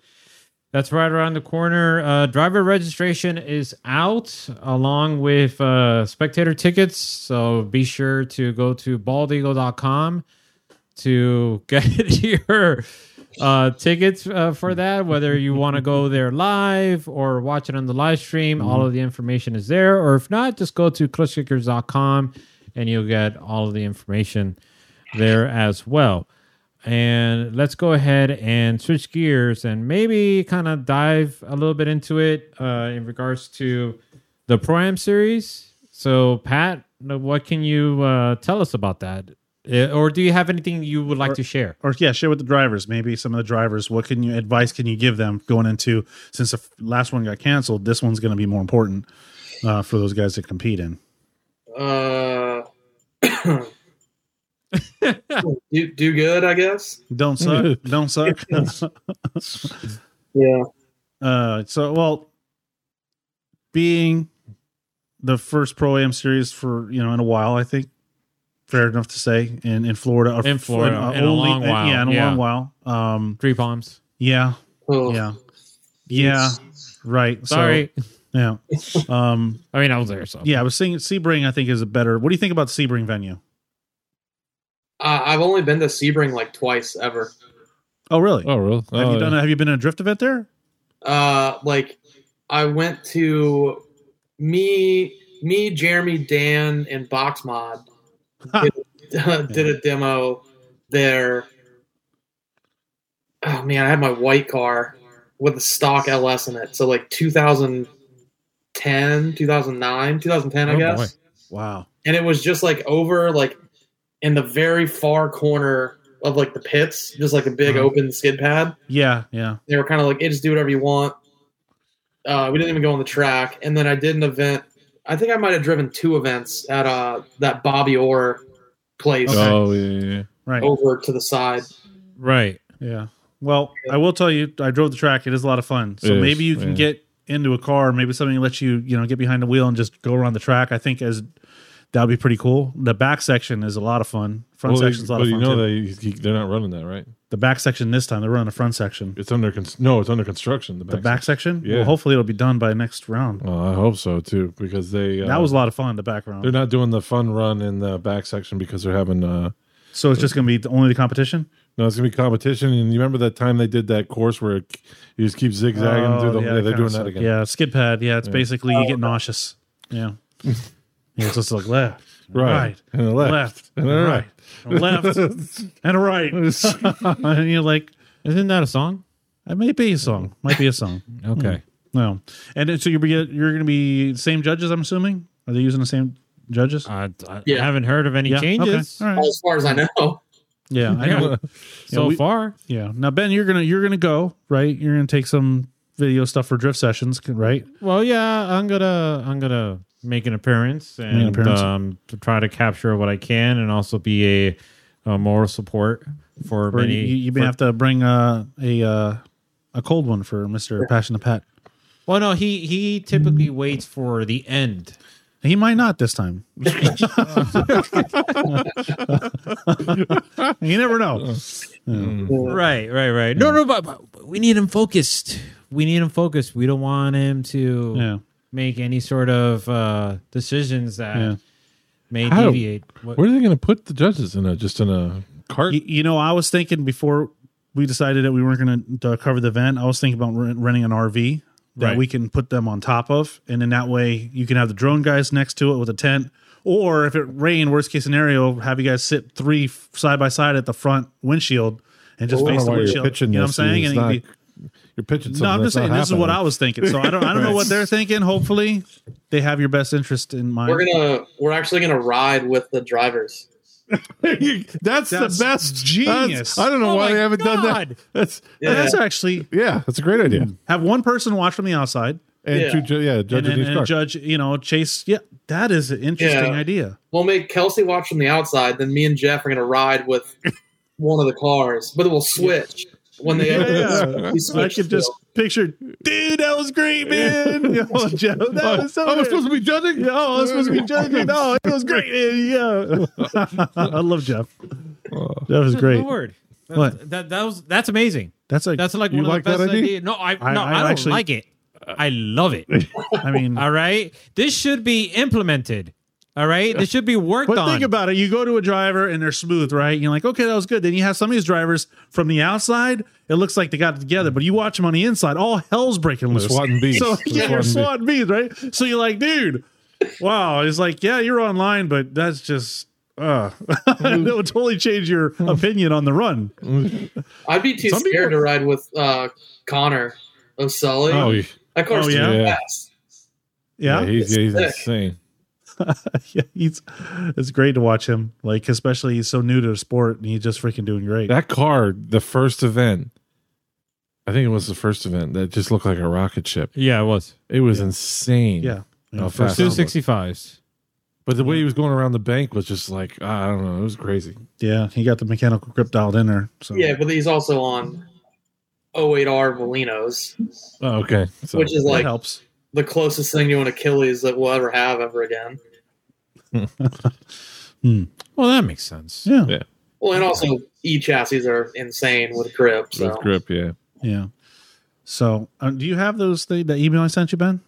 A: that's right around the corner. Uh, driver registration is out along with uh, spectator tickets, so be sure to go to baldeagle.com to get your uh, tickets uh, for that, whether you want to go there live or watch it on the live stream. All of the information is there. Or if not, just go to clickkickers.com and you'll get all of the information there as well. And let's go ahead and switch gears and maybe kind of dive a little bit into it uh, in regards to the Pro Am series. So, Pat, what can you uh, tell us about that? Eh, Or do you have anything you would like to share?
C: or yeah, share with the drivers. Maybe some of the drivers. What can you advice can you give them going into since the f- last one got canceled? This one's going to be more important uh, for those guys that compete in.
D: Uh, do, do good, I guess.
C: Don't suck. don't suck.
D: Yeah.
C: uh, so well, being the first pro am series for you know in a while, I think fair enough to say in in Florida. or
A: In
C: f- uh,
A: Florida, in a long while,
C: Yeah, in a
A: yeah.
C: long while. Um,
A: Three palms.
C: yeah,
D: Oh,
C: yeah, yeah. Right. So,
A: Sorry.
C: yeah. Um.
A: I mean, I was there, so.
C: Yeah, I was saying Sebring. I think is a better. What do you think about Sebring venue?
D: Uh, I've only been to Sebring like twice ever.
C: Oh, really?
B: Oh, really?
C: have
B: Oh,
C: you done?
B: yeah.
C: A, have you been in a drift event there?
D: Uh, like I went to me, me, Jeremy, Dan, and Box Mod did, did a demo there. Oh man, I had my white car with a stock LS in it. So like 2010, 2009, 2010, I
A: Oh,
D: guess.
C: Wow.
D: and it was just like over like in the very far corner of like the pits, just like a big
C: Uh-huh.
D: open skid pad.
C: Yeah, yeah.
D: They were kind of like, "Hey, just do whatever you want. Uh, we didn't even go on the track. And then I did an event. I think I might have driven two events at uh, that Bobby Orr place
C: Okay.
B: Oh, yeah, yeah, yeah.
C: Right.
D: over to the side.
A: Right.
C: Yeah. Well, I will tell you, I drove the track. It is a lot of fun. So
B: It is,
C: maybe you can
B: yeah.
C: get into a car. Maybe something lets you, you know, get behind the wheel and just go around the track. I think as that would be pretty cool. The back section is a lot of fun. Front
B: Well,
C: section's a lot
B: but
C: of
B: you
C: fun.
B: know
C: too.
B: they he, they're not running that right.
C: the back section this time they're running the front section.
B: It's under cons- no, it's under construction. The back.
C: The back section.
B: Yeah.
C: Well, hopefully it'll be done by next round.
B: Oh, I hope so too, because they uh,
C: That was a lot of fun. The back round.
B: they're not doing the fun run in the back section because they're having uh
C: so it's just going to be the- only the competition.
B: no, it's gonna be competition. And you remember that time they did that course where it, you just keep zigzagging through the.
C: Oh,
B: Yeah,
C: that
B: they're
C: kinda
B: doing that
C: sucked.
B: again.
C: Yeah, skid pad. Yeah, it's
B: Yeah.
C: basically you get nauseous. Yeah. yeah, it's just like left,
B: right.
C: right,
B: and the left,
C: left,
B: and the right.
C: and left, and a right. and you're like,
A: Isn't that a song?
C: that may be a song. Might be a song.
A: Okay.
C: No. And then- so you're be, you're going to be same judges, I'm assuming? Are they using the same judges?
A: I, I
D: Yeah.
A: Hmm. haven't heard of Uh, any
C: yeah.
A: changes
C: Okay. All right.
D: As far as I know,
C: Yeah, I know.
A: so
C: Yeah, we-
A: far.
C: Yeah. Now Ben, you're gonna you're gonna go right. You're gonna take some video stuff for drift sessions, right?
A: Well, yeah, I'm gonna I'm gonna make an appearance and
C: appearance.
A: Um, to try to capture what I can and also be a, a moral support for
C: Or
A: many.
C: you, you may
A: for-
C: have to bring uh, a uh, a cold one for Mister Passion the Pat.
A: well, no, he he typically waits for the end.
C: He might not this time. you never know.
A: Right, right, right. No, no, but, but we need him focused. We need him focused. We don't want him to
C: Yeah.
A: make any sort of uh, decisions that
C: Yeah.
A: may
B: How-
A: deviate. What-
B: Where are they going to put the judges in a just in a cart?
C: You, you know, I was thinking before we decided that we weren't going to cover the event, I was thinking about rent, renting an RV that
B: Right.
C: we can put them on top of. And then that way you can have the drone guys next to it with a tent. Or if it rained, worst case scenario, have you guys sit three f- side by side at the front windshield and just
B: Oh, I don't
C: face
B: know
C: the
B: why you're
C: windshield. You
B: pitching
C: know what I'm
B: this.
C: saying?
B: It's
C: And it could
B: not-
C: be-
B: you're pitching something.
C: no, I'm
B: that's
C: just saying
B: not
C: this is what I
B: happening.
C: was thinking. So I don't I don't know what they're thinking. Hopefully, they have your best interest in mind.
D: We're gonna we're actually gonna ride with the drivers.
C: Oh, That's
B: that's, the best
C: genius.
B: That's- I don't know
A: Oh
B: why
A: my
B: they haven't done
A: God.
B: that. That's
D: Yeah,
C: That's actually
B: yeah, that's a great idea.
C: have one person watch from the outside
B: And
D: Yeah.
B: two ju- yeah, judge
C: Hmm. and,
B: in
C: and,
B: each
C: and
B: car.
C: judge, you know, chase. Yeah, that is an interesting
D: Yeah.
C: idea.
D: we'll make Kelsey watch from the outside. Then me and Jeff are gonna ride with one of the cars, but we'll switch when they.
C: Yeah,
D: we
C: I
D: switch
C: could just picture, dude, that was great, man. Yo, Joe, that was so
B: oh, am I
C: good.
B: supposed to be judging?
C: Yo, I was supposed to be judging. No, it was great. man. Yeah, I love Jeff. That was
A: My
C: great.
A: word. That,
C: What?
A: that that was that's amazing.
C: That's like
A: That's like
B: You
A: one
B: like
A: of the
B: that
A: best
B: idea?
A: ideas. No, I,
C: I-
A: no,
C: I
A: I, don't
C: actually-
A: like it. I love it.
C: I mean,
A: All right, this should be implemented. All right, this should be worked
C: But
A: on.
C: think about it. You go to a driver and they're smooth, right? You're like, okay, that was good. Then you have some of these drivers from the outside, it looks like they got it together, but you watch them on the inside, all hell's breaking loose.
B: swatting bees.
C: So
B: They're
C: yeah, you're swatting
B: swatting
C: bees, right? So you're like, dude, wow. It's like, yeah, you're online, but that's just. Uh, that would totally change your
B: Hmm.
C: opinion on the run.
B: Oh,
D: I'd be too
B: Some
D: scared to ride with uh, Connor O'Sully.
B: Oh, yeah,
D: that car's
C: oh,
D: too
C: yeah?
B: Yeah.
D: fast.
C: Yeah,
B: he's, he's
D: Sick.
B: insane.
C: yeah, he's it's great to watch him. Like, especially he's so new to the sport, and he's just freaking doing great.
B: That car, the first event, I think it was the first event that just looked like a rocket ship.
A: yeah, it was
B: It was insane.
C: yeah,
B: How
C: Yeah.
B: oh, fast.
A: two sixty fives.
B: But the way he was going around the bank was just like ah, I don't know. It was crazy.
C: yeah, he got the mechanical grip dialed in there. So
D: Yeah, but he's also on 08R Molinos,
B: Oh, okay. So,
D: which is
C: that
D: like
C: helps.
D: the closest thing to an Achilles that we'll ever have ever again.
A: Well, that makes sense.
C: Yeah.
B: Yeah.
D: Well, and also E chassis are insane with grip. So
B: with grip, yeah.
C: Yeah. So, um, do you have those thing that email I sent you, Ben?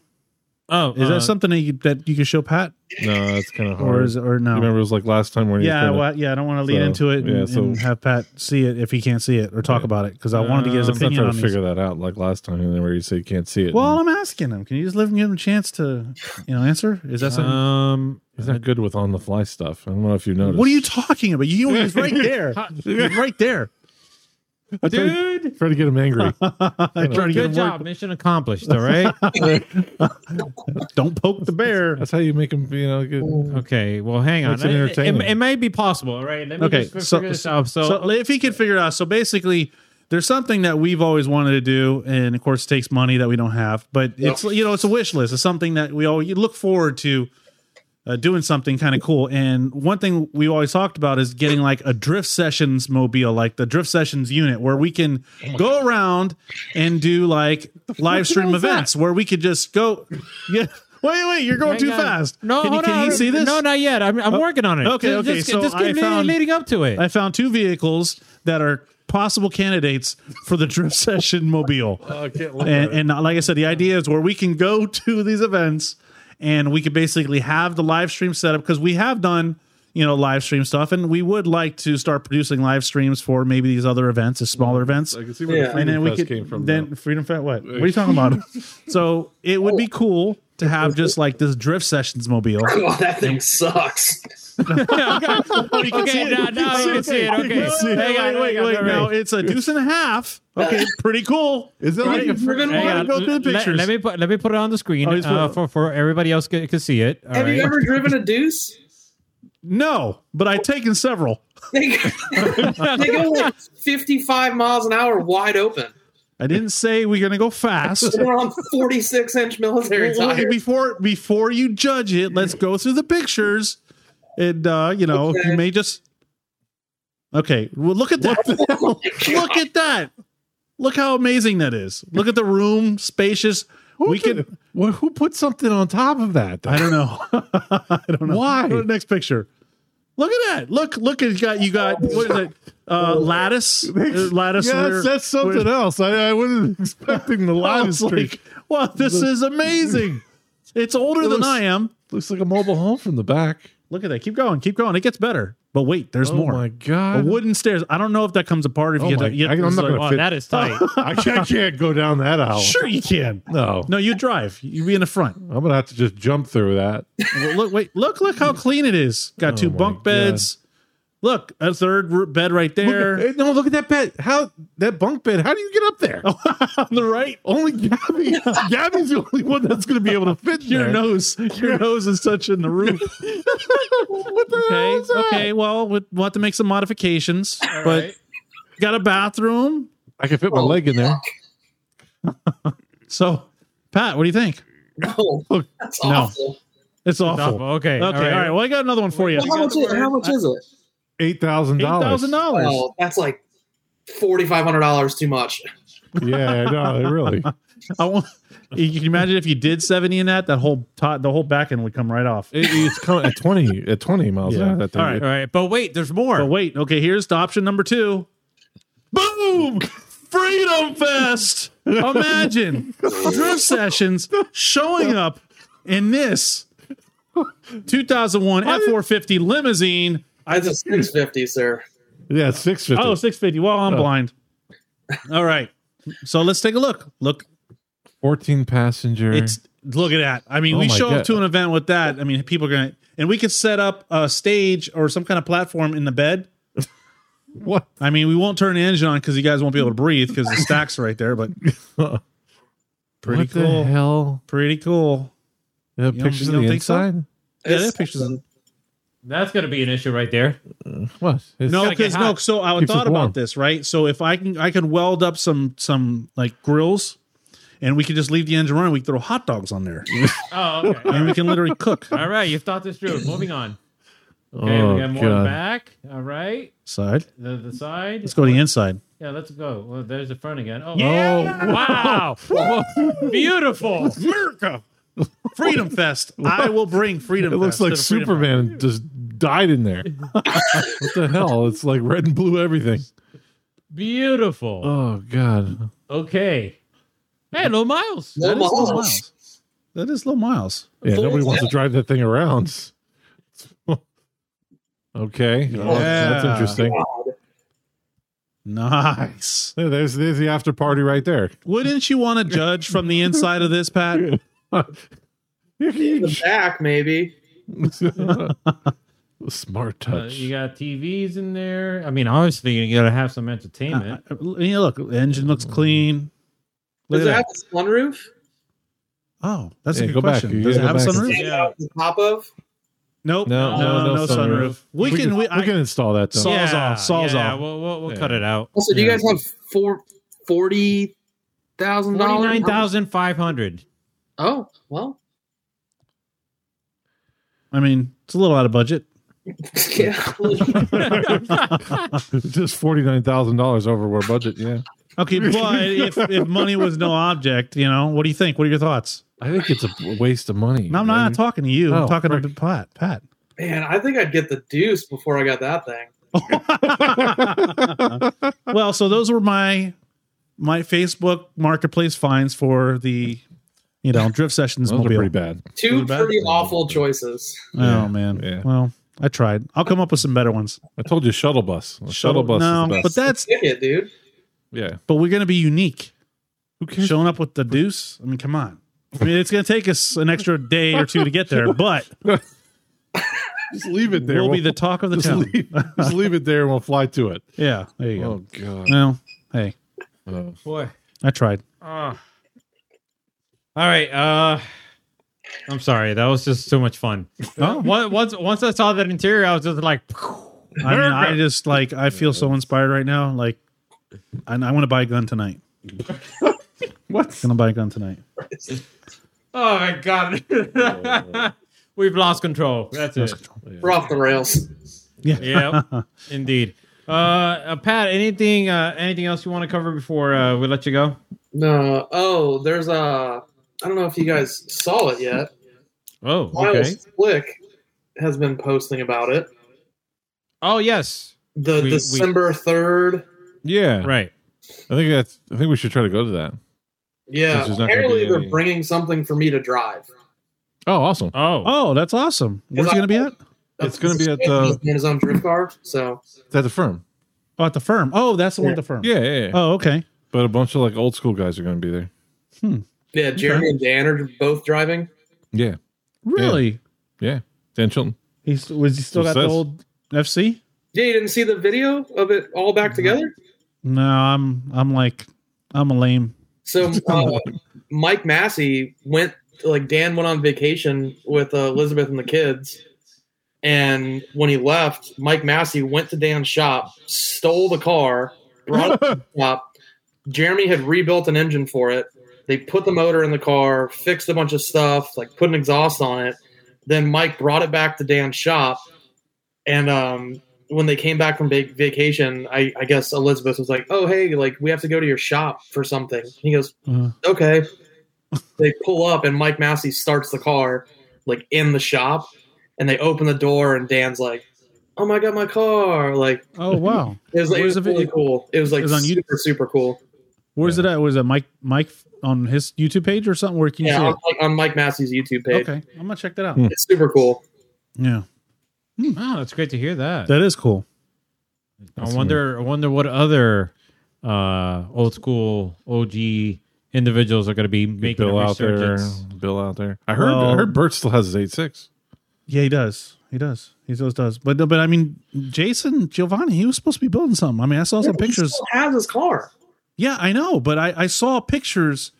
A: Oh,
C: Is
A: uh,
C: that something that you, that you can show Pat,
B: No, that's kind of hard.
C: or is it, or
B: You
C: no?
B: remember it was like last time when
C: Yeah,
B: you
C: well, yeah. I don't want to lead
B: So,
C: into it and,
B: yeah, so-
C: and have Pat see it if he can't see it or talk
B: Yeah.
C: about it because I wanted to get his
B: I'm
C: opinion
B: trying
C: on
B: to
C: this.
B: Uh, figure that out like last time, and then where you said you can't see it.
C: Well, I'm asking him. Can you just let him give him a chance to, you know, answer? Is that something?
A: um,
B: he's not good with on the fly stuff. I don't know if you noticed.
C: what are you talking about? You he's right there, He's right there.
B: I tried-
A: dude?
B: tried to get him
C: I
B: angry.
C: try to get
A: Good
C: him work-
A: job, mission accomplished. All right.
C: Don't poke the bear.
B: That's how you make him. You know, get,
C: Oh.
A: okay. Well, hang on.
B: Makes it
A: It, it,
B: entertaining.
A: it may be possible. All right. Let me
C: Okay,
A: just figure
C: so-
A: this out. So,
C: So if he could figure it out, so basically, there's something that we've always wanted to do, and of course, it takes money that we don't have. But it's you know, it's a wish list. It's something that we all you look forward to uh, doing something kind of cool. And one thing we always talked about is getting like a drift sessions mobile, like the drift sessions unit, where we can go around and do like live stream
A: was that?
C: events, where we could just go. Yeah, wait, wait, you're going
A: hang
C: too
A: on.
C: fast.
A: No,
C: can, you
A: hold
C: can
A: on.
C: you see this? Oh,
A: No, not yet. I'm, I'm working on it.
C: okay,
A: Just-
C: okay,
A: Just,
C: so
A: just keep
C: I
A: leading,
C: found-
A: leading up to it.
C: I found two vehicles that are possible candidates for the drift session mobile.
B: Oh,
C: and, and like I said, the idea is where we can go to these events and we could basically have the live stream set up because we have done you know live stream stuff and we would like to start producing live streams for maybe these other events, the smaller events.
B: I can see where the
D: Yeah.
B: Freedom
C: And then we
B: Fest
C: could
B: came from.
C: then
B: though.
C: Freedom Fest. What? What are you talking about? so it would be cool to have just like this drift sessions mobile.
D: Oh, that thing sucks.
A: okay, now, now Oh, you can see it.
C: You
A: Okay.
C: can see it.
A: Hang on,
C: wait,
A: hang on,
C: wait,
A: all
C: wait. Now
A: right.
C: it's a deuce and a half. Okay, pretty cool.
B: is it like a fr-
D: Driven
A: Hang
D: one?
A: on.
C: go through the
A: Let-
C: pictures.
A: Let, me put let me put it on the screen
C: Oh, he's put
A: uh,
C: it-
A: for for everybody else could, could see it. All
D: Have you
A: right.
D: ever driven a deuce?
C: No, but I've taken several.
D: They go, they go like 55 miles an hour wide open.
C: I didn't say we're gonna go fast.
D: They're on 46 inch military
C: Well,
D: tires.
C: before before you judge it, let's go through the pictures, and uh, you know
D: Okay.
C: you may just Okay, well, look at that. look at that. Look how amazing that is. Look at the room, spacious.
B: Who
C: we
B: did-
C: could.
B: Well, who put something on top of that?
C: I don't know. I don't know.
B: Why?
C: Go to the next picture. Look at that. Look, look at you got you got what is it? Uh, lattice, Uh, lattice.
B: yeah,
C: where-
B: that's, that's something
C: where-
B: else. I, I wasn't expecting the
C: I
B: lattice
C: was
B: streak.
C: like, wow, this is amazing. It's older
B: It
C: than
B: looks-
C: I am.
B: Looks like a mobile home from the back.
C: Look at that. Keep going. Keep going. It gets better. But wait, there's
B: oh
C: more.
B: my
C: A
B: god!
C: wooden stairs. I don't know if that comes apart. If
B: Oh
C: you
B: my-
C: get, you,
B: I- I'm
C: it's
B: not
C: like,
B: gonna
C: wow,
A: Wow,
B: fit-
A: Oh, that is tight.
B: I can't, I can't go down that aisle.
C: Sure, you can.
B: No,
C: No, you drive. You be in the front.
B: I'm gonna have to just jump through that.
C: Well, look, wait, look, look how clean it is. Got
B: Oh
C: two
B: my
C: bunk beds. Look, a third r- bed right there
B: Hey, no, look at that bed. How that bunk bed? How do you get up there?
C: on the right.
B: Only Gabby. Gabby's the only one that's going to be able to fit in
C: Your
B: there.
C: nose, your nose is touching the roof.
B: what the hell
C: Okay,
B: is that?
C: okay. Well, we- we'll have to make some modifications, but got a bathroom.
B: I can fit my leg in there.
C: So, Pat, what do you think?
D: No, that's
C: No.
D: awful.
C: It's awful.
A: Okay.
C: Okay, all right. Well, I got another one for you.
D: Well, how much is how much is it?
B: Eight thousand
C: Eight
B: dollars.
C: thousand dollars.
D: Oh, that's like forty five hundred dollars too much.
B: Yeah, no, really.
C: I want. You can imagine if you did seventy in that, that whole top, the whole back end would come right off.
B: It, it's coming at twenty at twenty miles
C: Yeah.
B: an hour. That thing.
C: All right.
A: All right. But wait, there's more.
C: But wait, okay, here's the option number two. Boom! Freedom Fest! Imagine drift sessions showing up in this 2001 F450 limousine.
D: That's a six fifty, sir.
B: Yeah, six fifty.
C: Oh, 650. Well, I'm
B: Oh.
C: blind. All right. So let's take a look. Look,
B: Fourteen passenger.
C: it's look at that. I mean,
B: Oh
C: we
B: my
C: show
B: God.
C: up to an event with that. I mean, people are gonna and we could set up a stage or some kind of platform in the bed.
B: what?
C: I mean, we won't turn the engine on because you guys won't be able to breathe because the stacks are right there. But pretty
B: what The
C: cool.
B: hell?
C: Pretty cool.
B: Yeah,
C: don't-
B: pictures
C: you
B: of
C: don't
B: the
C: think so?
B: inside.
C: Yeah,
D: It's-
C: that picture's in-
A: That's going to be an issue right there.
B: What? It's-
C: no,
A: gotta get
C: because no.
A: hot.
C: So I
B: Keeps
C: thought
B: it warm.
C: about this, right? So if I can, I can weld up some some like grills, and we can just leave the engine running. We can throw hot dogs on there,
A: Oh, okay.
C: and we can literally cook.
A: All right. You've thought this through. Moving on. Okay.
B: Oh,
A: we got more
B: God.
A: back. All right.
C: Side.
A: The, the side.
C: Let's go to the inside.
A: Yeah, let's go. Well, there's the front again. Oh,
B: Yeah!
A: wow. Whoa. Beautiful.
C: America, Freedom Fest. I will bring Freedom.
B: It
C: Fest
B: looks
C: to
B: like
C: the Freedom Fest.
B: Superman just died in there. what the hell? It's like red and blue everything.
A: Beautiful.
B: Oh god.
A: Okay. Hello, Miles.
D: Little
C: That is Little
D: Miles.
C: Miles. That is Little Miles.
B: Yeah, nobody wants to drive that thing around. okay. Oh, that's
C: Yeah.
B: interesting.
D: God.
C: Nice.
B: Yeah, there's there's the after party right there.
C: Wouldn't you want to judge from the inside of this, Pat?
D: In the back, maybe.
B: Smart
A: Uh,
B: touch.
A: you got TVs in there. I mean, obviously, you got to have some entertainment.
C: Uh, uh, yeah, look, the engine looks clean. Look
D: Does
C: at
D: it
C: that.
D: have a sunroof?
C: Oh, that's
B: Yeah,
C: a good
B: go back.
C: question.
B: You
C: Does it
B: gotta
C: have a
B: go back.
C: sunroof?
D: Stand out the top of?
C: Nope.
B: No,
A: no, no
B: sunroof.
C: We, can, we,
B: we
C: I,
B: can install that though.
C: Sawzall, Sawzall.
A: Yeah, we'll, we'll, we'll
B: Yeah.
A: cut it out.
D: Also, do you
B: Yeah.
D: guys have four forty thousand dollars?
A: Forty-nine thousand five hundred.
D: Oh, well.
C: I mean, it's a little out of budget.
D: Yeah.
B: Just forty nine thousand dollars over our budget. Yeah,
C: Okay, but if, if money was no object, you know, what do you think? What are your thoughts?
B: I think it's a waste of money.
C: No, I'm not talking to you. I'm
B: Oh,
C: talking
B: frick.
C: to Pat. Pat.
D: Man, I think I'd get the deuce before I got that thing.
C: well, so those were my my Facebook marketplace finds for the you know drift sessions
B: Those are
C: mobile.
B: pretty bad.
D: Two
C: Those are bad
D: pretty
C: things.
D: awful choices.
C: Oh man.
B: Yeah.
C: Well, I tried. I'll come up with some better ones.
B: I told you, shuttle bus. Shuttle, bus
C: No,
B: is the best.
C: but that's
D: Kick it, dude.
B: yeah.
C: but we're gonna be unique.
B: Who cares?
C: Showing up with the deuce. I mean, come on. I mean, it's gonna take us an extra day or two to get there, but
B: Just leave it there.
C: we'll be the talk of the
B: just
C: town.
B: leave, just leave it there and we'll fly to it.
C: Yeah, there you go.
B: Oh god.
C: Well, hey,
B: Oh.
A: Boy.
C: I tried.
A: Ah. all right. Uh, I'm sorry. That was just too much fun.
C: Oh,
A: Once once- once I saw that interior, I was just like, oh
C: I mean, I just like I feel so inspired right now. Like, I, I want to buy a gun tonight.
B: What?
C: Gonna buy a gun tonight.
A: oh my god, we've lost control. That's it.
D: We're off the rails.
A: Yeah, indeed. Uh, uh, Pat, anything uh, anything else you want to cover before uh, we let you go?
D: No. Oh, there's a. I don't know if you guys saw it yet.
A: Oh, okay.
D: Miles Flick has been posting about it.
A: Oh, yes.
D: The
A: We- we-
D: December third.
B: Yeah,
A: Right.
B: I think that's. I think we should try to go to that.
D: Yeah.
B: Which is not gonna
D: Apparently
B: be
D: they're
B: any-
D: bringing something for me to drive.
B: Oh, awesome!
A: Oh,
C: Oh, that's awesome. Where's
D: Is
C: he
D: that-
C: going to be at?
B: It's gonna be at the-
D: He's in his own drift car. So
B: Is that the firm?
C: Oh, at the firm. Oh, that's the one at the firm.
B: Yeah, yeah. yeah.
C: Oh, okay.
B: But a bunch of like old school guys are going to be there.
D: yeah, Jeremy and Dan are both driving.
B: Yeah,
C: Really?
B: yeah. Dan Chilton.
C: He's was he still
B: What's
C: got the
B: this?
C: old FC?
D: Yeah, you didn't see the video of it all
B: Mhm.
D: back together.
C: No, I'm I'm like I'm a lame.
D: So uh, Mike Massey went like Dan went on vacation with uh, Elizabeth and the kids, and when he left, Mike Massey went to Dan's shop, stole the car, brought it to the shop. Jeremy had rebuilt an engine for it. They put the motor in the car, fixed a bunch of stuff, like put an exhaust on it. Then Mike brought it back to Dan's shop, and um, when they came back from vac- vacation, I, I guess Elizabeth was like, "Oh hey, like we have to go to your shop for something." He goes,
C: Uh,
D: okay. They pull up and Mike Massey starts the car like in the shop and they open the door and Dan's like, Oh my god, my car. Like
C: oh wow.
D: it was, it
C: Where's
D: was
C: the
D: really
C: video?
D: cool. It was like
C: It was on
D: super, super cool.
C: Where's it at? Was it Mike Mike on his YouTube page or something where you can
D: Yeah,
C: see
D: on,
C: it?
D: like, on Mike Massey's YouTube page.
C: Okay. I'm gonna check that out.
B: Hmm.
D: It's super cool.
C: Yeah.
A: wow, that's great to hear that.
C: That is cool.
A: I wonder, I wonder what other uh, old school OG individuals are going to be making
B: Bill
A: a
B: out there.
A: resurgence.
B: Bill out there. I heard.
C: Well-
B: I heard Bert still has his eight six.
C: Yeah, he does. He does. He always does. But no, but I mean Jason Giovanni, he was supposed to be building something. I mean, I saw some
D: He
C: pictures.
D: still has his car.
C: Yeah, I know, but I, I saw pictures.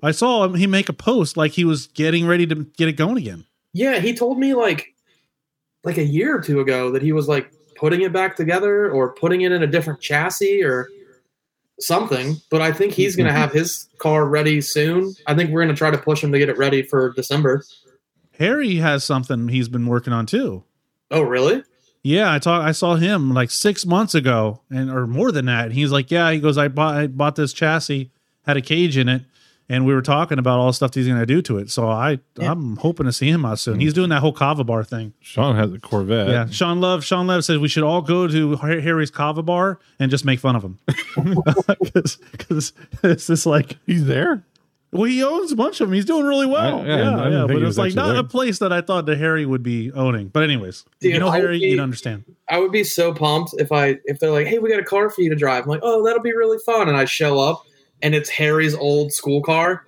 C: I saw him he make a post like he was getting ready to get it going again.
D: Yeah, he told me like like a year or two ago that he was like putting it back together or putting it in a different chassis or something. But I think he's
C: Mm-hmm.
D: gonna have his car ready soon. I think we're gonna try to push him to get it ready for December.
C: Harry has something he's been working on too.
D: Oh really?
C: Yeah, I talk, I saw him like six months ago, and or more than that. And he's like, "Yeah," he goes, "I bought I bought this chassis, had a cage in it, and we were talking about all the stuff he's going to do to it." So I
D: Yeah.
C: I'm hoping to see him out soon.
B: Mm-hmm.
C: He's doing that whole Kava Bar thing.
B: Sean has a Corvette.
C: yeah, Sean Love. Sean Love says we should all go to Har- Harry's Kava Bar and just make fun of him because it's just like
B: he's there.
C: well, he owns a bunch of them. He's doing really well.
B: I-
C: yeah,
B: yeah,
C: yeah,
B: I didn't think
C: but
B: he
C: it's
B: was
C: like
B: actually
C: not
B: there.
C: a place that I thought that Harry would be owning. But anyways,
D: Dude,
C: you know
D: I would
C: Harry,
D: be-
C: you'd understand.
D: I would be so pumped if I if they're like, hey, we got a car for you to drive. I'm like, oh, that'll be really fun. And I show up and it's Harry's old school car.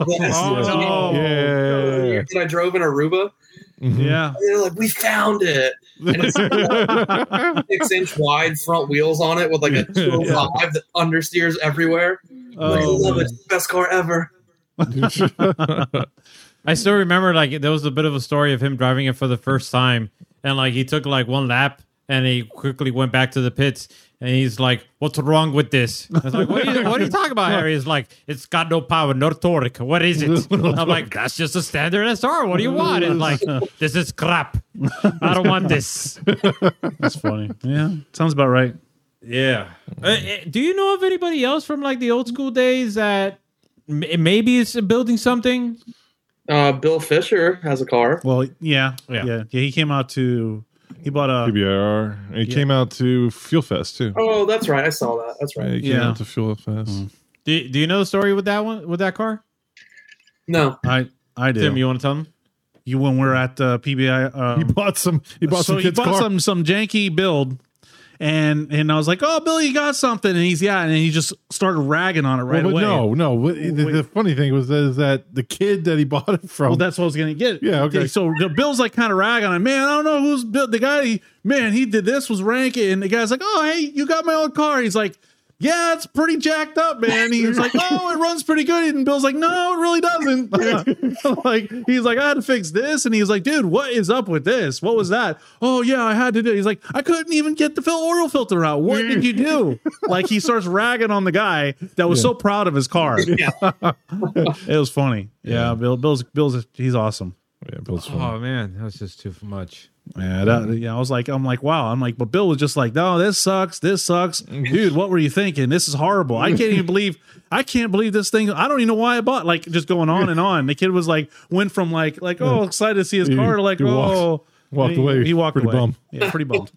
C: no. Oh,
B: yeah.
D: That I drove in Aruba.
B: Mhm.
C: Yeah.
D: And they're like, we found it. And it's six inch wide front wheels on it with like a 205 that understeers everywhere. Like,
C: Oh,
D: I
B: Oh.
D: love it. Best car ever.
A: I still remember like there was a bit of a story of him driving it for the first time, and like he took like one lap and he quickly went back to the pits. And he's like, "What's wrong with this?" I was like, "What are you, what are you talking about, Harry?" He's like, "It's got no power, no torque. What is it?" I'm like, "That's just a standard SR. What do you want?" And like, "This is crap. I don't want this."
C: That's funny. Yeah, sounds about right.
A: Yeah. Uh, uh, do you know of anybody else from like the old school days that m- maybe is building something?
D: Uh, Bill Fisher has a car.
C: Well, yeah, yeah,
A: Yeah.
C: yeah. He came out to he bought
A: Uh,
C: a
B: PBR. And he came out to Fuel Fest too.
D: Oh, that's right. I saw that. That's
B: Yeah,
D: right.
B: he came
C: Yeah. Mm.
B: out to Fuel Fest.
A: Do, do you know the story with that one with that car?
D: No.
C: I I do.
A: Tim,
C: you,
A: you want to tell them?
C: when we're at uh, PBI, um,
B: He bought some. He bought
C: so
B: some
C: he
B: kids'
C: bought
B: car.
C: some some janky build, and and I was like, oh, Bill, you got something, and he's yeah, and he just started ragging on it right
B: Well, but
C: away.
B: No, no. What- The, the funny thing was that, is that the kid that he bought it from.
C: Well, that's what I was gonna get.
B: Yeah, okay.
C: So the Bill's like kind of ragging on, him. man. I don't know who's Bill. The guy, he, man, he did this was ranking, and the guy's like, oh, hey, you got my old car. He's like, yeah, it's pretty jacked up, man. He's like, oh, it runs pretty good, and Bill's like, no, it really doesn't. like he's like, I had to fix this, and he's like, dude, what is up with this? What was that? Oh yeah, I had to do. He's like, I couldn't even get the fil- oil filter out. What did you do? like he starts ragging on the guy that was so proud of his car.
D: Yeah.
C: It was funny. Yeah, Bill. Bill's Bill's he's awesome.
B: Yeah, Bill's
A: Oh man, that was just too much.
C: Yeah, that, yeah. I was like, I'm like, wow. I'm like, but Bill was just like, no, this sucks. This sucks, dude. What were you thinking? This is horrible. I can't even believe. I can't believe this thing. I don't even know why I bought. Like, just going on and on. The kid was like, went from like, like, oh, excited to see his
B: He-
C: car, to like,
B: he walked-
C: oh,
B: walked
C: he,
B: away
C: He walked
B: pretty
C: away.
B: bummed.
C: Yeah, pretty bummed.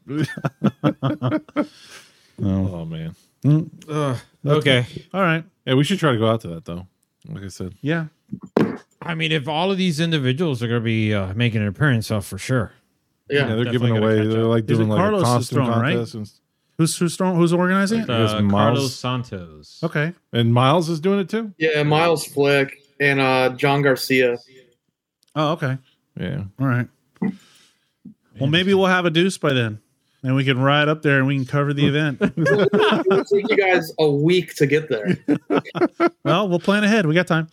B: oh man.
A: Ugh. Okay.
C: All right.
B: Yeah, we should try to go out to that though. Like I said,
C: Yeah.
A: I mean, if all of these individuals are going to be uh, making an appearance, uh, for sure.
B: yeah,
D: Yeah.
B: they're
A: definitely
B: giving
A: gotta
B: away.
A: catch
B: They're
A: up.
B: like
C: Is it
B: doing like
C: Carlos
B: a
C: is
B: costume
C: throwing, right?
B: contest, and,
C: Who's who's throwing, who's organizing? it?
B: Yes,
A: Uh,
B: Miles.
A: Carlos Santos.
C: Okay.
B: and Miles is doing it too.
D: Yeah, Miles Flick and uh, John Garcia.
C: Oh, okay.
B: Yeah,
C: All right. Well, maybe we'll have a deuce by then, and we can ride up there and we can cover the event.
D: It'll take you guys a week to get there.
C: well, we'll plan ahead. We got time.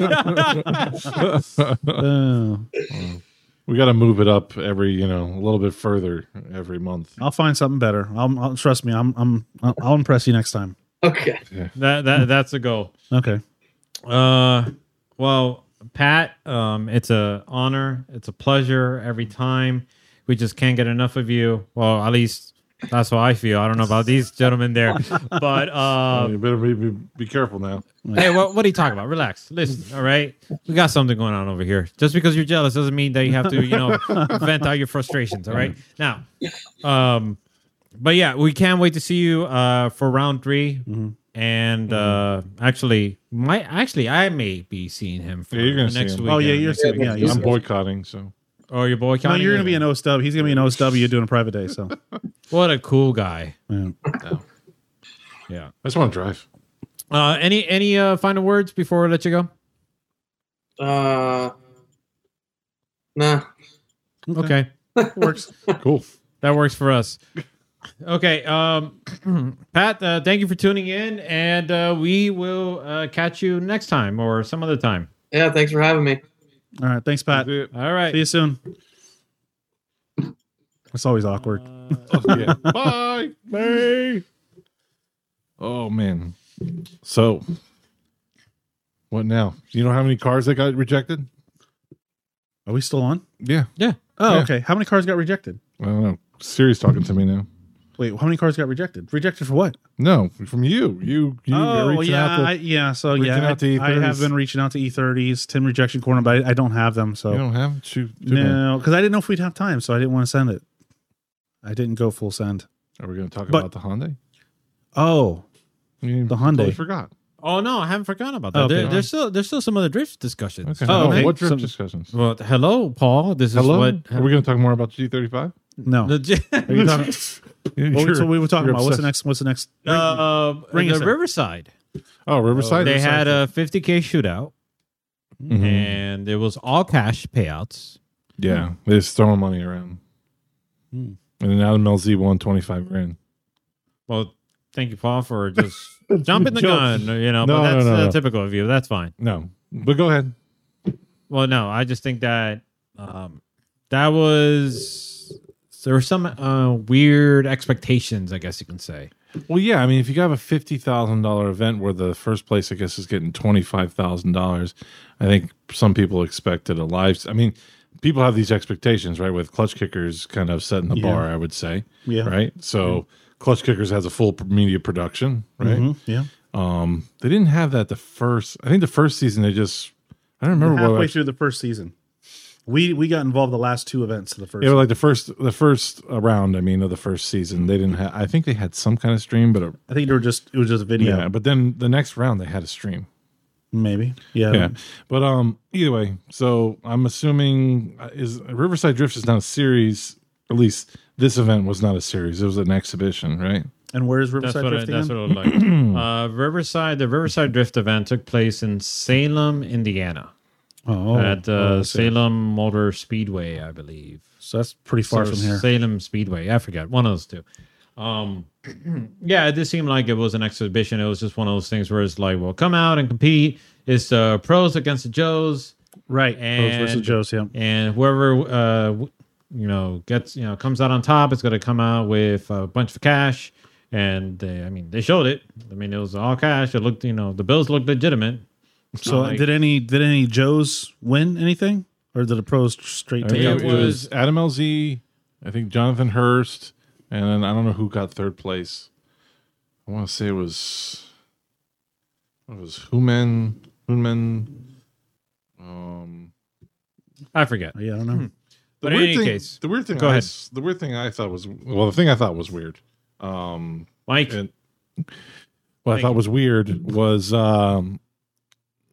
C: Uh,
B: we got to move it up every you know a little bit further every month.
C: I'll find something better. I'll, I'll trust me. I'm I'm I'll I'll impress you next time.
D: Okay.
A: That that that's a goal.
C: Okay.
A: Uh, well, Pat, um, it's a honor. It's a pleasure every time. We just can't get enough of you. Well, at least that's how I feel. I don't know about these gentlemen there, but uh,
B: you better be, be, be careful now.
A: hey, what, what are you talking about? Relax, listen. All right, we got something going on over here. Just because you're jealous doesn't mean that you have to, you know, vent out your frustrations. All right, now, um, but yeah, we can't wait to see you uh for round 3
B: Mm-hmm.
A: And
B: Hmm.
A: uh actually, my actually, I may be seeing him for
B: Yeah, you're gonna see
A: next
B: him.
A: week.
C: Oh yeah, you're
D: next
C: yeah.
D: week.
C: You're,
B: I'm boycotting, so
A: Oh, your boy.
C: no,
A: Connie?
C: you're gonna be an OSW. He's gonna be an OSW doing a private day. So
A: What a cool guy.
C: yeah.
A: Yeah.
B: I just want to drive.
A: Uh, any any uh, final words before I let you go?
D: Uh, nah.
A: Okay.
C: works.
B: Cool.
A: That works for us. Okay, um, Pat, uh, thank you for tuning in, and uh, we will uh, catch you next time or some other time.
D: Yeah, thanks for having me.
C: All right. Thanks, Pat.
B: That's it.
A: All
C: See
A: right.
C: you soon. It's always awkward.
B: Oh, Yeah. Bye. Bye. Oh man. So what now? You know how many cars that got rejected?
C: Are we still on?
B: Yeah.
C: Oh,
B: Yeah.
C: okay. How many cars got rejected?
B: I don't know. Siri's talking to me now.
C: Wait, how many cars got rejected? Rejected for what?
B: No, from you. You you
C: oh,
B: reaching
C: well, yeah,
B: out to,
C: I, yeah. So
B: reaching
C: yeah,
B: out to E
C: I, I have
B: E30s.
C: been reaching out to E30s, Tim Rejection Corner, but I, I don't have them. So
B: you don't have to
C: No, because I didn't know if we'd have time, so I didn't want to send it. I didn't go full send.
B: Are we gonna talk
C: But-
B: about the Hyundai?
C: Oh,
B: You
C: The Hyundai.
B: totally forgot.
A: Oh no, I haven't forgotten about that.
C: Okay.
A: There, there's still there's still some other drift discussions.
B: Okay.
C: Oh, okay.
B: What drift
C: So-
B: discussions?
A: Well, hello, Paul. This
B: Hello?
A: is what.
B: Are we gonna talk more about G thirty five?
C: no.
A: the,
C: Are you talking- what we- so we were talking about what's the next? What's the next?
A: uh,
C: Ring us
A: the
C: in.
A: Riverside.
B: Oh, Riverside.
A: They
B: Riverside.
A: had a 50k shootout, Mm-hmm.
B: Mhm.
A: and it was all cash payouts.
B: Yeah, they're just throwing money around.
C: Hmm.
B: And then Adam LZ won twenty five grand.
A: Well, thank you, Paul, for just jumping the
B: Jump.
A: gun. You know,
B: No,
A: but
B: no,
A: that's
B: no,
A: uh,
B: no.
A: typical of you. That's fine.
B: No, but go ahead.
A: Well, no, I just think that um, that was there were some uh, weird expectations, I guess you can say.
B: Well, yeah, I mean, if you have a fifty thousand dollar event where the first place, I guess, is getting twenty five thousand dollars, I think some people expected a live. I mean, people have these expectations, right? With clutch kickers kind of setting the
C: Yeah.
B: bar, I would say,
C: Yeah.
B: right? So, clutch kickers has a full media production, right?
C: Mhm, Yeah.
B: Um, they didn't have that the first. I think the first season they just. I don't remember what
C: Halfway through the first season, we we got involved the last two events of the first.
B: Yeah, but like the first the first uh, round, I mean, of the first season, they didn't have. I think they had some kind of stream, but a,
C: I think they were just it was just
B: yeah.
C: video,
B: But then the next round, they had a stream.
C: maybe. Yeah.
B: Yeah, but um, either way, so I'm assuming uh, is Riverside Drifts is not a series. At least this event was not a series; it was an exhibition, right?
C: And where is
A: That's
C: Riverside
A: what, I,
C: Drift
A: that's what
C: again?
A: it looked like. uh, Riverside, the Riverside Drift event took place in Salem, Indiana,
C: oh, oh,
A: at uh,
C: oh, I see.
A: Salem Motor Speedway, I believe.
C: So that's pretty far
A: So
C: from here.
A: Salem Speedway. I forgot one of those two. Um, yeah, it did seem like it was an exhibition. It was just one of those things where it's like, well, come out and compete. It's the pros against the Joes,
C: right.
A: and-
C: Pros versus Joe's. Yeah.
A: and whoever uh, w- you know gets you know comes out on top is going to come out with a bunch of cash. And they, I mean, they showed it. I mean, it was all cash. It looked, you know, the bills looked legitimate.
C: So
A: like-
C: did any did any Joe's win anything? or did it pros straight
A: Oh,
B: I
C: to
B: think
C: the
B: it,
C: top?
B: was,
E: was-
B: Adam LZ, I think Jonathan Hurst, and then I don't know who got third place. I want to say it was it was Human Human. Um,
A: I forget.
C: Oh, Yeah, I don't know.
A: Hmm. But in any
B: thing,
A: case,
B: the weird thing.
A: go
B: I
A: ahead.
B: s- The weird thing I thought was well, the thing I thought was weird. Um,
A: Mike,
B: and what I
A: Thank
B: thought
A: you.
B: was weird was um,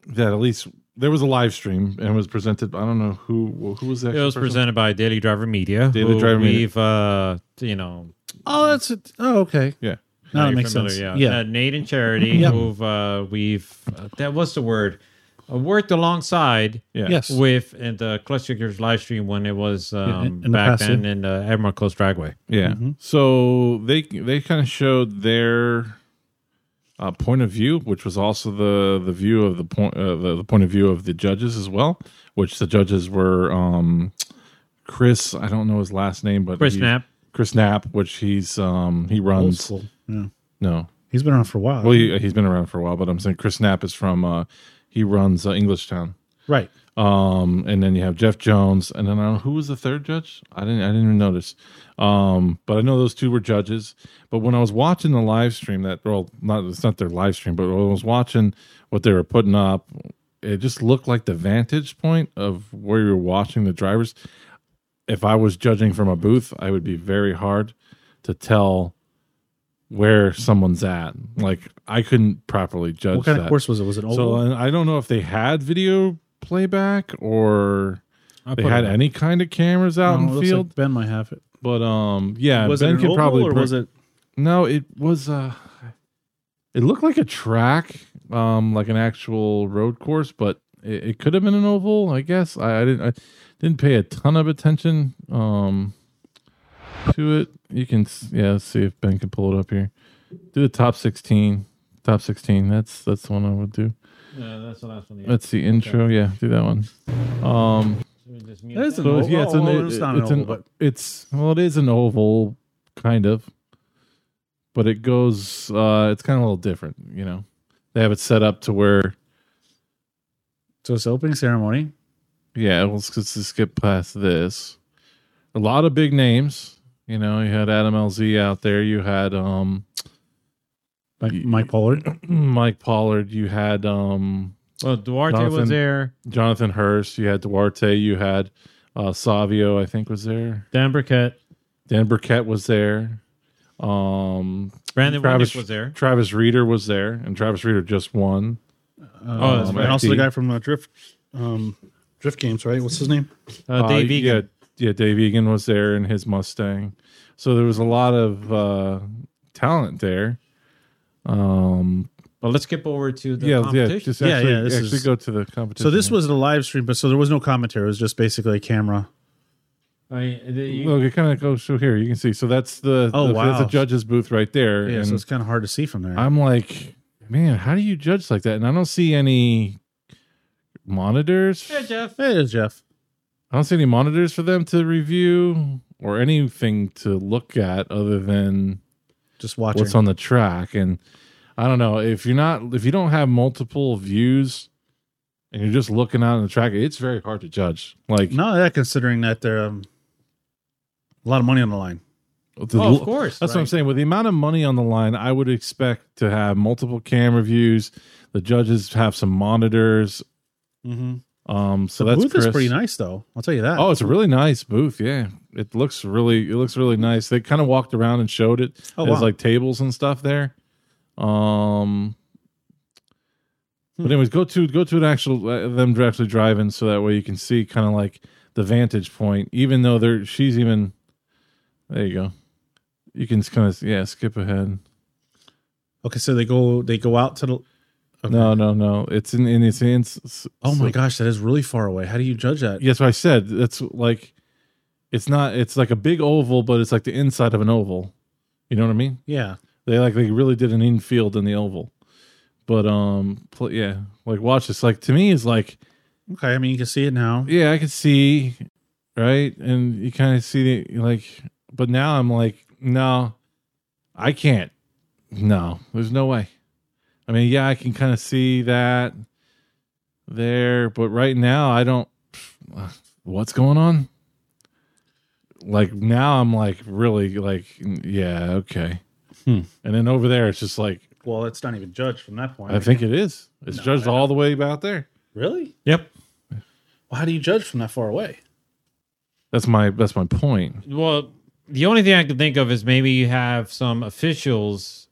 B: that at least there was a live stream and it was presented. I don't know who who was that.
A: it was presented by Daily Driver Media.
B: Daily
A: who
B: Driver Media.
A: We've, uh, you know,
C: Oh, that's it. Oh, okay.
B: Yeah.
C: No,
A: Now
C: that
A: you're
C: makes
A: familiar,
C: sense.
A: Yeah,
C: Yeah.
A: Uh, Nate and Charity,
C: Yeah.
A: who've uh, we've uh, that was the word uh, worked alongside
B: Yeah.
C: Yes.
A: with in the Clutch Kickers live stream when it was um,
C: in the
A: back
C: past, yeah.
A: then in the Admiral Coast Dragway.
B: Yeah.
A: Mm-hmm.
B: So they they kind of showed their uh, point of view, which was also the the view of the point uh, the, the point of view of the judges as well, which the judges were um, Chris. I don't know his last name, but
A: Chris
B: he-
A: Knapp.
B: Chris Knapp, which he's um, he runs.
C: Yeah.
B: No,
C: He's been around for a while.
B: well he, he's been around for a while, but I'm saying Chris Knapp is from uh, he runs uh, English Town.
C: right.
B: Um, and then you have Jeff Jones, and then I don't know who was the third judge. I didn't, I didn't even notice. Um, but I know those two were judges. But when I was watching the live stream, that well, not it's not their live stream, but when I was watching what they were putting up, it just looked like the vantage point of where you're watching the drivers. If I was judging from a booth, I would be very hard to tell where someone's at. Like I couldn't properly judge.
C: What kind of
B: that.
C: course was it? Was it old?
B: So and I don't know if they had video playback or they had any kind of cameras out in the field,
C: ben might have it.
B: but um, yeah,
C: was
B: Ben
C: it an
B: could
C: oval
B: probably
C: or
B: bring-
C: was it?
B: no, it was uh, it looked like a track, um, like an actual road course, but it, it could have been an oval, I guess. I, I didn't, I didn't pay a ton of attention, um, to it. You can, s- yeah, let's see if Ben can pull it up here. Do the top sixteen, top sixteen. That's that's the one I would do.
A: that's the last one.
C: Uh,
B: That's the intro. Yeah, do that one. Um,
C: It's an
B: so
C: oval.
B: yeah, it's, an,
C: Oh, it's not an
B: it's an-
C: oval, but-
B: it's- well, it is an oval, kind of, but it goes. Uh, it's kind of a little different, you know. They have it set up to where,
C: So it's the opening ceremony.
B: yeah. Let's, let's just skip past this. A lot of big names, you know. You had Adam LZ out there. You had um,
C: Like
B: Ye-
C: Mike Pollard.
B: Mike Pollard. You had um,
A: Well, Duarte
B: Jonathan-
A: was there.
B: Jonathan Hurst. You had Duarte. You had uh, Savio. I think was there.
A: Dan Burkett,
B: Dan Burkett was there. Um,
A: Brandon
B: Travis-
A: Winnick was there.
B: Travis Reeder was there, and Travis Reeder just won.
A: Oh, that's
C: Um,
B: right.
C: and also the
B: He-
C: guy from uh, Drift, um, Drift Games, right? What's his name?
A: Uh, Dave Egan.
B: Yeah, yeah, Dave Egan was there in his Mustang. So there was a lot of uh, talent there. Um,
A: Well, let's skip over to the
B: yeah, yeah,
A: competition.
B: just
C: Yeah,
B: actually,
C: yeah, this
B: actually
C: is-
B: go to the competition.
C: So this was a live stream, but so there was no commentary. It was just basically a camera.
A: I mean, the- you-
B: Look, it kind of goes through here. You can see. So that's the
C: Oh,
B: the,
C: wow.
B: that's a judge's booth right there.
C: Yeah,
B: and
C: so it's kind of hard to see from there.
B: I'm like, man, how do you judge like that? And I don't see any monitors.
A: Yeah, Jeff.
C: Hey, there's Jeff.
B: I don't see any monitors for them to review or anything to look at other than
C: Just watching.
B: what's on the track. And I don't know if you're not if you don't have multiple views and you're just looking out on the track, it's very hard to judge. Like
C: No, yeah, considering that there um, a lot of money on the line.
B: the-
A: Oh, of course.
B: That's what I'm saying. With the amount of money on the line, I would expect to have multiple camera views. The judges have some monitors.
C: Mm-hmm.
B: Um, so
C: The
B: that's
C: booth
B: Chris.
C: is pretty nice, though. I'll tell you that.
B: Oh, it's a really nice booth. Yeah, it looks really it looks really nice. They kind of walked around and showed it.
C: Oh,
B: There's
C: wow.
B: like tables and stuff there. Um,
C: Hmm.
B: but anyways, go to go to an actual uh, them directly driving, so that way you can see kind of like the vantage point. Even though they're she's even there, you go. You can kind of yeah skip ahead.
C: okay. So they go, they go out to the. Okay.
B: No, no, no. It's in in it's in.
C: Oh my gosh, that is really far away. How do you judge that?
B: Yes, what I said. That's like it's not it's like a big oval, but it's like the inside of an oval. You know what I mean?
C: Yeah.
B: They like they really did an infield in the oval. But um pl- yeah, like watch this. Like to me it's like,
C: Okay. I mean, you can see it now.
B: yeah, I could see right? And you kind of see the like but now I'm like, no, I can't. No, there's no way. I mean, yeah, I can kind of see that there, but right now I don't what's going on? Like now I'm like really like yeah, okay.
C: Hmm.
B: And then over there it's just like
C: Well, it's not even judged from that point.
B: I think it is. It's
C: No,
B: judged
C: I
B: all the way about there.
C: Really?
A: Yep.
C: Well, how do you judge from that far away?
B: That's my that's my point.
A: Well, the only thing I can think of is maybe you have some officials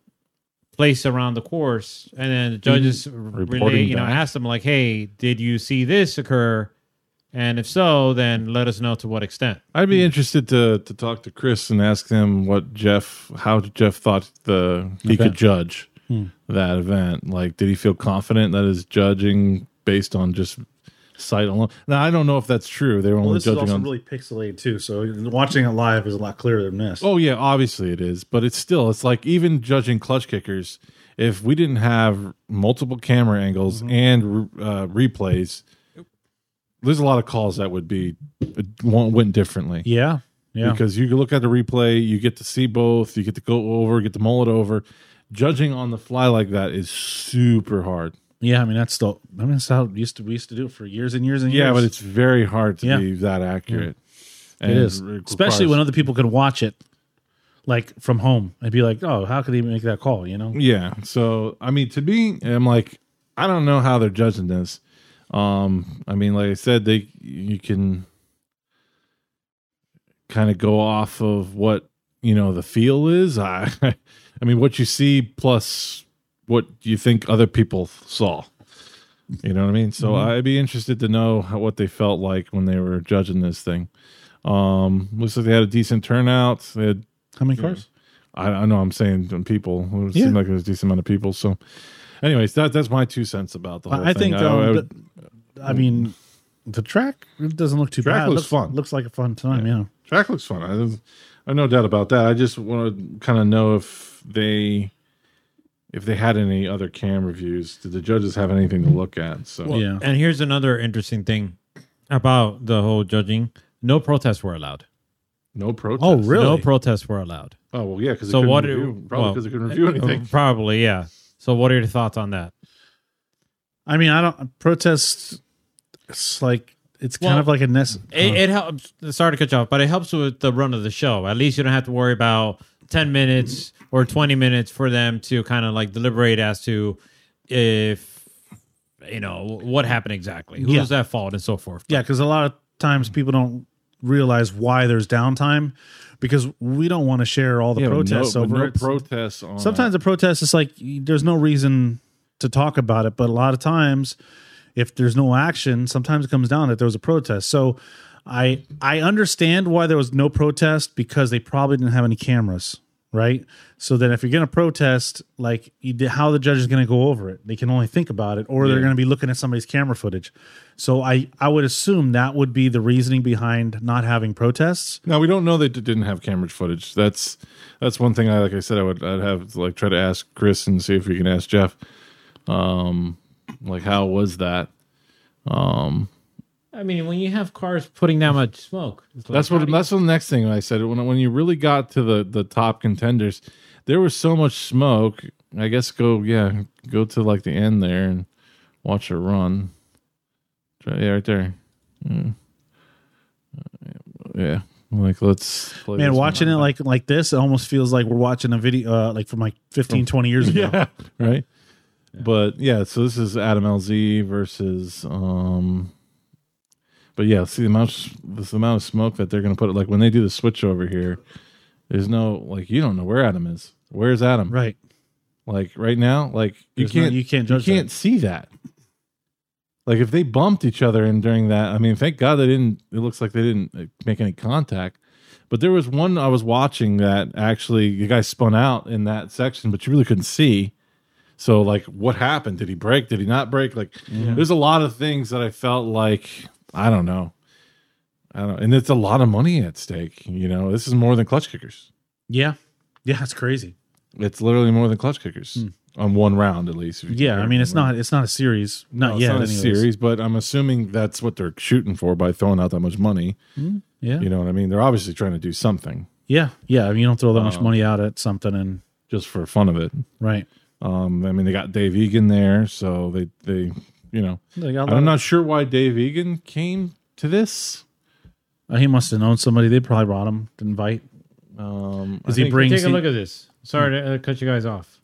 A: placed around the course, and then the judges relay,
B: Mm-hmm. Reporting
A: you know,
B: back.
A: ask them like, "Hey, did you see this occur?" And if so, then let us know to what extent.
B: I'd
C: Hmm.
B: be interested to to talk to Chris and ask him what Jeff how Jeff thought the he could
C: Event.
B: judge
C: Hmm.
B: that event. Like, did he feel confident that his judging based on just sight alone? Now I don't know if that's true. They were
C: Well,
B: only
C: this is
B: judging
C: also
B: on.
C: really pixelated too, so watching it live is a lot clearer than this.
B: oh yeah, obviously it is, but it's still it's like even judging clutch kickers. If we didn't have multiple camera angles
C: Mm-hmm.
B: and uh, replays, there's a lot of calls that would be uh, went differently.
C: yeah, yeah.
B: because you can look at the replay, you get to see both, you get to go over, get to mull it over. Judging on the fly like that is super hard.
C: Yeah, I mean that's the I mean that's how we used to we used to do it for years and years and years.
B: Yeah, but it's very hard to
C: Yeah.
B: be that accurate.
C: it is
B: requires-
C: especially when other people can watch it, like from home, and be like, "Oh, how could he make that call?" You know?
B: yeah. So I mean, to me, I'm like, I don't know how they're judging this. Um, I mean, like I said, they you can kind of go off of what you know the feel is. I, I mean, what you see plus what you think other people saw. You know what I mean? So I'd be interested to know how, what they felt like when they were judging this thing. Um, looks like they had a decent turnout. They had
C: How many cars?
B: I, I know I'm saying to people. It
C: Yeah.
B: seemed like there was a decent amount of people. So, anyways, that that's my two cents about the whole
C: I, I
B: thing.
C: think. um,
B: I,
C: I,
B: would-
C: I mean, the track it doesn't look too
B: Track
C: bad.
B: looks
C: looks
B: fun.
C: Looks like a fun time. Yeah.
B: track looks fun. I, there's- I have no doubt about that. I just want to kind of know if they if they had any other camera views. Did the judges have anything to look at? So
C: yeah.
A: And here's another interesting thing about the whole judging: no protests were allowed.
B: no protest.
C: Oh, really?
A: No protests were allowed.
B: Oh well, yeah. Because
A: So what
B: so what?
A: do-
B: Review, probably
A: well,
B: because they couldn't review anything.
A: Probably, yeah. So, what are your thoughts on that?
C: I mean, I don't protest. It's like it's kind
A: Well,
C: of like a nest. uh,
A: It, it helps. Sorry to cut you off, but it helps with the run of the show. At least you don't have to worry about ten minutes or twenty minutes for them to kind of like deliberate as to if you know what happened exactly, who's
C: Yeah.
A: at fault, and so forth.
C: Yeah, because a lot of times people don't realize why there's downtime because we don't want to share all the
B: Yeah, but
C: protests
B: no, but
C: over
B: no
C: it.
B: protests on uh,
C: Sometimes the protest is like y- there's no reason to talk about it, but a lot of times if there's no action, sometimes it comes down that there was a protest. So I I understand why there was no protest because they probably didn't have any cameras, right? So then if you're going to protest, like you did, how the judge is going to go over it, they can only think about it, or they're going to be looking at somebody's camera footage. So I I would assume that would be the reasoning behind not having protests.
B: Now we don't know they d- didn't have camera footage. That's that's one thing I like. I said I would I'd have like try to ask Chris and see if we can ask Jeff, um, like how was that? Um,
A: I mean, when you have cars putting that much smoke, it's like,
B: that's
A: how
B: what
A: do you-
B: that's the next thing I said when when you really got to the the top contenders, there was so much smoke. I guess go yeah go to like the end there and watch her run. Try- Yeah, right there. Mm. Uh, Yeah, like let's play
C: Man,
B: this one.
C: watching it like like this, it almost feels like we're watching a video uh, like from like 15, 20 years ago.
B: yeah right but yeah so this is adam lz versus um but yeah see the amount of, this amount of smoke that they're gonna put like when they do the switch over here there's no like you don't know where adam is where's adam
C: Right.
B: like right now like you
C: There's no-
B: can't
C: you can't
B: you
C: judge
B: can't see that like if they bumped each other and during that i mean thank god they didn't it looks like they didn't uh, make any contact but there was one i was watching that actually the guy spun out in that section but you really couldn't see so like what happened did he break did he not break like there's a lot of things that i felt like i don't know i don't and it's a lot of money at stake you know this is more than clutch kickers
C: Yeah. Yeah, it's crazy.
B: it's literally more than clutch kickers on one round at least. if you
C: Hmm. Yeah, I
B: compare
C: mean it's
B: them, right?
C: not it's not a series. Not
B: No, it's
C: yet.
B: not a
C: anyways.
B: series, but I'm assuming that's what they're shooting for by throwing out that much money.
C: Yeah.
B: You know what I mean? They're obviously trying to do something
C: Yeah. Yeah. I mean you don't throw that much money out at something and
B: just for fun of it.
C: right.
B: Um, I mean, they got Dave Egan there, so they they you know
C: They got a lot
B: I'm
C: of-
B: not sure why Dave Egan came to this.
C: Uh, he must have known somebody. They probably brought him to invite.
E: Um, I
C: Does he
E: think-
C: bring?
A: Take a
C: he-
A: look at this. Sorry to uh, cut you guys off.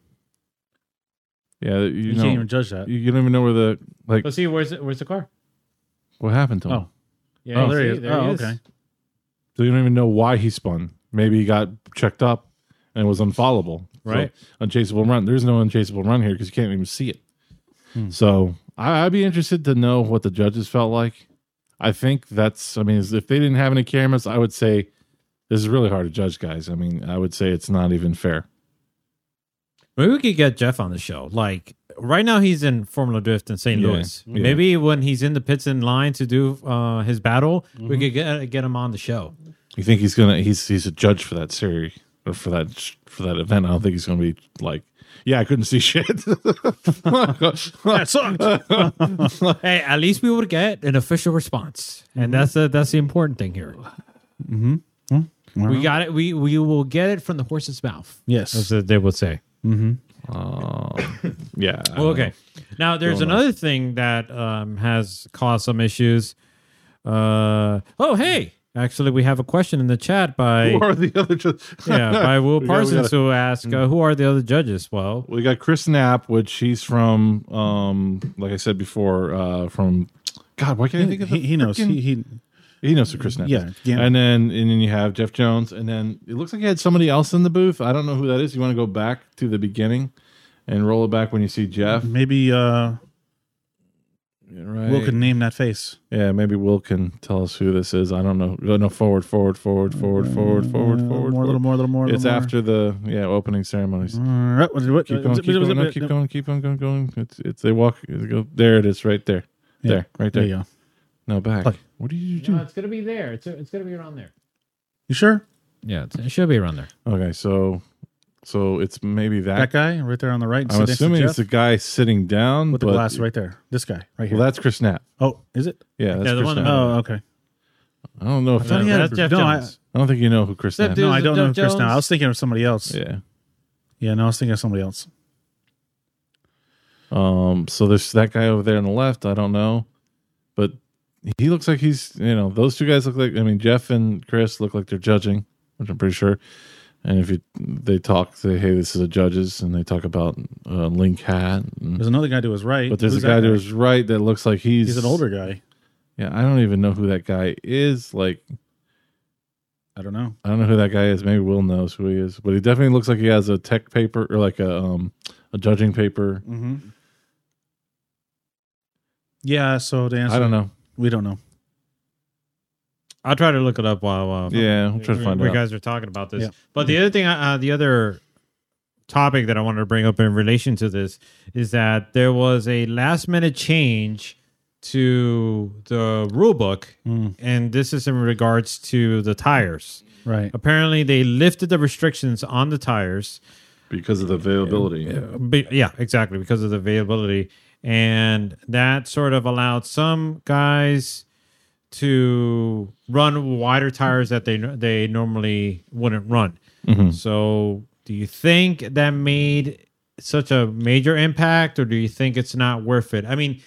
E: Yeah, you,
C: you
E: know,
C: can't even judge that.
E: you you don't even know where the like
A: Let's see where's the, where's the car.
E: what happened to him.
C: Oh.
A: Yeah,
C: Oh, there he
A: see,
C: is. Oh, okay.
B: So you don't even know why he spun. Maybe he got checked up and was unfollowable.
A: Right.
B: So, unchaseable run. There's no unchaseable run here because you can't even see it.
A: Hmm.
B: So I, I'd be interested to know what the judges felt like. I think that's, I mean, is- if they didn't have any cameras, I would say this is really hard to judge, guys. I mean, I would say it's not even fair.
A: Maybe we could get Jeff on the show. Like right now, he's in Formula Drift in St.
B: Yeah,
A: Louis.
B: yeah.
A: Maybe when he's in the pits in line to do uh, his battle, we
B: Mm-hmm.
A: could get get him on the show.
B: You think he's gonna he's he's a judge for that series or for that for that event? I don't think he's gonna be like, yeah, I couldn't see shit. Oh
C: That sucked.
A: Hey, at least we would get an official response, and that's the that's the important thing here. Mm-hmm. We got it. We we will get it from the horse's mouth.
C: yes.
A: what they would say.
B: yeah. I
A: Well,
B: don't know.
A: okay. Now there's another thing that um, has caused some issues. Uh, oh, hey, actually, we have a question in the chat by
B: Who are the other judges?
A: yeah by Will
B: We gotta- we
A: Parsons who asked uh, who are the other judges. Well,
B: We got Chris Knapp, which he's from, um, like I said before, uh, from God. Why can't I think of the
C: He, he knows.
B: frickin-
C: He, he
B: he knows who Chris Knapp.
C: Yeah,
B: is.
C: yeah.
B: And then and then you have Jeff Jones, and then it looks like you had somebody else in the booth. I don't know who that is. You want to go back to the beginning and roll it back when you see Jeff,
C: maybe uh,
B: right?
C: Mm-hmm. Will can name that face.
B: Yeah, maybe Will can tell us who this is. I don't know. No, no, forward, forward, forward, forward, forward, forward, forward.
C: Uh, more, a little
B: forward.
C: more, a little more. a
B: It's
C: little more.
B: after the yeah opening ceremonies.
C: Uh, what- what-
B: Keep going, keep going, no, keep going, keep on going, going. It's it's they walk. they go- There it is, right there,
C: Yeah.
B: there, right
C: There
B: there.
C: you go.
B: No back.
C: Play.
B: What did you do?
A: it's gonna be there. It's it's gonna be around there.
C: You sure?
A: Yeah, it's, it should be around there.
B: Okay, so so it's maybe
C: That
B: that.
C: guy right there on the right.
B: I'm
C: sit next to
B: assuming it's
C: Jeff
B: the guy sitting down
C: with the
B: but-
C: glass right there. This guy right here.
B: Well, that's Chris Knapp.
C: oh, is it?
B: Yeah, that's
A: the
B: Chris
A: one that-
B: Knapp.
C: Oh, okay.
B: I don't know if
A: No,
C: thought he
B: that,
C: had-
A: that's Jeff
C: no, I-
A: Jones.
B: I don't think you know who Chris Knapp.
A: dude-
B: Is.
C: No, I
A: it
C: don't
A: Doug
C: know who Chris
A: Jones?
C: now. I was thinking of somebody else. Yeah.
B: Yeah.
C: no, I was thinking of somebody else.
B: Um. So there's that guy over there on the left. I don't know, but he looks like he's you know those two guys look like I mean Jeff and Chris look like they're judging, which I'm pretty sure. And if you they talk, say hey, this is the judges, and they talk about uh, Link Hat. And,
C: There's another guy to his right.
B: but there's
C: Who's
B: a
C: that
B: guy to his right that looks like he's
C: He's an older guy.
B: Yeah, I don't even know who that guy is. Like
C: I don't know.
B: I don't know who that guy is. Maybe Will knows who he is, but he definitely looks like he has a tech paper or like a um a judging paper.
C: Mm-hmm. Yeah. So to answer,
B: I don't know.
C: We don't know.
A: I'll try to look it up while while
B: Yeah, I'm trying to find
A: we
B: out.
A: guys are talking about this.
C: Yeah.
A: But the other thing, uh, the other topic that I wanted to bring up in relation to this is that there was a last minute change to the rule book,
C: Mm,
A: and this is in regards to the tires.
B: Uh,
C: Right.
A: Apparently, they lifted the restrictions on the tires.
B: because of the availability.
A: Be- yeah, exactly, because of the availability. And that sort of allowed some guys to run wider tires that they they normally wouldn't run.
B: Mm-hmm.
A: So, do you think that made such a major impact, or do you think it's not worth it? I mean,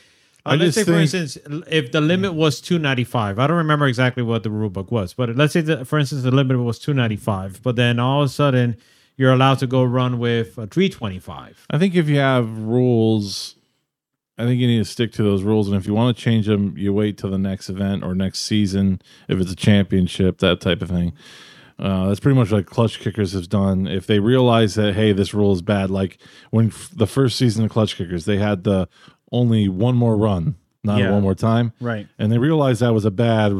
A: uh,
B: I
A: let's
B: just
A: say, for
B: think-
A: instance, if the limit was two ninety five, I don't remember exactly what the rule book was, but let's say that, for instance, the limit was two ninety five, but then all of a sudden you're allowed to go run with a three twenty five.
B: I think if you have rules, I think you need to stick to those rules. And if you want to change them, you wait till the next event or next season, if it's a championship, that type of thing. Uh, that's pretty much like Clutch Kickers has done. If they realize that, hey, this rule is bad, like when f- the first season of Clutch Kickers, they had the only one more run, not
C: Yeah.
B: one more time.
C: Right.
B: And they realized that was a bad.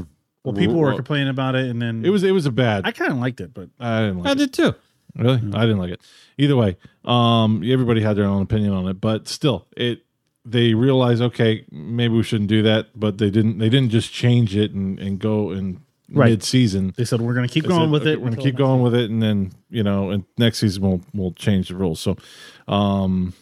C: Well, people were
B: rule.
C: complaining about it, and then
B: It was. It was a bad.
C: I kind of liked it, but
B: I didn't like it.
A: I did too.
B: Really?
C: Mm-hmm.
B: I didn't like it. Either way, um, everybody had their own opinion on it, but still, it they realized okay, maybe we shouldn't do that, but they didn't. They didn't just change it and and go and
C: Right.
B: mid season.
C: they said we're going to keep going with it.
B: We're gonna
C: until
B: keep
C: next-
B: going with it, and then you know, and next season we'll we'll change the rules. So, um,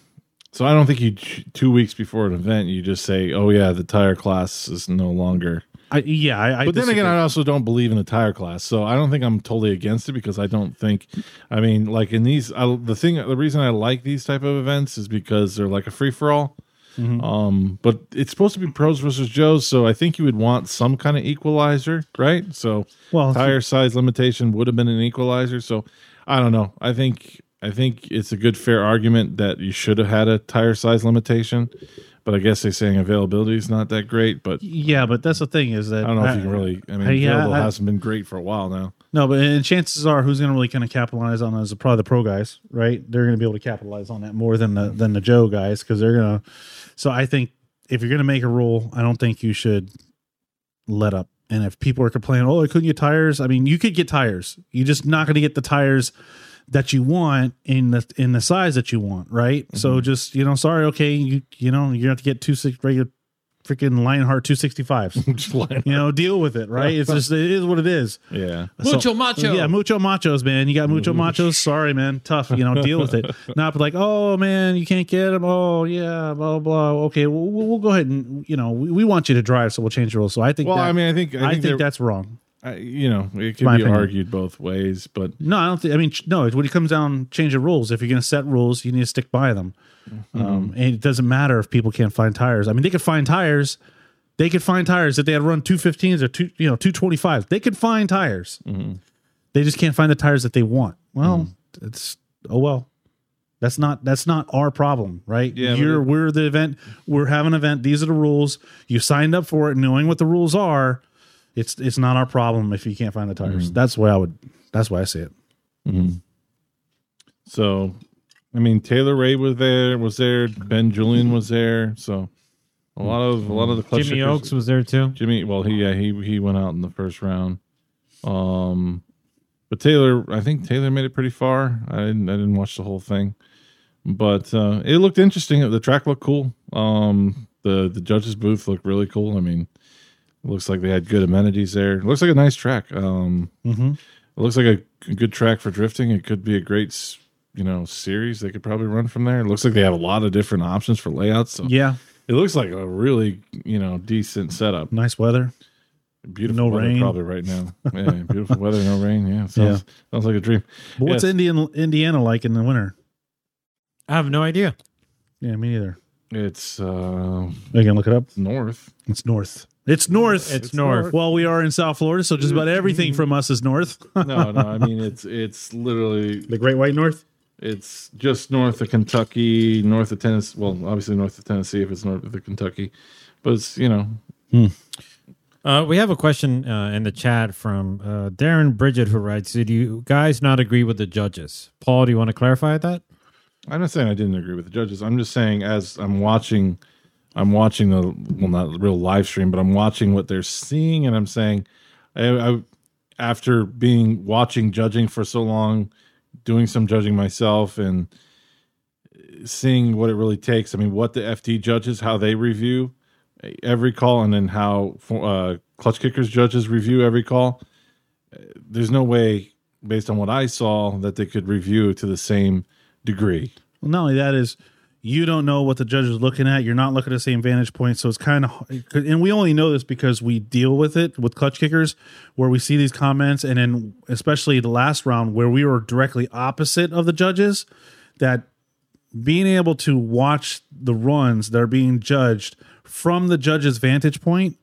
B: so I don't think you ch- two weeks before an event you just say, oh yeah, the tire class is no longer.
C: I, yeah. I, I
B: But then again,
C: disagree.
B: I also don't believe in the tire class, so I don't think I'm totally against it because I don't think, I mean, like in these, I, the thing, the reason I like these type of events is because they're like a free for all.
C: Mm-hmm.
B: Um, but it's supposed to be pros versus Joes, so I think you would want some kind of equalizer, right? So
C: Well,
B: tire size limitation would have been an equalizer. So I don't know. I think I think it's a good fair argument that you should have had a tire size limitation, but I guess they're saying availability is not that great. But
C: yeah, but that's the thing is that
B: I don't know if you can really. I mean,
C: Hey, yeah,
B: available
C: I-
B: hasn't been great for a while now.
C: No, but and chances are, who's going to really kind of capitalize on it is probably the pro guys, right? They're going to be able to capitalize on that more than the than the Joe guys because they're going to. So I think if you're going to make a rule, I don't think you should let up. And if people are complaining, oh, I couldn't get tires. I mean, you could get tires. You're just not going to get the tires that you want in the in the size that you want, right? So just you know, sorry, okay, you you know, you're going to have to get two six regular freaking Lionheart two sixty fives.
B: Just like-
C: You know, deal with it, right? It's just it is what it is.
B: yeah,
C: So-
F: Mucho macho.
C: yeah, mucho machos, man. You got mucho machos. Sorry, man. Tough. You know, deal with it. Not like, oh man, you can't get them. Oh yeah, blah blah. Okay, we'll, we'll we'll go ahead and you know we, we want you to drive, so we'll change the rules. So I think.
B: Well,
C: that,
B: I mean, I think
C: I, think,
B: they're-
C: that's wrong.
B: I, you know it can
C: My
B: be
C: opinion.
B: argued both ways, but
C: No, I don't think. I mean, ch- no. When it comes down, change the rules. If you're going to set rules, you need to stick by them.
B: Mm-hmm.
C: Um, and it doesn't matter if people can't find tires. I mean, they could find tires. They could find tires that they had run two fifteens or two, you know, two twenty fives. They could find tires.
B: Mm-hmm.
C: They just can't find the tires that they want. Well, it's oh well. That's not that's not our problem, right?
B: Yeah, but
C: You're
B: it-
C: we're the event. We're having an event. These are the rules. You signed up for it, knowing what the rules are. It's it's not our problem if you can't find the tires.
B: Mm-hmm.
C: That's why I would. That's why I see it. Mm-hmm.
B: So, I mean, Taylor Ray was there, was there. Ben Julian was there. So, a lot of a lot of the clutch
A: Jimmy
B: kickers-
A: Oaks was there too.
B: Jimmy. Well, he yeah he he went out in the first round. Um, but Taylor, I think Taylor made it pretty far. I didn't I didn't watch the whole thing, but uh, it looked interesting. The track looked cool. Um, the the judges booth looked really cool. I mean, it looks like they had good amenities there. It looks like a nice track. Um,
C: Mhm.
B: it looks like a, a good track for drifting. It could be a great, s- you know, series they could probably run from there. It looks like they have a lot of different options for layouts. So
C: Yeah,
B: it looks like a really, you know, decent setup.
C: nice weather. No
B: Beautiful weather
C: rain.
B: probably right now. Yeah, beautiful weather, no rain. Yeah, sounds, sounds like a dream.
C: But what's
B: Yes.
C: Indian Indiana like in the winter?
A: I have no idea.
C: Yeah, me neither.
B: It's uh,
C: I can look it up.
B: north.
C: It's north. It's north.
A: It's north. Mm-hmm.
C: Well, we are in South Florida, so just about everything from us is north.
B: No, no, I mean it's it's literally
G: The Great White North.
B: it's just north of Kentucky, north of Tennessee. Well, obviously north of Tennessee if it's north of the Kentucky, but it's you know
A: Uh, we have a question uh, in the chat from uh, Darren Bridget who writes, "Did you guys not agree with the judges?" Paul, do you want to clarify that?
B: I'm not saying I didn't agree with the judges. I'm just saying as I'm watching, I'm watching the well, not the real live stream, but I'm watching what they're seeing, and I'm saying, I, I after being watching judging for so long, doing some judging myself, and seeing what it really takes. I mean, what the FT judges how they review every call, and then how uh, clutch kickers judges review every call. There's no way, based on what I saw, that they could review to the same degree.
C: Well, not only that is you don't know what the judge is looking at. You're not looking at the same vantage point, so it's kind of. And we only know this because we deal with it with clutch kickers, where we see these comments, and then especially the last round where we were directly opposite of the judges. That being able to watch the runs that are being judged from the judge's vantage point,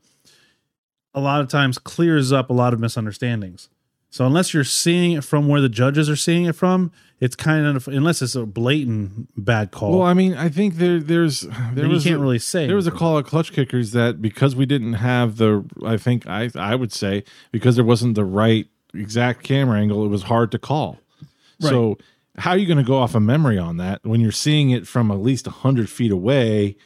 C: a lot of times clears up a lot of misunderstandings. So unless you're seeing it from where the judges are seeing it from, it's kind of unless it's a blatant bad call.
B: Well, I mean, I think there there's there
C: Then you
B: was
C: can't
B: a,
C: really say
B: there was a call at clutch kickers that because we didn't have the I think I I would say because there wasn't the right exact camera angle, it was hard to call. So how are you going to go off a memory on that when you're seeing it from at least hundred feet away?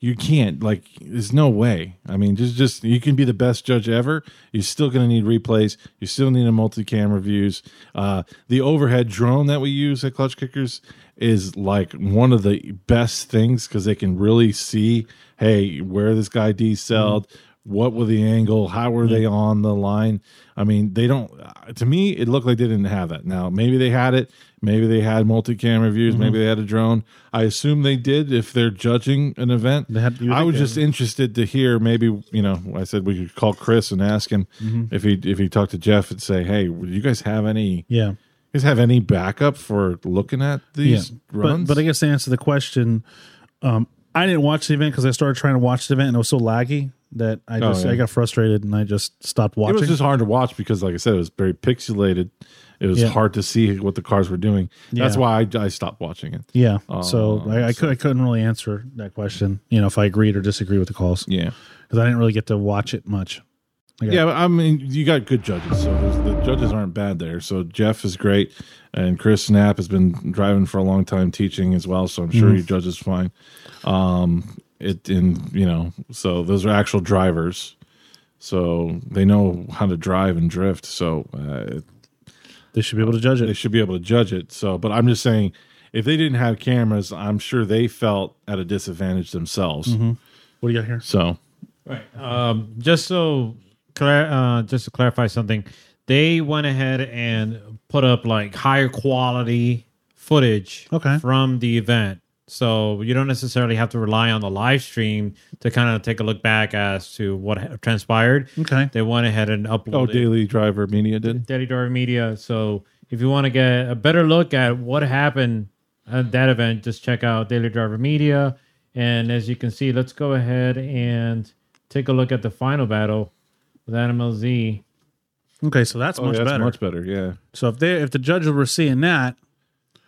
B: You can't like. There's no way. I mean, just just you can be the best judge ever. You're still going to need replays. You still need a multi-camera views. Uh, the overhead drone that we use at Clutch Kickers is like one of the best things because they can really see, hey, where this guy decelled, what were the angle, how were they on the line. I mean, they don't. uh, To me, it looked like they didn't have that. Now, maybe they had it. Maybe they had multi-camera views. Maybe they had a drone. I assume they did if they're judging an event.
C: They had- you
B: I
C: think
B: was
C: they-
B: just interested to hear. Maybe you know, I said we could call Chris and ask him
C: Mm-hmm.
B: if he if he talked to Jeff and say, hey, do you guys have any?
C: yeah.
B: You guys have any backup for looking at these
C: Yeah.
B: runs?
C: But, but I guess to answer the question, um, I didn't watch the event because I started trying to watch the event and it was so laggy that I
B: Oh,
C: just
B: yeah.
C: I got frustrated and I just stopped
B: It
C: watching.
B: was just hard to watch because, like I said, it was very pixelated. It was
C: Yeah.
B: hard to see what the cars were doing. That's
C: Yeah.
B: why I, I stopped watching it.
C: yeah,
B: Oh,
C: so I, I, could, I couldn't really answer that question. You know, if I agreed or disagree with the calls
B: Yeah,
C: because I didn't really get to watch it much. I got-
B: yeah. but I mean, you got good judges, so there's, the judges aren't bad there. So Jeff is great, and Chris Knapp has been driving for a long time, teaching as well. So I'm sure he judges fine. Um, it and you know, so those are actual drivers, so they know how to drive and drift. So uh,
C: They should be able to judge
B: they
C: it.
B: should be able to judge it. So, but I'm just saying, if they didn't have cameras, I'm sure they felt at a disadvantage themselves.
C: What do you got here?
B: So,
A: Um, just so clar- uh, just to clarify something, they went ahead and put up like higher quality footage
C: Okay.
A: from the event. So you don't necessarily have to rely on the live stream to kind of take a look back as to what ha- transpired.
C: Okay.
A: They went ahead and uploaded
B: oh, Daily Driver Media did.
A: Daily Driver Media. So if you want to get a better look at what happened at that event, just check out Daily Driver Media. And as you can see, let's go ahead and take a look at the final battle with Animal Z.
C: Okay, so that's
B: Oh,
C: much
B: yeah, that's
C: better.
B: much better. Yeah,
C: so if they if the judges were seeing that,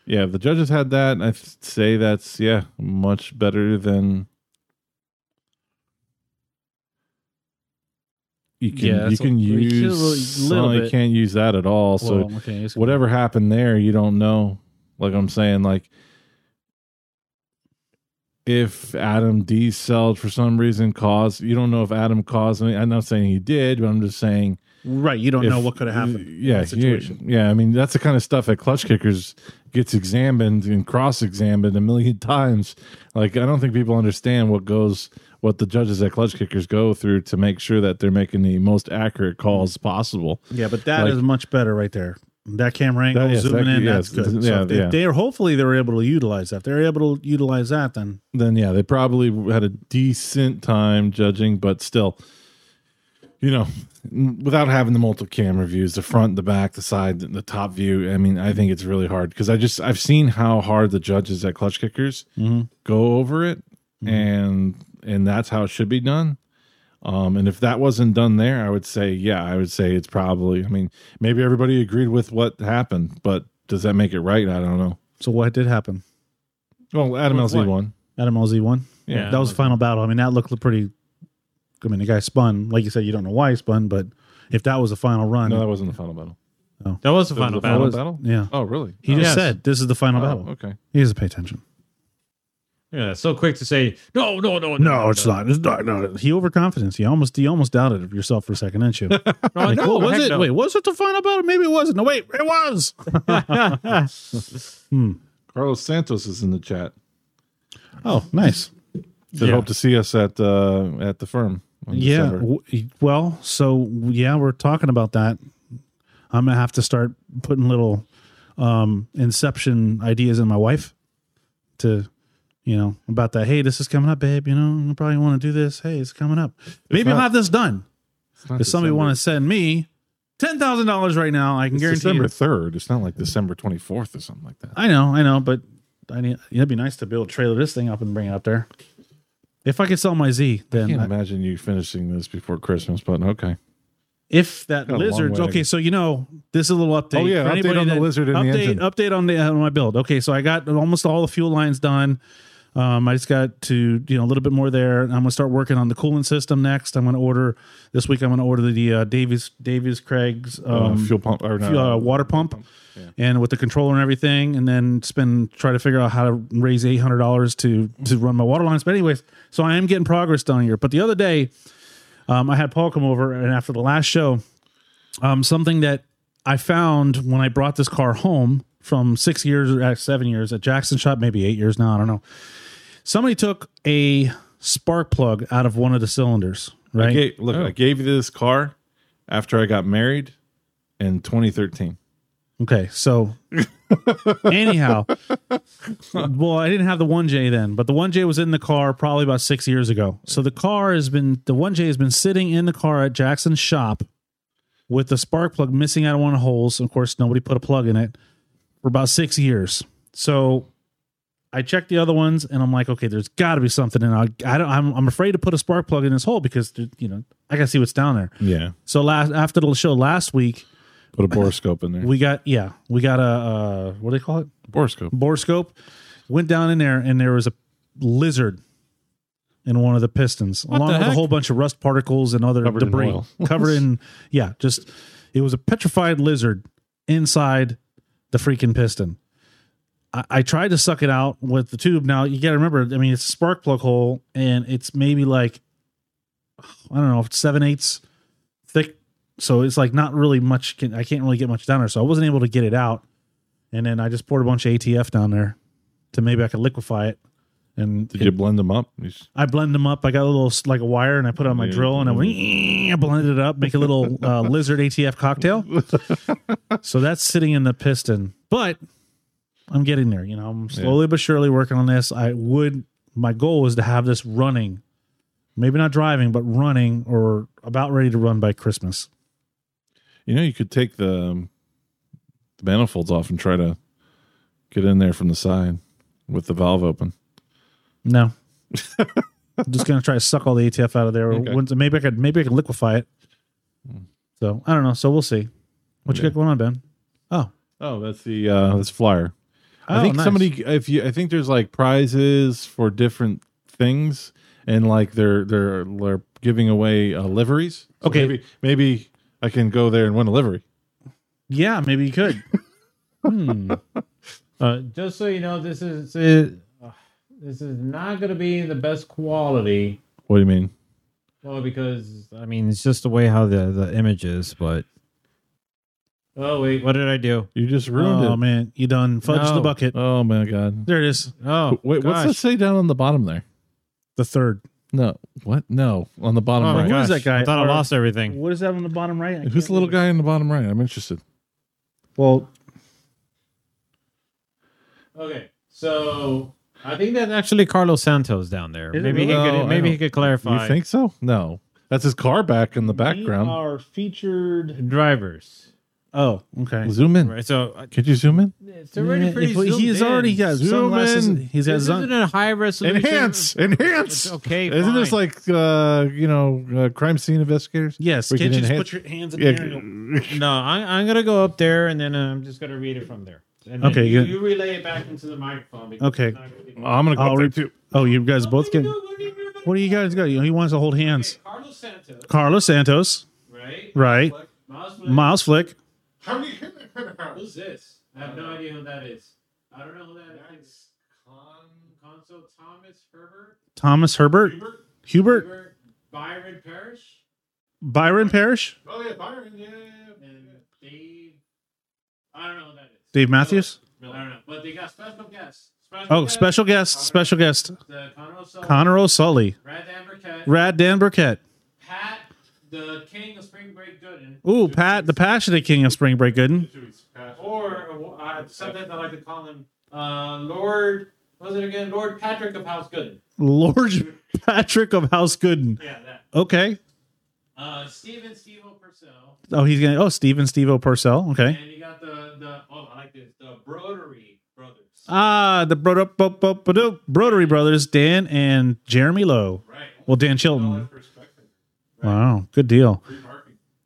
B: yeah. If the judges had that, I th- say that's yeah, much better than. You can
C: Yeah,
B: you
C: that's a-
B: can
C: you can
B: use
C: a little
B: no, you
C: bit.
B: can't use that at all. So
C: well, okay, it's-
B: whatever happened there, you don't know. Like I'm saying, like if Adam D celled for some reason caused you don't know if Adam caused any I'm not saying he did, but I'm just saying
C: right? You don't
B: if-
C: know what could have happened.
B: Yeah,
C: that
B: you-
C: situation.
B: yeah. I mean, that's the kind of stuff that clutch kickers gets examined and cross examined a million times. Like I don't think people understand what goes what the judges at clutch kickers go through to make sure that they're making the most accurate calls possible.
C: Yeah, but that is
B: Like-
C: much better right there. That camera angle
B: That- yes,
C: zooming
B: that-
C: in,
B: yes,
C: that's good.
B: yeah,
C: so if they,
B: yeah.
C: they are hopefully they were able to utilize that. If they're able to utilize that, then
B: then yeah, they probably had a decent time judging, but still, you know, n- without having the multiple camera views, the front, the back, the side, the top view. I mean, I think it's really hard because I just I've seen how hard the judges at Clutch Kickers
C: Mm-hmm.
B: go over it, and and that's how it should be done. Um, and if that wasn't done there, I would say, yeah, I would say it's probably. I mean, maybe everybody agreed with what happened, but does that make it right? I don't know.
C: so what did happen?
B: Well, Adam
A: With
B: LZ
A: what?
B: won.
C: Adam LZ won.
A: Yeah.
C: that was the final battle. I mean, that looked pretty. I mean, the guy spun. Like you said, you don't know why he spun, but if that was the final run,
B: No, that wasn't the final battle.
A: That was the final
B: the
A: battle.
B: final battle?
C: yeah,
B: Oh, really?
C: he
B: oh,
C: just
A: yes.
C: said this is the final
B: oh,
C: battle.
B: Okay.
C: He doesn't pay attention.
A: Yeah, so quick to say no, no, no,
C: No, it's not. It's not. No, he overconfidence. You almost you almost doubted of yourself for a second, didn't you? Like,
A: No, no,
C: oh, was
A: heck
C: it?
A: no.
C: Wait, was it the final battle? Maybe it wasn't. No, wait, it was.
B: Carlos Santos is in the chat.
C: Oh, nice.
B: They
A: Yeah.
B: hope to see us at uh, at the firm. in
C: Yeah.
B: December.
C: w- Well, so yeah, we're talking about that. I'm gonna have to start putting little um inception ideas in my wife to you know about that. Hey, this is coming up, babe. You know, I probably want to do this. Hey, it's coming up. Maybe I'll
B: not-
C: have this done.
B: It's not
C: If somebody
B: December-
C: wants to send me ten thousand dollars right now, I can
B: It's
C: guarantee.
B: December
C: you-
B: third. It's not like December twenty fourth or something like that.
C: I know, I know, but I need. It'd be nice to be able to trailer this thing up and bring it up there. If I could sell my Z,
B: I
C: then
B: can't
C: I-
B: imagine you finishing this before Christmas, but okay.
C: if that
B: Got a long
C: lizard
B: way to
C: okay
B: go.
C: so you know this is a little update
B: Oh, yeah,
C: for
B: update
C: anybody
B: on the
C: that-
B: lizard and the
C: update,
B: engine.
C: update on the on my build okay so i got almost all the fuel lines done um, i just got to you know a little bit more there i'm going to start working on the coolant system next i'm going to order this week i'm going to order the uh, davies davies craig's
B: Uh,
C: um,
B: fuel pump or no,
C: fuel- uh, water pump and with the controller and everything and then spend try to figure out how to raise $800 to to run my water lines but anyways so i am getting progress down here but the other day um, i had paul come over and after the last show um, something that i found when i brought this car home from six years or uh, seven years at jackson shop maybe eight years now i don't know somebody took a spark plug out of one of the cylinders
B: I
C: right
B: gave, look, I gave you this car after I got married in 2013.
C: Okay, so anyhow, well, I didn't have the one J then, but the one J was in the car probably about six years ago. So the car has been the one J has been sitting in the car at Jackson's shop with the spark plug missing out of one of the holes. Of course, nobody put a plug in it for about six years. So I checked the other ones, and I'm like, okay, there's got to be something. And I, I don't, I'm, I'm afraid to put a spark plug in this hole because you know I got to see what's down there.
B: Yeah.
C: So last after the show last week,
B: Put a boroscope in there.
C: we got yeah, we got a uh, what do they call it?
B: boroscope.
C: borescope. Went down in there, and there was a lizard in one of the pistons, along
B: the
C: with a
B: heck?
C: whole bunch of rust particles and other
B: Covered in
C: debris
B: oil.
C: covered in yeah. Just it was a petrified lizard inside the freaking piston. I, I tried to suck it out with the tube. Now you got to remember, I mean, it's a spark plug hole, and it's maybe like I don't know, seven eighths thick. So it's like not really much. Can, I can't really get much down there. So I wasn't able to get it out. And then I just poured a bunch of ATF down there to maybe I could liquefy it. And
B: Did you blend them up? You s-
C: I blend them up. I got a little like a wire, and I put it on my
B: Yeah.
C: drill, and I went, I blended it up, make a little uh, lizard ATF cocktail. so that's sitting in the piston, but I'm getting there. You know, I'm slowly but surely working on this. I would. My goal was to have this running, maybe not driving, but running or about ready to run by Christmas.
B: You know, you could take the, um, the manifolds off and try to get in there from the side with the valve open.
C: No. I'm just gonna try to suck all the ATF out of there.
B: Okay. Hmm.
C: Once- Maybe I could maybe I could liquefy it. So I don't know. So we'll see. What you
B: Yeah.
C: got going on, Ben?
B: Oh, that's the uh that's flyer. I
C: Oh,
B: think
C: nice.
B: somebody if you I think there's like prizes for different things and like they're they're they're giving away uh, liveries. So
C: Okay.
B: maybe maybe I can go there and win a livery.
C: Yeah, maybe you could. Hmm.
A: Uh, just so you know, this is it, uh, this is not going to be the best quality.
B: What do you mean?
A: Well, because I mean, it's just the way how the the image is. But oh wait, what did I do?
B: You just ruined
C: Oh
B: it.
C: man, you done fudged the
A: No.
C: bucket.
B: Oh my god.
C: There it is.
A: Oh
B: Wait, what's
A: gosh.
B: that say down on the bottom there?
C: The third.
B: No. What? No. On the bottom
A: Oh my
B: right.
A: gosh!
C: is that guy?
A: I thought
C: Or-
A: I lost everything.
C: What is that on the bottom right? I
B: Who's
C: can't
B: the little
C: read.
B: guy in the bottom right? I'm interested.
C: Well,
A: Okay, so I think that's actually Carlos Santos down there.
C: Is it
A: Maybe he
B: really? No, I
C: Oh,
A: could maybe he
B: don't-
A: could clarify.
B: You think so? No. That's his car back in the
C: we
B: background.
C: are featured.
A: drivers?
C: Oh, okay.
B: Zoom in.
A: Right. So uh,
B: Could you zoom in?
A: it's already
C: Yeah,
A: pretty.
C: if we-
A: zoomed
C: he's
A: in.
C: already got
B: Zoom
C: sunglasses.
B: in.
C: He's got
A: This
C: sun-
A: isn't a high resolution.
B: Enhance, enhance.
A: It's okay,
B: Isn't this
A: fine.
B: like uh, you know uh, crime scene investigators?
C: Yes.
B: We
C: Can't
B: can
C: you just
B: enhance-
C: put your hands in
B: Yeah.
C: there? And
A: No, I, I'm gonna go up there and then uh, I'm just gonna read it from there. And then
C: Okay,
A: you,
C: good.
A: you relay it back into the microphone. because
C: Okay.
A: it's not gonna be-
B: I'm gonna go
C: I'll
B: up there
C: re-
B: too.
C: go- oh, you guys both
A: What
C: get.
A: do you do?
C: What do you guys got? He wants to hold hands.
A: Carlos Santos,
C: Carlos Santos,
A: right?
C: right?
A: Miles Miller.
C: Miles Flick.
A: Who's this? I have no idea who that is. I don't know who that is. Con Consul Thomas Herbert.
C: Thomas Herbert,
A: Hubert.
C: Hubert,
A: Hubert. Byron Parrish.
C: Byron Parrish,
B: Oh yeah, Byron. Yeah, yeah,
A: And Dave. I don't know who that is.
C: Dave Matthews.
A: I don't know. But they got special guests. Special
C: Oh,
A: guests.
C: special guest, special guest,
A: The Conor O'Sullivan.
C: Connor O'Sully,
A: Brad Ambercat.
C: Rad Dan Burkett.
A: Pat, the king of Spring Break Gooden.
C: Ooh, Pat, the passionate king of Spring Break Gooden.
A: Or uh, I- sometimes I like to call him uh, Lord. what Was it again Lord Patrick of House Gooden?
C: Lord Patrick of House Gooden.
A: Yeah, that.
C: Okay.
A: Uh, Steven Steve Purcell.
C: Oh, he's gonna. Oh, Steven Steve O. Purcell. Okay.
A: And you got the the oh I like this the Brodery brothers.
C: Ah, the bro- bro- bro- bro- Brodery brothers, Dan and Jeremy Lowe.
A: right.
C: Well, Dan Chilton. Wow, good deal.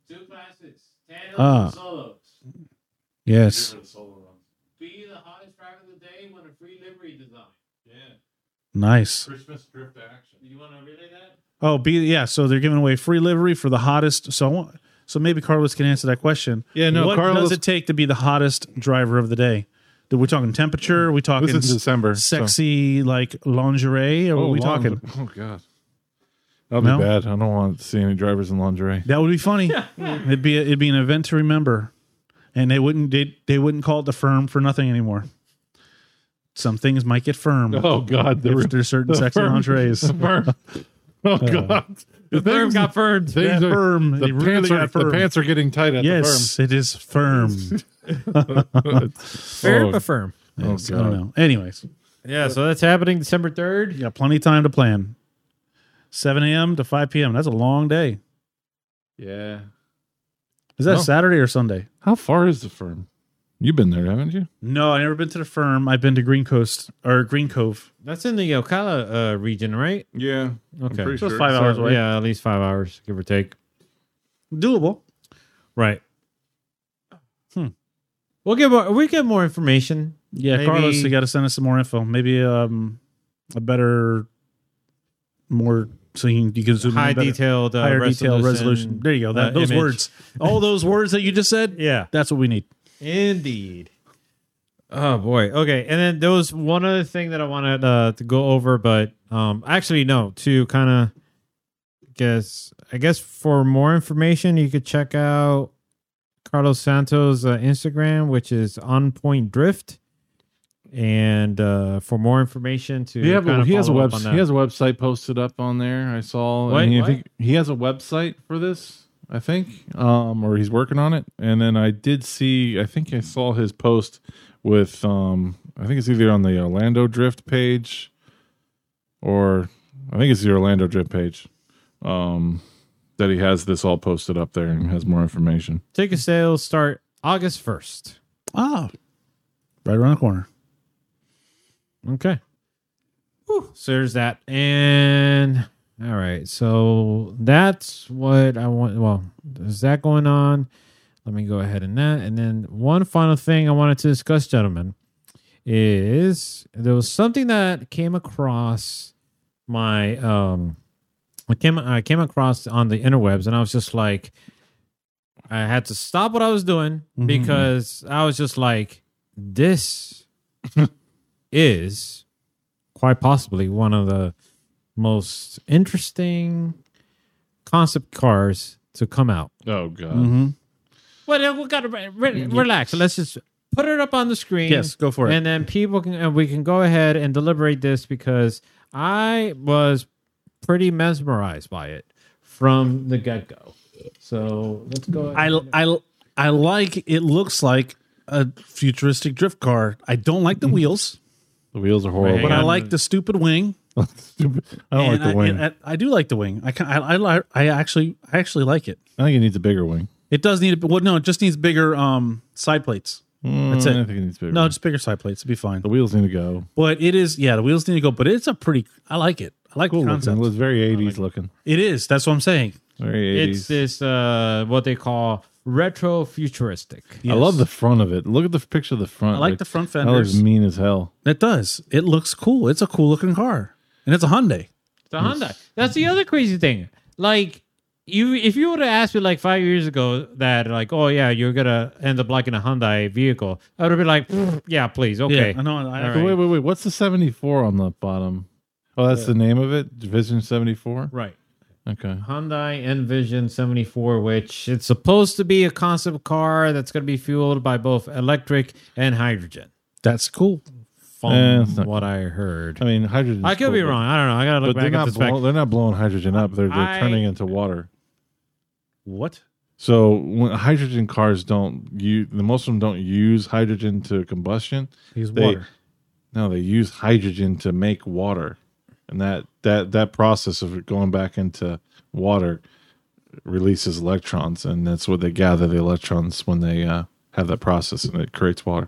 A: Two classes. Tandem
C: Ah.
A: and solos.
C: Yes.
A: Be the hottest driver of the day when a free livery design. Yeah.
C: Nice.
B: Christmas drift action.
A: You want to relay that?
C: Oh, be yeah. So they're giving away free livery for the hottest. So I want, so maybe Carlos can answer that question.
B: Yeah, no,
C: What does
B: Carlos-
C: it take to be the hottest driver of the day? That we're talking temperature. Are we talking
B: This is December. so-
C: sexy like lingerie? Or what are we
B: long-
C: talking?
B: Oh god, that'll
C: No?
B: be bad. I don't want to see any drivers in lingerie.
C: That would be funny. it'd be a, it'd be an event to remember, and they wouldn't they, they wouldn't call it the firm for nothing anymore. Some things might get firm
B: Oh god,
C: if there's certain
B: the
C: sexy
B: firm-
C: entrees.
B: the firm. Oh god, the things-
A: firmed.
B: things
C: Yeah,
B: are-
C: firm.
B: The
C: They really
B: pants are
C: got firm.
B: the pants are getting tight at
C: Yes, it is firm.
B: the firm.
A: Firm
B: Oh,
A: but firm.
B: oh
C: So I don't
B: god,
C: know. Anyways,
A: Yeah, so that's happening December third.
C: you got plenty of time to plan. 7 a.m. to 5 p.m. That's a long day.
B: yeah.
C: Is that
B: No.
C: Saturday or Sunday?
B: How far is the firm? You've been there, haven't you?
C: No, I've never been to the firm. I've been to Green Coast or Green Cove.
A: That's in the Ocala uh, region, right?
B: Yeah.
A: Okay.
B: pretty
C: So it's
B: sure.
C: five hours
A: So,
C: away.
A: Yeah, at least five hours, give or take.
C: Doable.
A: Right. Hmm. We'll get more, we get more information.
C: Yeah,
A: Maybe-
C: Carlos, you got to send us some more info. Maybe um, a better, more so you can, you can zoom
A: High
C: in better.
A: detailed, uh,
C: higher detail resolution. There you go. That,
A: uh,
C: those
A: image.
C: words, all those words that you just said.
A: Yeah.
C: That's what we need.
A: Indeed. Oh boy. Okay. And then there was one other thing that I wanted uh, to go over, but um, actually no, to kind of guess. I guess for more information, you could check out Carlos Santos' uh, Instagram, which is on point drift. And uh, for more information, to
B: Yeah, but
A: kinda
B: he has a
A: follow up
B: web,
A: on
B: he
A: that.
B: has a website posted up on there. I saw.
A: What?
B: and he, I
A: What?
B: think he has a website for this. I think, um, or he's working on it. And then I did see. I think I saw his post with. Um, I think it's either on the Orlando Drift page, or I think it's the Orlando Drift page. Um, that he has this all posted up there and has more information.
A: ticket sales start August first.
C: Ah, right around the corner.
A: Okay. So there's that. And all right. So that's what I want. Well, is that going on? Let me go ahead and that. And then one final thing I wanted to discuss, gentlemen, is there was something that came across my um I came I came across on the interwebs and I was just like I had to stop what I was doing because I was just like this is quite possibly one of the most interesting concept cars to come out.
B: Oh God!
C: Mm-hmm.
A: Well, we got to relax. Let's just put it up on the screen.
C: Yes, go for it.
A: And then people can and we can go ahead and deliberate this because I was pretty mesmerized by it from the get go. So let's go. Ahead.
C: I, I, I like. It looks like a futuristic drift car. I don't like the
B: Mm-hmm.
C: wheels,
B: The wheels are horrible.
A: Hang
C: but I
A: on.
C: like the stupid wing.
B: Stupid. I don't
C: And
B: like the wing.
C: I, I, I do like the wing. I, can, I, I, li- I actually, I actually like it.
B: I think it needs a bigger wing.
C: It does need. A, well, no, it just needs bigger um side plates. That's
B: Mm, I
C: it.
B: think it needs a bigger.
C: No,
B: wing.
C: just bigger side plates. It'd be fine.
B: the wheels need to go.
C: But it is, yeah, the wheels need to go. But it's a pretty. I like it. I like
B: cool
C: the
B: looking.
C: concept.
B: It was very eighties looking.
C: It is. That's what I'm saying.
B: Very
A: it's
B: eighties.
A: this uh what they call retro futuristic.
B: I love the front of it. Look at the picture of the front.
C: I like
B: Rick.
C: the front
B: That looks
C: fenders.
B: mean as hell.
C: It does. It looks cool. It's a cool looking car, and it's a Hyundai.
A: The Honda. That's the other crazy thing. Like you, if you would have asked me like five years ago that like, oh yeah, you're gonna end up liking a Hyundai vehicle, I would have been like, "Pfft, yeah, please, okay.
C: I know. I,
A: All
C: I-
A: right.
B: Wait, wait, wait. What's the seventy four on the bottom? Oh, that's the name of it. Division seventy four.
A: Right.
B: Okay.
A: Hyundai Envision 74, which it's supposed to be a concept car that's going to be fueled by both electric and hydrogen,
C: That's cool.
A: from
B: Eh, that's not-
A: what I heard.
B: I mean, hydrogen.
A: I could be wrong. I don't know. I got to
B: But
A: look
B: they're
A: back at the
B: not,
A: spec.
B: blow, they're not blowing hydrogen up. They're they're
A: I-
B: turning into water.
C: What?
B: So when hydrogen cars don't you the most of them don't use hydrogen to combustion.
C: He's
B: They-
C: water.
B: No, they use hydrogen to make water, and that that that process of going back into water releases electrons, and that's what they gather the electrons when they uh, have that process, and it creates water.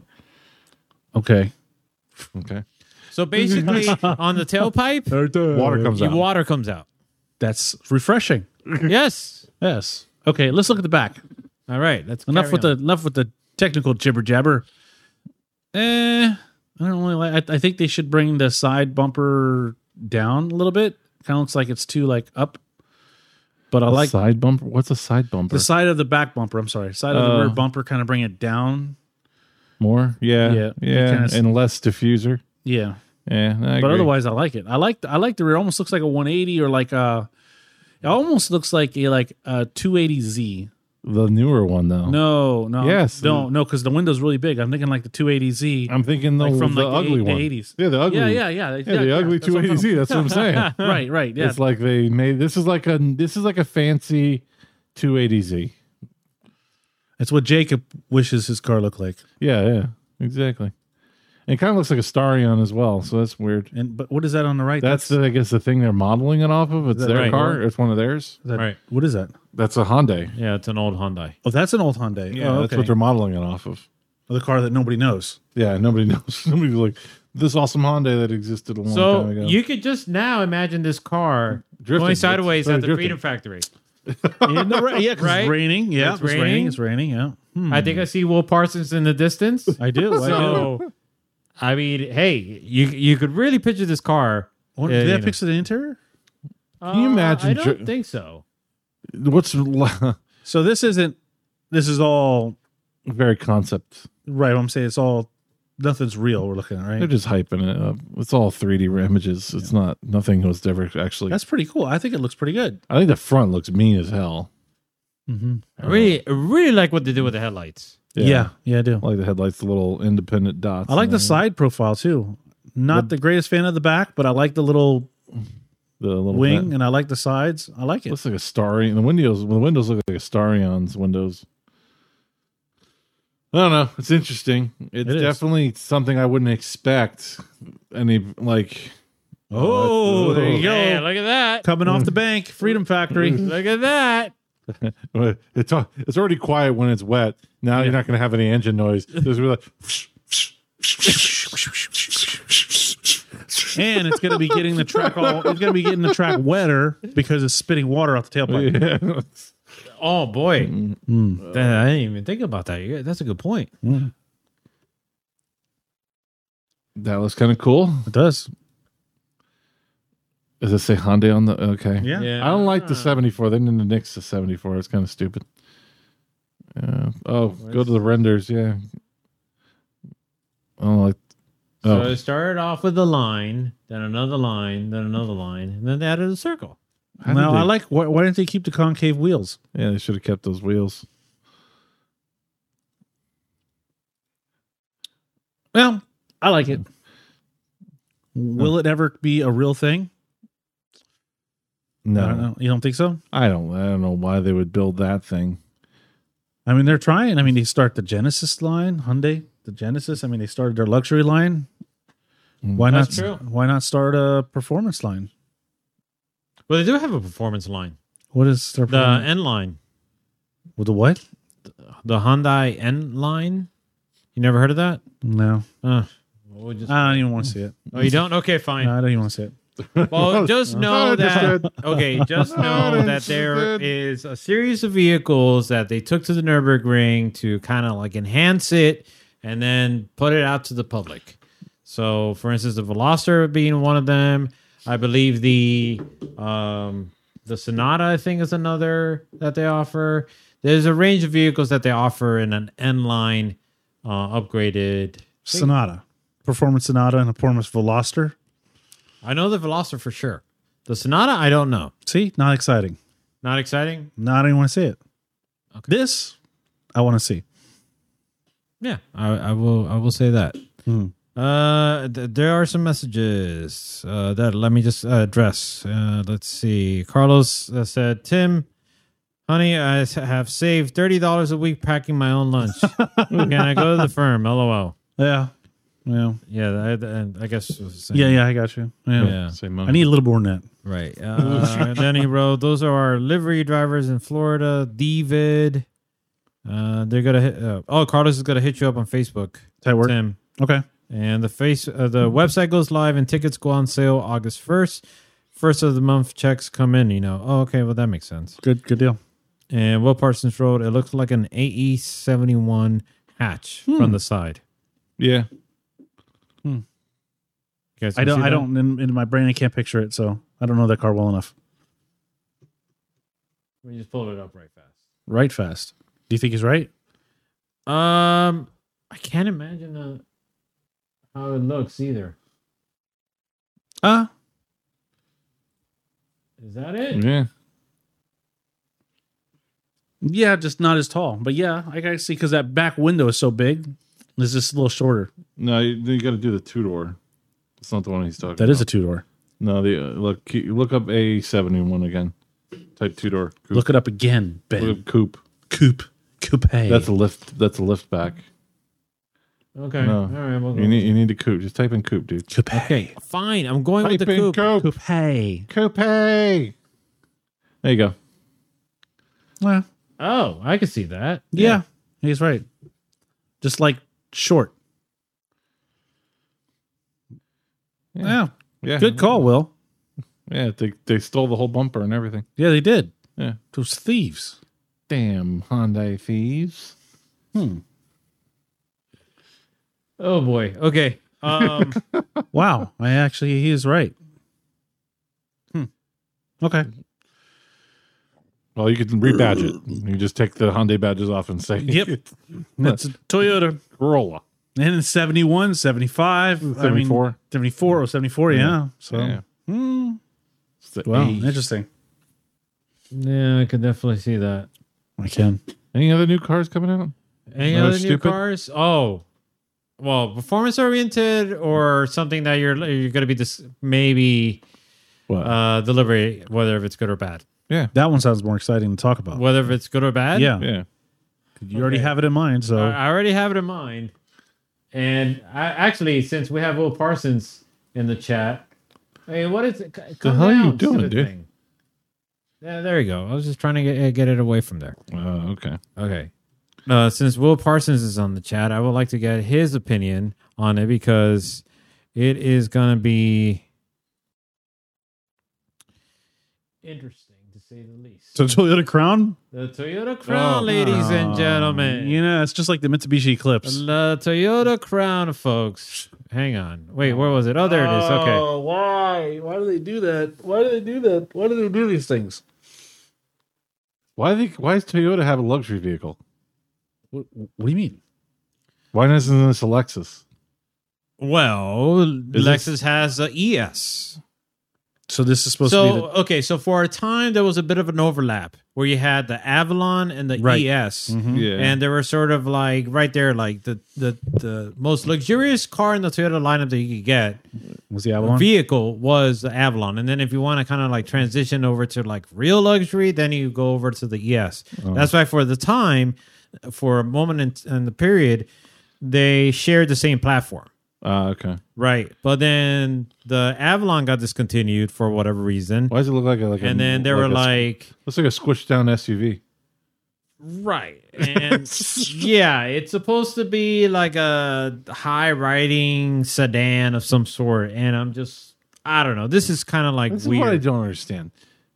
C: Okay.
B: Okay,
A: So basically, on the tailpipe,
B: water comes out.
A: water comes out.
C: That's refreshing.
A: Yes.
C: Yes. Okay. Let's look at the back.
A: All right. Let's
C: Enough
A: carry
C: with
A: on.
C: the enough with the technical jibber jabber. Eh, I don't really like. I, I think they should bring the side bumper down a little bit. Kind of looks like it's too like up. But I like
B: side bumper. What's a side bumper?
C: the side of the back bumper. I'm sorry, side of the
B: Oh.
C: rear bumper. Kind of bring it down.
B: More, yeah,
C: Yeah,
B: yeah,
C: it kinda s-
B: and less diffuser.
C: Yeah,
B: Yeah, I
C: but
B: agree.
C: otherwise, I like it. I like the, I like the rear. It Almost looks like a 180 or like a. It almost looks like a like a 280Z.
B: the newer one though.
C: No, no,
B: Oh. Yes.
C: no, no, because the window's really big. I'm thinking like the 280Z.
B: I'm thinking the,
C: Like from,
B: from the
C: like, the
B: ugly
C: eight- the
B: one.
C: 80s.
B: Yeah, the ugly.
C: yeah, yeah, yeah,
B: yeah, the ugly
C: that's what I'm talking
B: 280Z. That's what I'm saying.
C: about. Right, right, yeah.
B: It's like they made this is like a this is like a fancy 280Z.
C: It's what Jacob wishes his car looked like.
B: Yeah, yeah, exactly. And it kind of looks like a Starion as well, so that's weird.
C: And but what is that on the right?
B: That's, the, I guess the thing they're modeling it off of. It's
C: that
B: their
A: right?
B: car. It's one of theirs.
C: Is that-
A: Right.
C: What is that?
B: That's a Hyundai.
A: Yeah, it's an old Hyundai.
C: Oh, that's an old Hyundai.
B: Yeah,
C: oh,
B: that's what they're modeling it off of.
C: of the car that nobody knows.
B: Yeah, nobody knows. Nobody's like this awesome Hyundai that existed a long
A: So
B: time ago.
A: you could just now imagine this car
B: Drifting.
A: going sideways
B: Sorry,
A: at the
B: drifting.
A: Freedom Factory.
C: In the ra- yeah, 'cause
A: Right?
C: it's raining. Yeah,
A: It's
C: it's, raining.
A: raining.
C: It's raining. Yeah, Hmm.
A: I think I see Will Parsons in the distance.
C: I do. I do.
A: So, I mean, hey, you you could really picture this car.
C: What,
A: Yeah,
C: did
A: you
C: that
A: know.
C: fix to the interior?
A: Can
B: you imagine
A: Uh, I don't
B: dri-
A: think so.
B: What's la-
C: So this isn't. This is all
B: very concept?
C: right. I'm saying it's all nothing's real. We're looking at
B: They're
C: right.
B: just hyping it up. It's all 3D images. It's not nothing was ever actually.
C: That's pretty cool. I think it looks pretty good.
B: I think the front looks mean as hell.
C: Mm-hmm.
A: I really, I really like what they did with the headlights.
C: Yeah. yeah, I do.
B: I like the headlights, the little independent dots.
C: I like
B: and
C: the
B: then
C: side profile too. Not the greatest fan of the back, but I like the little
B: the little
C: wing,
B: vent.
C: and I like the sides. I like it.
B: Looks like a starry. The windows, the windows look like a Starion's windows. I don't know. It's interesting. It's
C: It is.
B: definitely something I wouldn't expect. Any like,
C: Oh,
B: that's-
C: there you go.
A: Yeah, look at that.
C: Coming off the bank, Freedom Factory.
A: Look at that.
B: Oh. it's al- it's already quiet when it's wet. Now you're not going to have any engine noise. There's really like,
C: and it's going to be getting the track all. It's going to be getting the track wetter because it's spitting water out the tailpipe. Mm.
B: yeah.
A: Oh boy, Damn, I didn't even think about that. Yeah, That's a good point.
B: that was kind of cool.
C: It does.
B: Does it say Hyundai on the? Okay.
C: Yeah.
B: I don't like
A: Hmm.
B: the 74. They didn't nix the 74. It's kind of stupid. Yeah. Oh, go to the renders. Yeah. I don't like.
A: So
B: Oh,
A: it started off with a line, then another line, then another line, and then they added a circle.
B: how did
C: Now
B: they-
C: I like. Why, why didn't they keep the concave wheels?
B: Yeah, they should have kept those wheels.
C: Well, I like it. Will it ever be a real thing? I don't
B: No,
C: know. You don't think so?
B: I don't. I don't know why they would build that thing.
C: I mean, they're trying. I mean, they start the Genesis line, Hyundai, the Genesis. I mean, they started their luxury line.
B: Hmm.
C: Why
A: That's
C: not?
A: true.
C: Why not start a performance line?
A: Well, they do have a performance line,
C: What is their
A: the
C: performance-
A: N line,
C: with the what?
A: the Hyundai N line. You never heard of that?
C: No,
A: Uh, we'll just-
C: I don't even want to see it.
A: oh, you don't? Okay, fine.
C: No, I don't even want to see it.
A: Well, just know
B: Not
A: that
B: interested.
A: okay, just
B: Not
A: know that there
B: interested.
A: is a series of vehicles that they took to the Nurburgring to kind of like enhance it and then put it out to the public. So, for instance, the Veloster being one of them, I believe the um, the Sonata I think is another that they offer. There's a range of vehicles that they offer in an N line uh, upgraded.
C: Sonata, performance Sonata, and a performance Veloster.
A: I know the Veloster for sure. The Sonata, I don't know.
C: See, not exciting.
A: Not exciting.
C: No, I don't even want to see it. This, I want to see.
A: Yeah, I, I will. I will say that.
C: Hmm.
A: Uh, th- there are some messages uh, that let me just uh, address. Uh, let's see. Carlos uh, said, "Tim, honey, I s- have saved thirty dollars a week packing my own lunch. Can I go to the firm? LOL."
C: Yeah, yeah,
A: Yeah, I, and I guess. it was the same.
C: yeah, yeah. I got you. Yeah.
A: Yeah.
B: Say
C: I
B: money.
C: need a little more than that.
A: Right. Uh, and then he wrote, "Those are our livery drivers in Florida, David. Uh, they're gonna. Hit, uh, oh, Carlos is gonna hit you up on Facebook,
C: That work?
A: Tim."
C: Okay.
A: And the face uh, the website goes live and tickets go on sale August first. First of the month checks come in, you know. Oh, okay, well that makes sense.
C: Good. Good deal.
A: And Will Parsons Road, it looks like an AE seventy one hatch
C: Hmm.
A: from the side.
B: yeah.
A: You guys
C: I
A: can
C: don't.
A: see
C: I
A: that?
C: don't. In, in my brain, I can't picture it. So I don't know that car well enough.
A: Let me just pull it up right fast.
C: Right fast. Do you think he's right?
A: Um I can't imagine uh, how it looks either.
C: Uh
A: Is that it?
B: Yeah.
C: yeah, just not as tall. But yeah, I gotta see because that back window is so big. It's just a little shorter.
B: No, you, you got to do the two door. It's not the one he's talking.
C: That is a
B: about.
C: two door.
B: no. The uh, look. keep- Look up a seventy one again. Type two door. coupe.
C: Look it up again,
B: Look
C: Ben.
B: up coupe.
C: Coupe. Coupe.
B: That's a lift. That's a lift back.
A: Okay.
B: No.
A: All right, well
C: Oh.
B: You need you need a coupe. Just type in coupe, dude.
C: coupe.
A: Okay, fine. I'm going with
B: Type
A: the
B: in
A: coupe.
B: coupe.
C: Coupe.
B: Coupe. There you go.
C: Well,
A: Oh, I can see that.
C: yeah, he's right. Just like short. Yeah.
B: Yeah.
C: Good call, Will.
B: Yeah, they they stole the whole bumper and everything.
C: Yeah, they did.
B: Yeah.
C: Those thieves.
B: Damn Hyundai thieves.
A: Oh boy. Okay. Um,
C: Wow. I actually, he is right. Hmm. Okay.
B: Well, you can rebadge it. You just take the Hyundai badges off and say
C: Yep. That's a Toyota.
B: Corolla.
C: And it's 71, 75, 74. I mean,
B: 74.
C: 74 or 74, yeah. So,
B: Yeah.
C: hmm.
B: It's the
C: wow,
B: age.
C: interesting.
A: yeah, I could definitely see that.
C: I can.
B: Any other new cars coming out?
A: Any
B: Another
A: other new
B: stupid-
A: cars? Oh, well, performance oriented or something that you're you're going to be dis- maybe
B: What?
A: uh, delivery, whether if it's good or bad,
C: That one sounds more exciting to talk about.
A: whether if it's good or bad.
C: yeah.
B: yeah.
C: You already have it in mind. So,
A: I I already have it in mind. And I actually, since we have Will Parsons in the chat, hey, what is it? C- Calm
B: hell are you
A: down,
B: doing,
A: stupid
B: dude?
A: thing. Yeah, there you go. I was just trying to get, get it away from there.
B: Oh, okay.
A: Okay. Uh, since Will Parsons is on the chat, I would like to get his opinion on it because it is going to be interesting to say the least.
C: so Toyota Crown,
A: the Toyota Crown,
B: Oh.
A: ladies and gentlemen.
C: you know, it's just like the Mitsubishi Eclipse.
A: The Toyota Crown, folks. Hang on. Wait, where was it? Oh, there it is. Okay.
C: why? Why do they do that? Why do they do that? Why do they do these things?
B: Why they, why does Toyota have a luxury vehicle?
C: What, what do you mean?
B: Why isn't this a Lexus?
A: Well, Lexus
B: this-
A: has a ES.
C: So, this is supposed to be
A: So
C: the.
A: okay, so for a time there was a bit of an overlap where you had the Avalon and the E
C: Right.
A: ES.
C: Mhm.
B: Yeah.
A: And they were sort of like right there, like the, the the most luxurious car in the Toyota lineup that you could get
C: Was the Avalon?
A: vehicle was the Avalon, and then if you want to kind of like transition over to like real luxury, then you go over to the ES.
B: Oh.
A: That's why for the time, for a moment in, in the period, they shared the same platform.
B: Ah, okay.
A: Right. But then the Avalon got discontinued for whatever reason.
B: Why does it look like a like a-
A: And then they were
B: a-
A: like,
B: looks like a squished down SUV.
A: right. And yeah, it's supposed to be like a high riding sedan of some sort. And I'm just, I don't know. This is kind of like
B: This is what I
A: weird.
B: don't understand.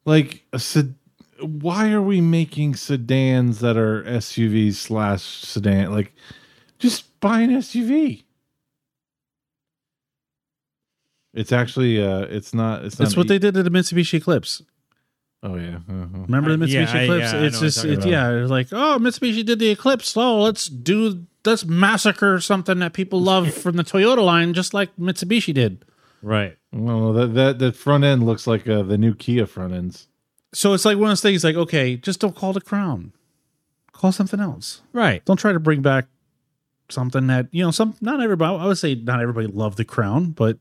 B: Like a sed- why are we making sedans that are SUVs slash sedan? Like, just buy an SUV. It's actually uh, it's not. It's not.
C: That's what
B: e-
C: they did to the Mitsubishi Eclipse.
B: Oh yeah. Uh-huh.
C: Remember the
A: Uh, yeah,
C: Mitsubishi
A: I-
C: Eclipse?
A: yeah, I
C: it's
A: know what
C: just,
A: you're
C: it's,
A: talking
C: yeah, it's like, oh, Mitsubishi did the Eclipse. Oh, let's do, let's massacre something that people love from the Toyota line, just like Mitsubishi did.
A: Right.
B: Well, that that that front end looks like uh, the new Kia front ends.
C: So it's like one of those things like, okay, just don't call the crown. Call something else.
A: Right.
C: Don't try to bring back something that, you know, some, not everybody, I would say not everybody loved the crown, but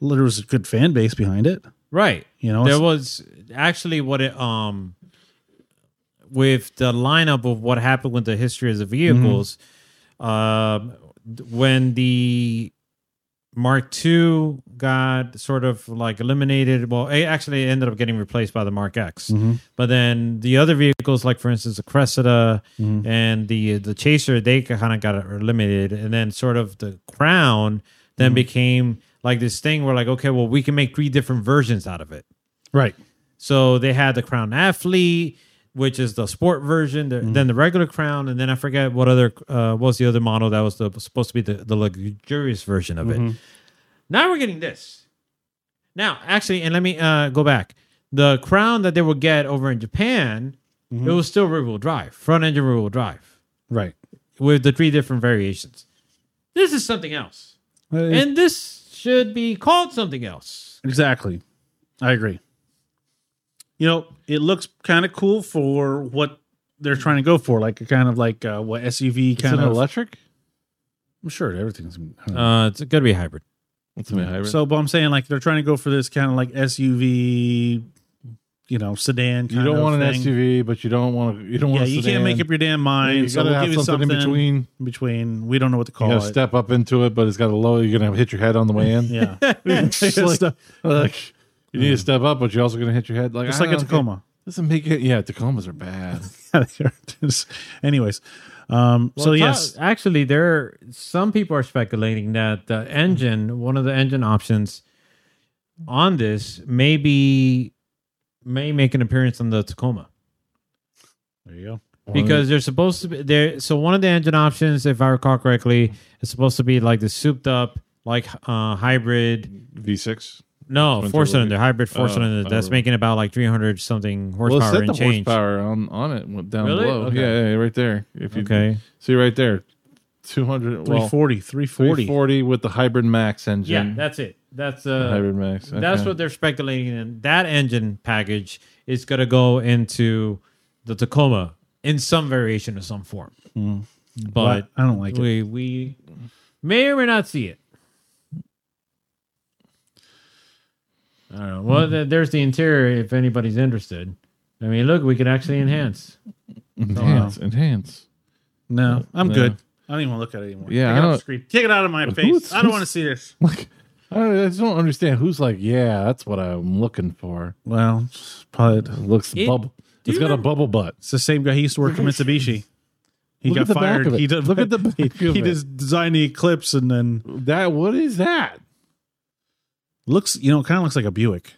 C: there was a good fan base behind it.
A: Right.
C: You know,
A: there
C: it's-
A: was actually what it um with the lineup of what happened with the history of the vehicles. Um, when the Mark II got sort of like eliminated, well, it actually ended up getting replaced by the Mark X.
C: Mm-hmm.
A: But then the other vehicles, like for instance the Cressida
C: Mm-hmm.
A: and the the Chaser, they kind of got uh, eliminated, and then sort of the Crown then became like this thing where like okay, well we can make three different versions out of it.
C: Right.
A: So they had the Crown Athlete, which is the sport version, the, then the regular Crown, and then I forget what other uh, what was the other model that was the, supposed to be the, the luxurious version
C: Mm-hmm.
A: of it. Now we're getting this. Now, actually, and let me uh, go back. The Crown that they would get over in Japan, it was still rear wheel drive, front engine rear wheel drive,
C: Right.
A: with the three different variations. This is something else, and this should be called something else.
C: Exactly. I agree. You know, it looks kind of cool for what they're trying to go for, like a kind of like uh, what SUV
B: It's
C: kind
B: an
C: of.
B: electric.
C: I'm sure everything's.
A: Uh, it's gonna be hybrid.
B: It's a hybrid.
C: Mm-hmm. So, but I'm saying like they're trying to go for this kind of like SUV, you know, sedan.
B: you
C: Kind
B: don't
C: of
B: want an
C: thing.
B: SUV, but you don't want to. You don't
C: Yeah,
B: want. A
C: you can't make up your damn mind.
B: You
C: so
B: gotta
C: we'll
B: have
C: give you
B: something in between.
C: in between. We don't know what to
B: You
C: call
B: gotta
C: it.
B: step up into it, but it's got a low. You're gonna hit your head on the way in.
C: Yeah, it's
B: It's like, like, you need to step up, but you're also gonna hit your head. Like
C: just
B: I
C: like a
B: don't-
C: Tacoma.
B: Doesn't make it. Yeah, Tacomas are bad.
C: Anyways, Um, so
A: Well,
C: yes,
A: pro- actually, there some people are speculating that the engine, one of the engine options on this, maybe may make an appearance on the Tacoma
C: there you go.
A: because they're supposed to be there. So one of the engine options, if I recall correctly, is supposed to be like the souped up, like uh, hybrid.
B: V6.
A: No,
B: Twin
A: four
B: turbo.
A: cylinder, hybrid four
B: Oh,
A: cylinder. That's
B: oh.
A: making about like three hundred something
B: Well,
A: horsepower
B: it set
A: and
B: the
A: change.
B: horsepower on, on it down
A: Really?
B: below.
A: Okay.
B: Yeah, yeah, right there. If you
A: Okay.
B: see right there, 200 well,
C: 340, 340.
B: 340 with the hybrid max engine.
A: Yeah, that's it. That's uh,
B: hybrid max.
A: That's
B: okay.
A: what they're speculating in. That engine package is going to go into the Tacoma in some variation or some form.
B: Mm.
A: But
C: I don't like it.
A: we, we may or may not see it. I don't know. Well, th- there's the interior if anybody's interested. I mean, look, we could actually enhance.
B: enhance, enhance.
C: No, I'm
B: No.
C: good. I don't even want to look at it anymore.
B: Yeah,
C: Take
B: I
C: it, off
B: don't-
C: the screen. Take it out of my face.
B: Who's-
C: I don't
B: who's-
C: want to see this.
B: Like, I, don't, I just don't understand who's like, yeah, that's what I'm looking for.
C: Well, it's probably
B: It looks
A: It-
B: bubble.
A: do
B: It's
A: you
B: got
A: remember-
B: a bubble butt.
C: it's the same guy. He used to work for Mitsubishi. He
B: Look
C: got
B: at the back
C: fired.
B: of it.
C: He did,
B: Look at the back
C: he,
B: of
C: he
B: it.
C: just designed the Eclipse and then
B: That what is that?
C: looks. You know, it kind of looks like a Buick.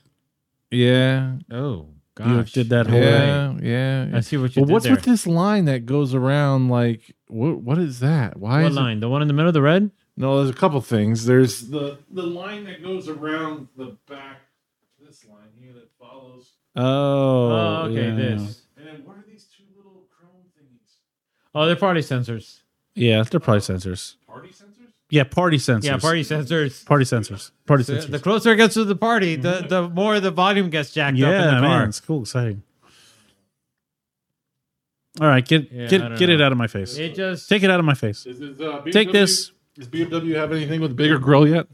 B: Yeah,
A: Oh,
C: Buick
A: gosh.
C: did that whole.
B: yeah, yeah.
A: I see what you
B: Well,
A: did
B: what's
A: there.
B: with this line that goes around? Like, what what is that? Why
A: what
B: is it-
A: line? The one in the middle, the red?
B: No, there's a couple things. There's the the line that goes around the back. This line here that follows.
C: Oh,
A: Oh, okay,
C: yeah,
A: this.
B: And then what are these two little chrome thingies?
A: Oh, they're party sensors.
C: Yeah, they're probably sensors.
B: Party sensors?
C: Yeah, party sensors.
A: Yeah, party sensors.
C: party sensors. Party
A: The, the
C: sensors.
A: closer it gets to the party, the, the more the volume gets jacked up in
C: Mm-hmm. Yeah,
A: the car.
C: man, it's cool, exciting. All right, get
A: Yeah, I
C: get
A: don't
C: get it
A: know.
C: out of my face.
A: It just
C: Take it out of my face.
B: Is, is, uh,
C: Take
B: BMW
C: this.
B: Does BMW have anything with a bigger grill yet?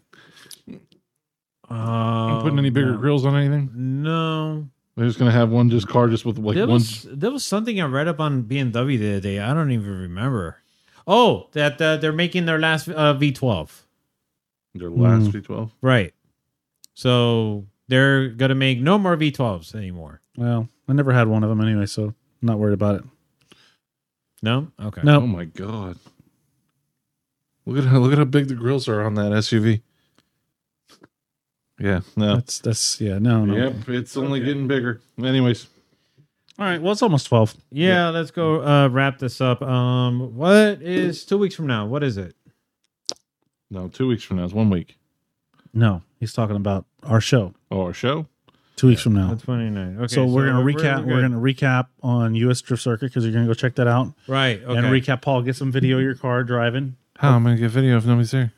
A: uh,
B: Putting any bigger grills on anything?
A: No,
B: They're just gonna have one just car just with like
A: there
B: one.
A: was there was something I read up on BMW the other day. I don't even remember. Oh, that uh, they're making their last uh, V12,
B: Their last V12.
A: right? So they're gonna make no more V12s anymore.
C: Well, I never had one of them anyway, so I'm not worried about it.
A: No, okay,
C: No.
B: Oh my god! Look at how look at how big the grills are on that SUV. Yeah, no,
C: That's that's yeah, no, no.
B: Yep, it's only getting bigger. Anyways,
C: All right, well, it's almost twelve.
A: yeah, let's go uh, wrap this up. Um, what is two weeks from now? What is it?
B: no, two weeks from now is one week.
C: No, he's talking about our show
B: Oh, our show.
C: two weeks from now.
A: The 29. Okay,
C: so we're gonna recap. We're,
A: good.
C: gonna recap on U.S. Drift Circuit because you're gonna go check that out
A: right okay.
C: and recap. Paul, get some video of your car driving.
B: How I'm gonna get video if nobody's there?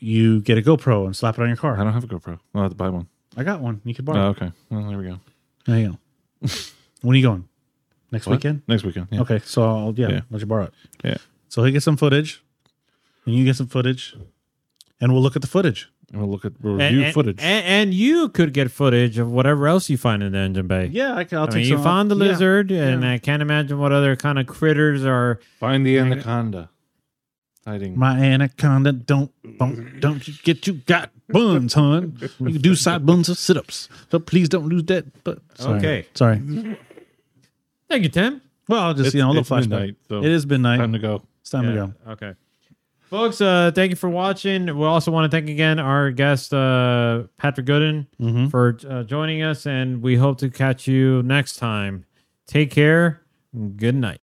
C: You get a GoPro and slap it on your
B: I
C: car.
B: don't have a GoPro. I'll have to buy one.
C: I got one. You could borrow.
B: Oh, okay. Well, there we go.
C: There you go. when are you going? Next
B: What?
C: weekend?
B: Next weekend. Yeah.
C: Okay, so I'll, yeah,
B: Yeah.
C: let you borrow it.
B: Yeah.
C: So he gets some footage, and you get some footage, and we'll look at the footage.
B: And we'll look at we'll
A: And-
B: review
A: and-
B: footage.
A: And, and you could get footage of whatever else you find in the engine bay.
C: Yeah, I can, I'll
A: I
C: take
A: mean, you
C: some-
A: found the
C: yeah.
A: lizard, and
C: yeah.
A: I can't imagine what other kind of critters are.
B: Find the anaconda hiding.
C: My anaconda don't don't don't you get you got buns, hon. You can do side buns or sit ups. So please don't lose that. But sorry.
A: Okay.
C: sorry.
A: Thank you, Tim.
C: Well, I'll just you know a little
B: it's
C: flashback.
B: midnight, so
C: it is midnight.
B: time to go.
C: it's time
A: Yeah,
C: to go.
A: Okay. Folks, uh, thank you for watching. We also want to thank again our guest, uh, Patrick Gooden,
C: Mm-hmm.
A: for uh, joining us, and we hope to catch you next time. Take care. and Good night.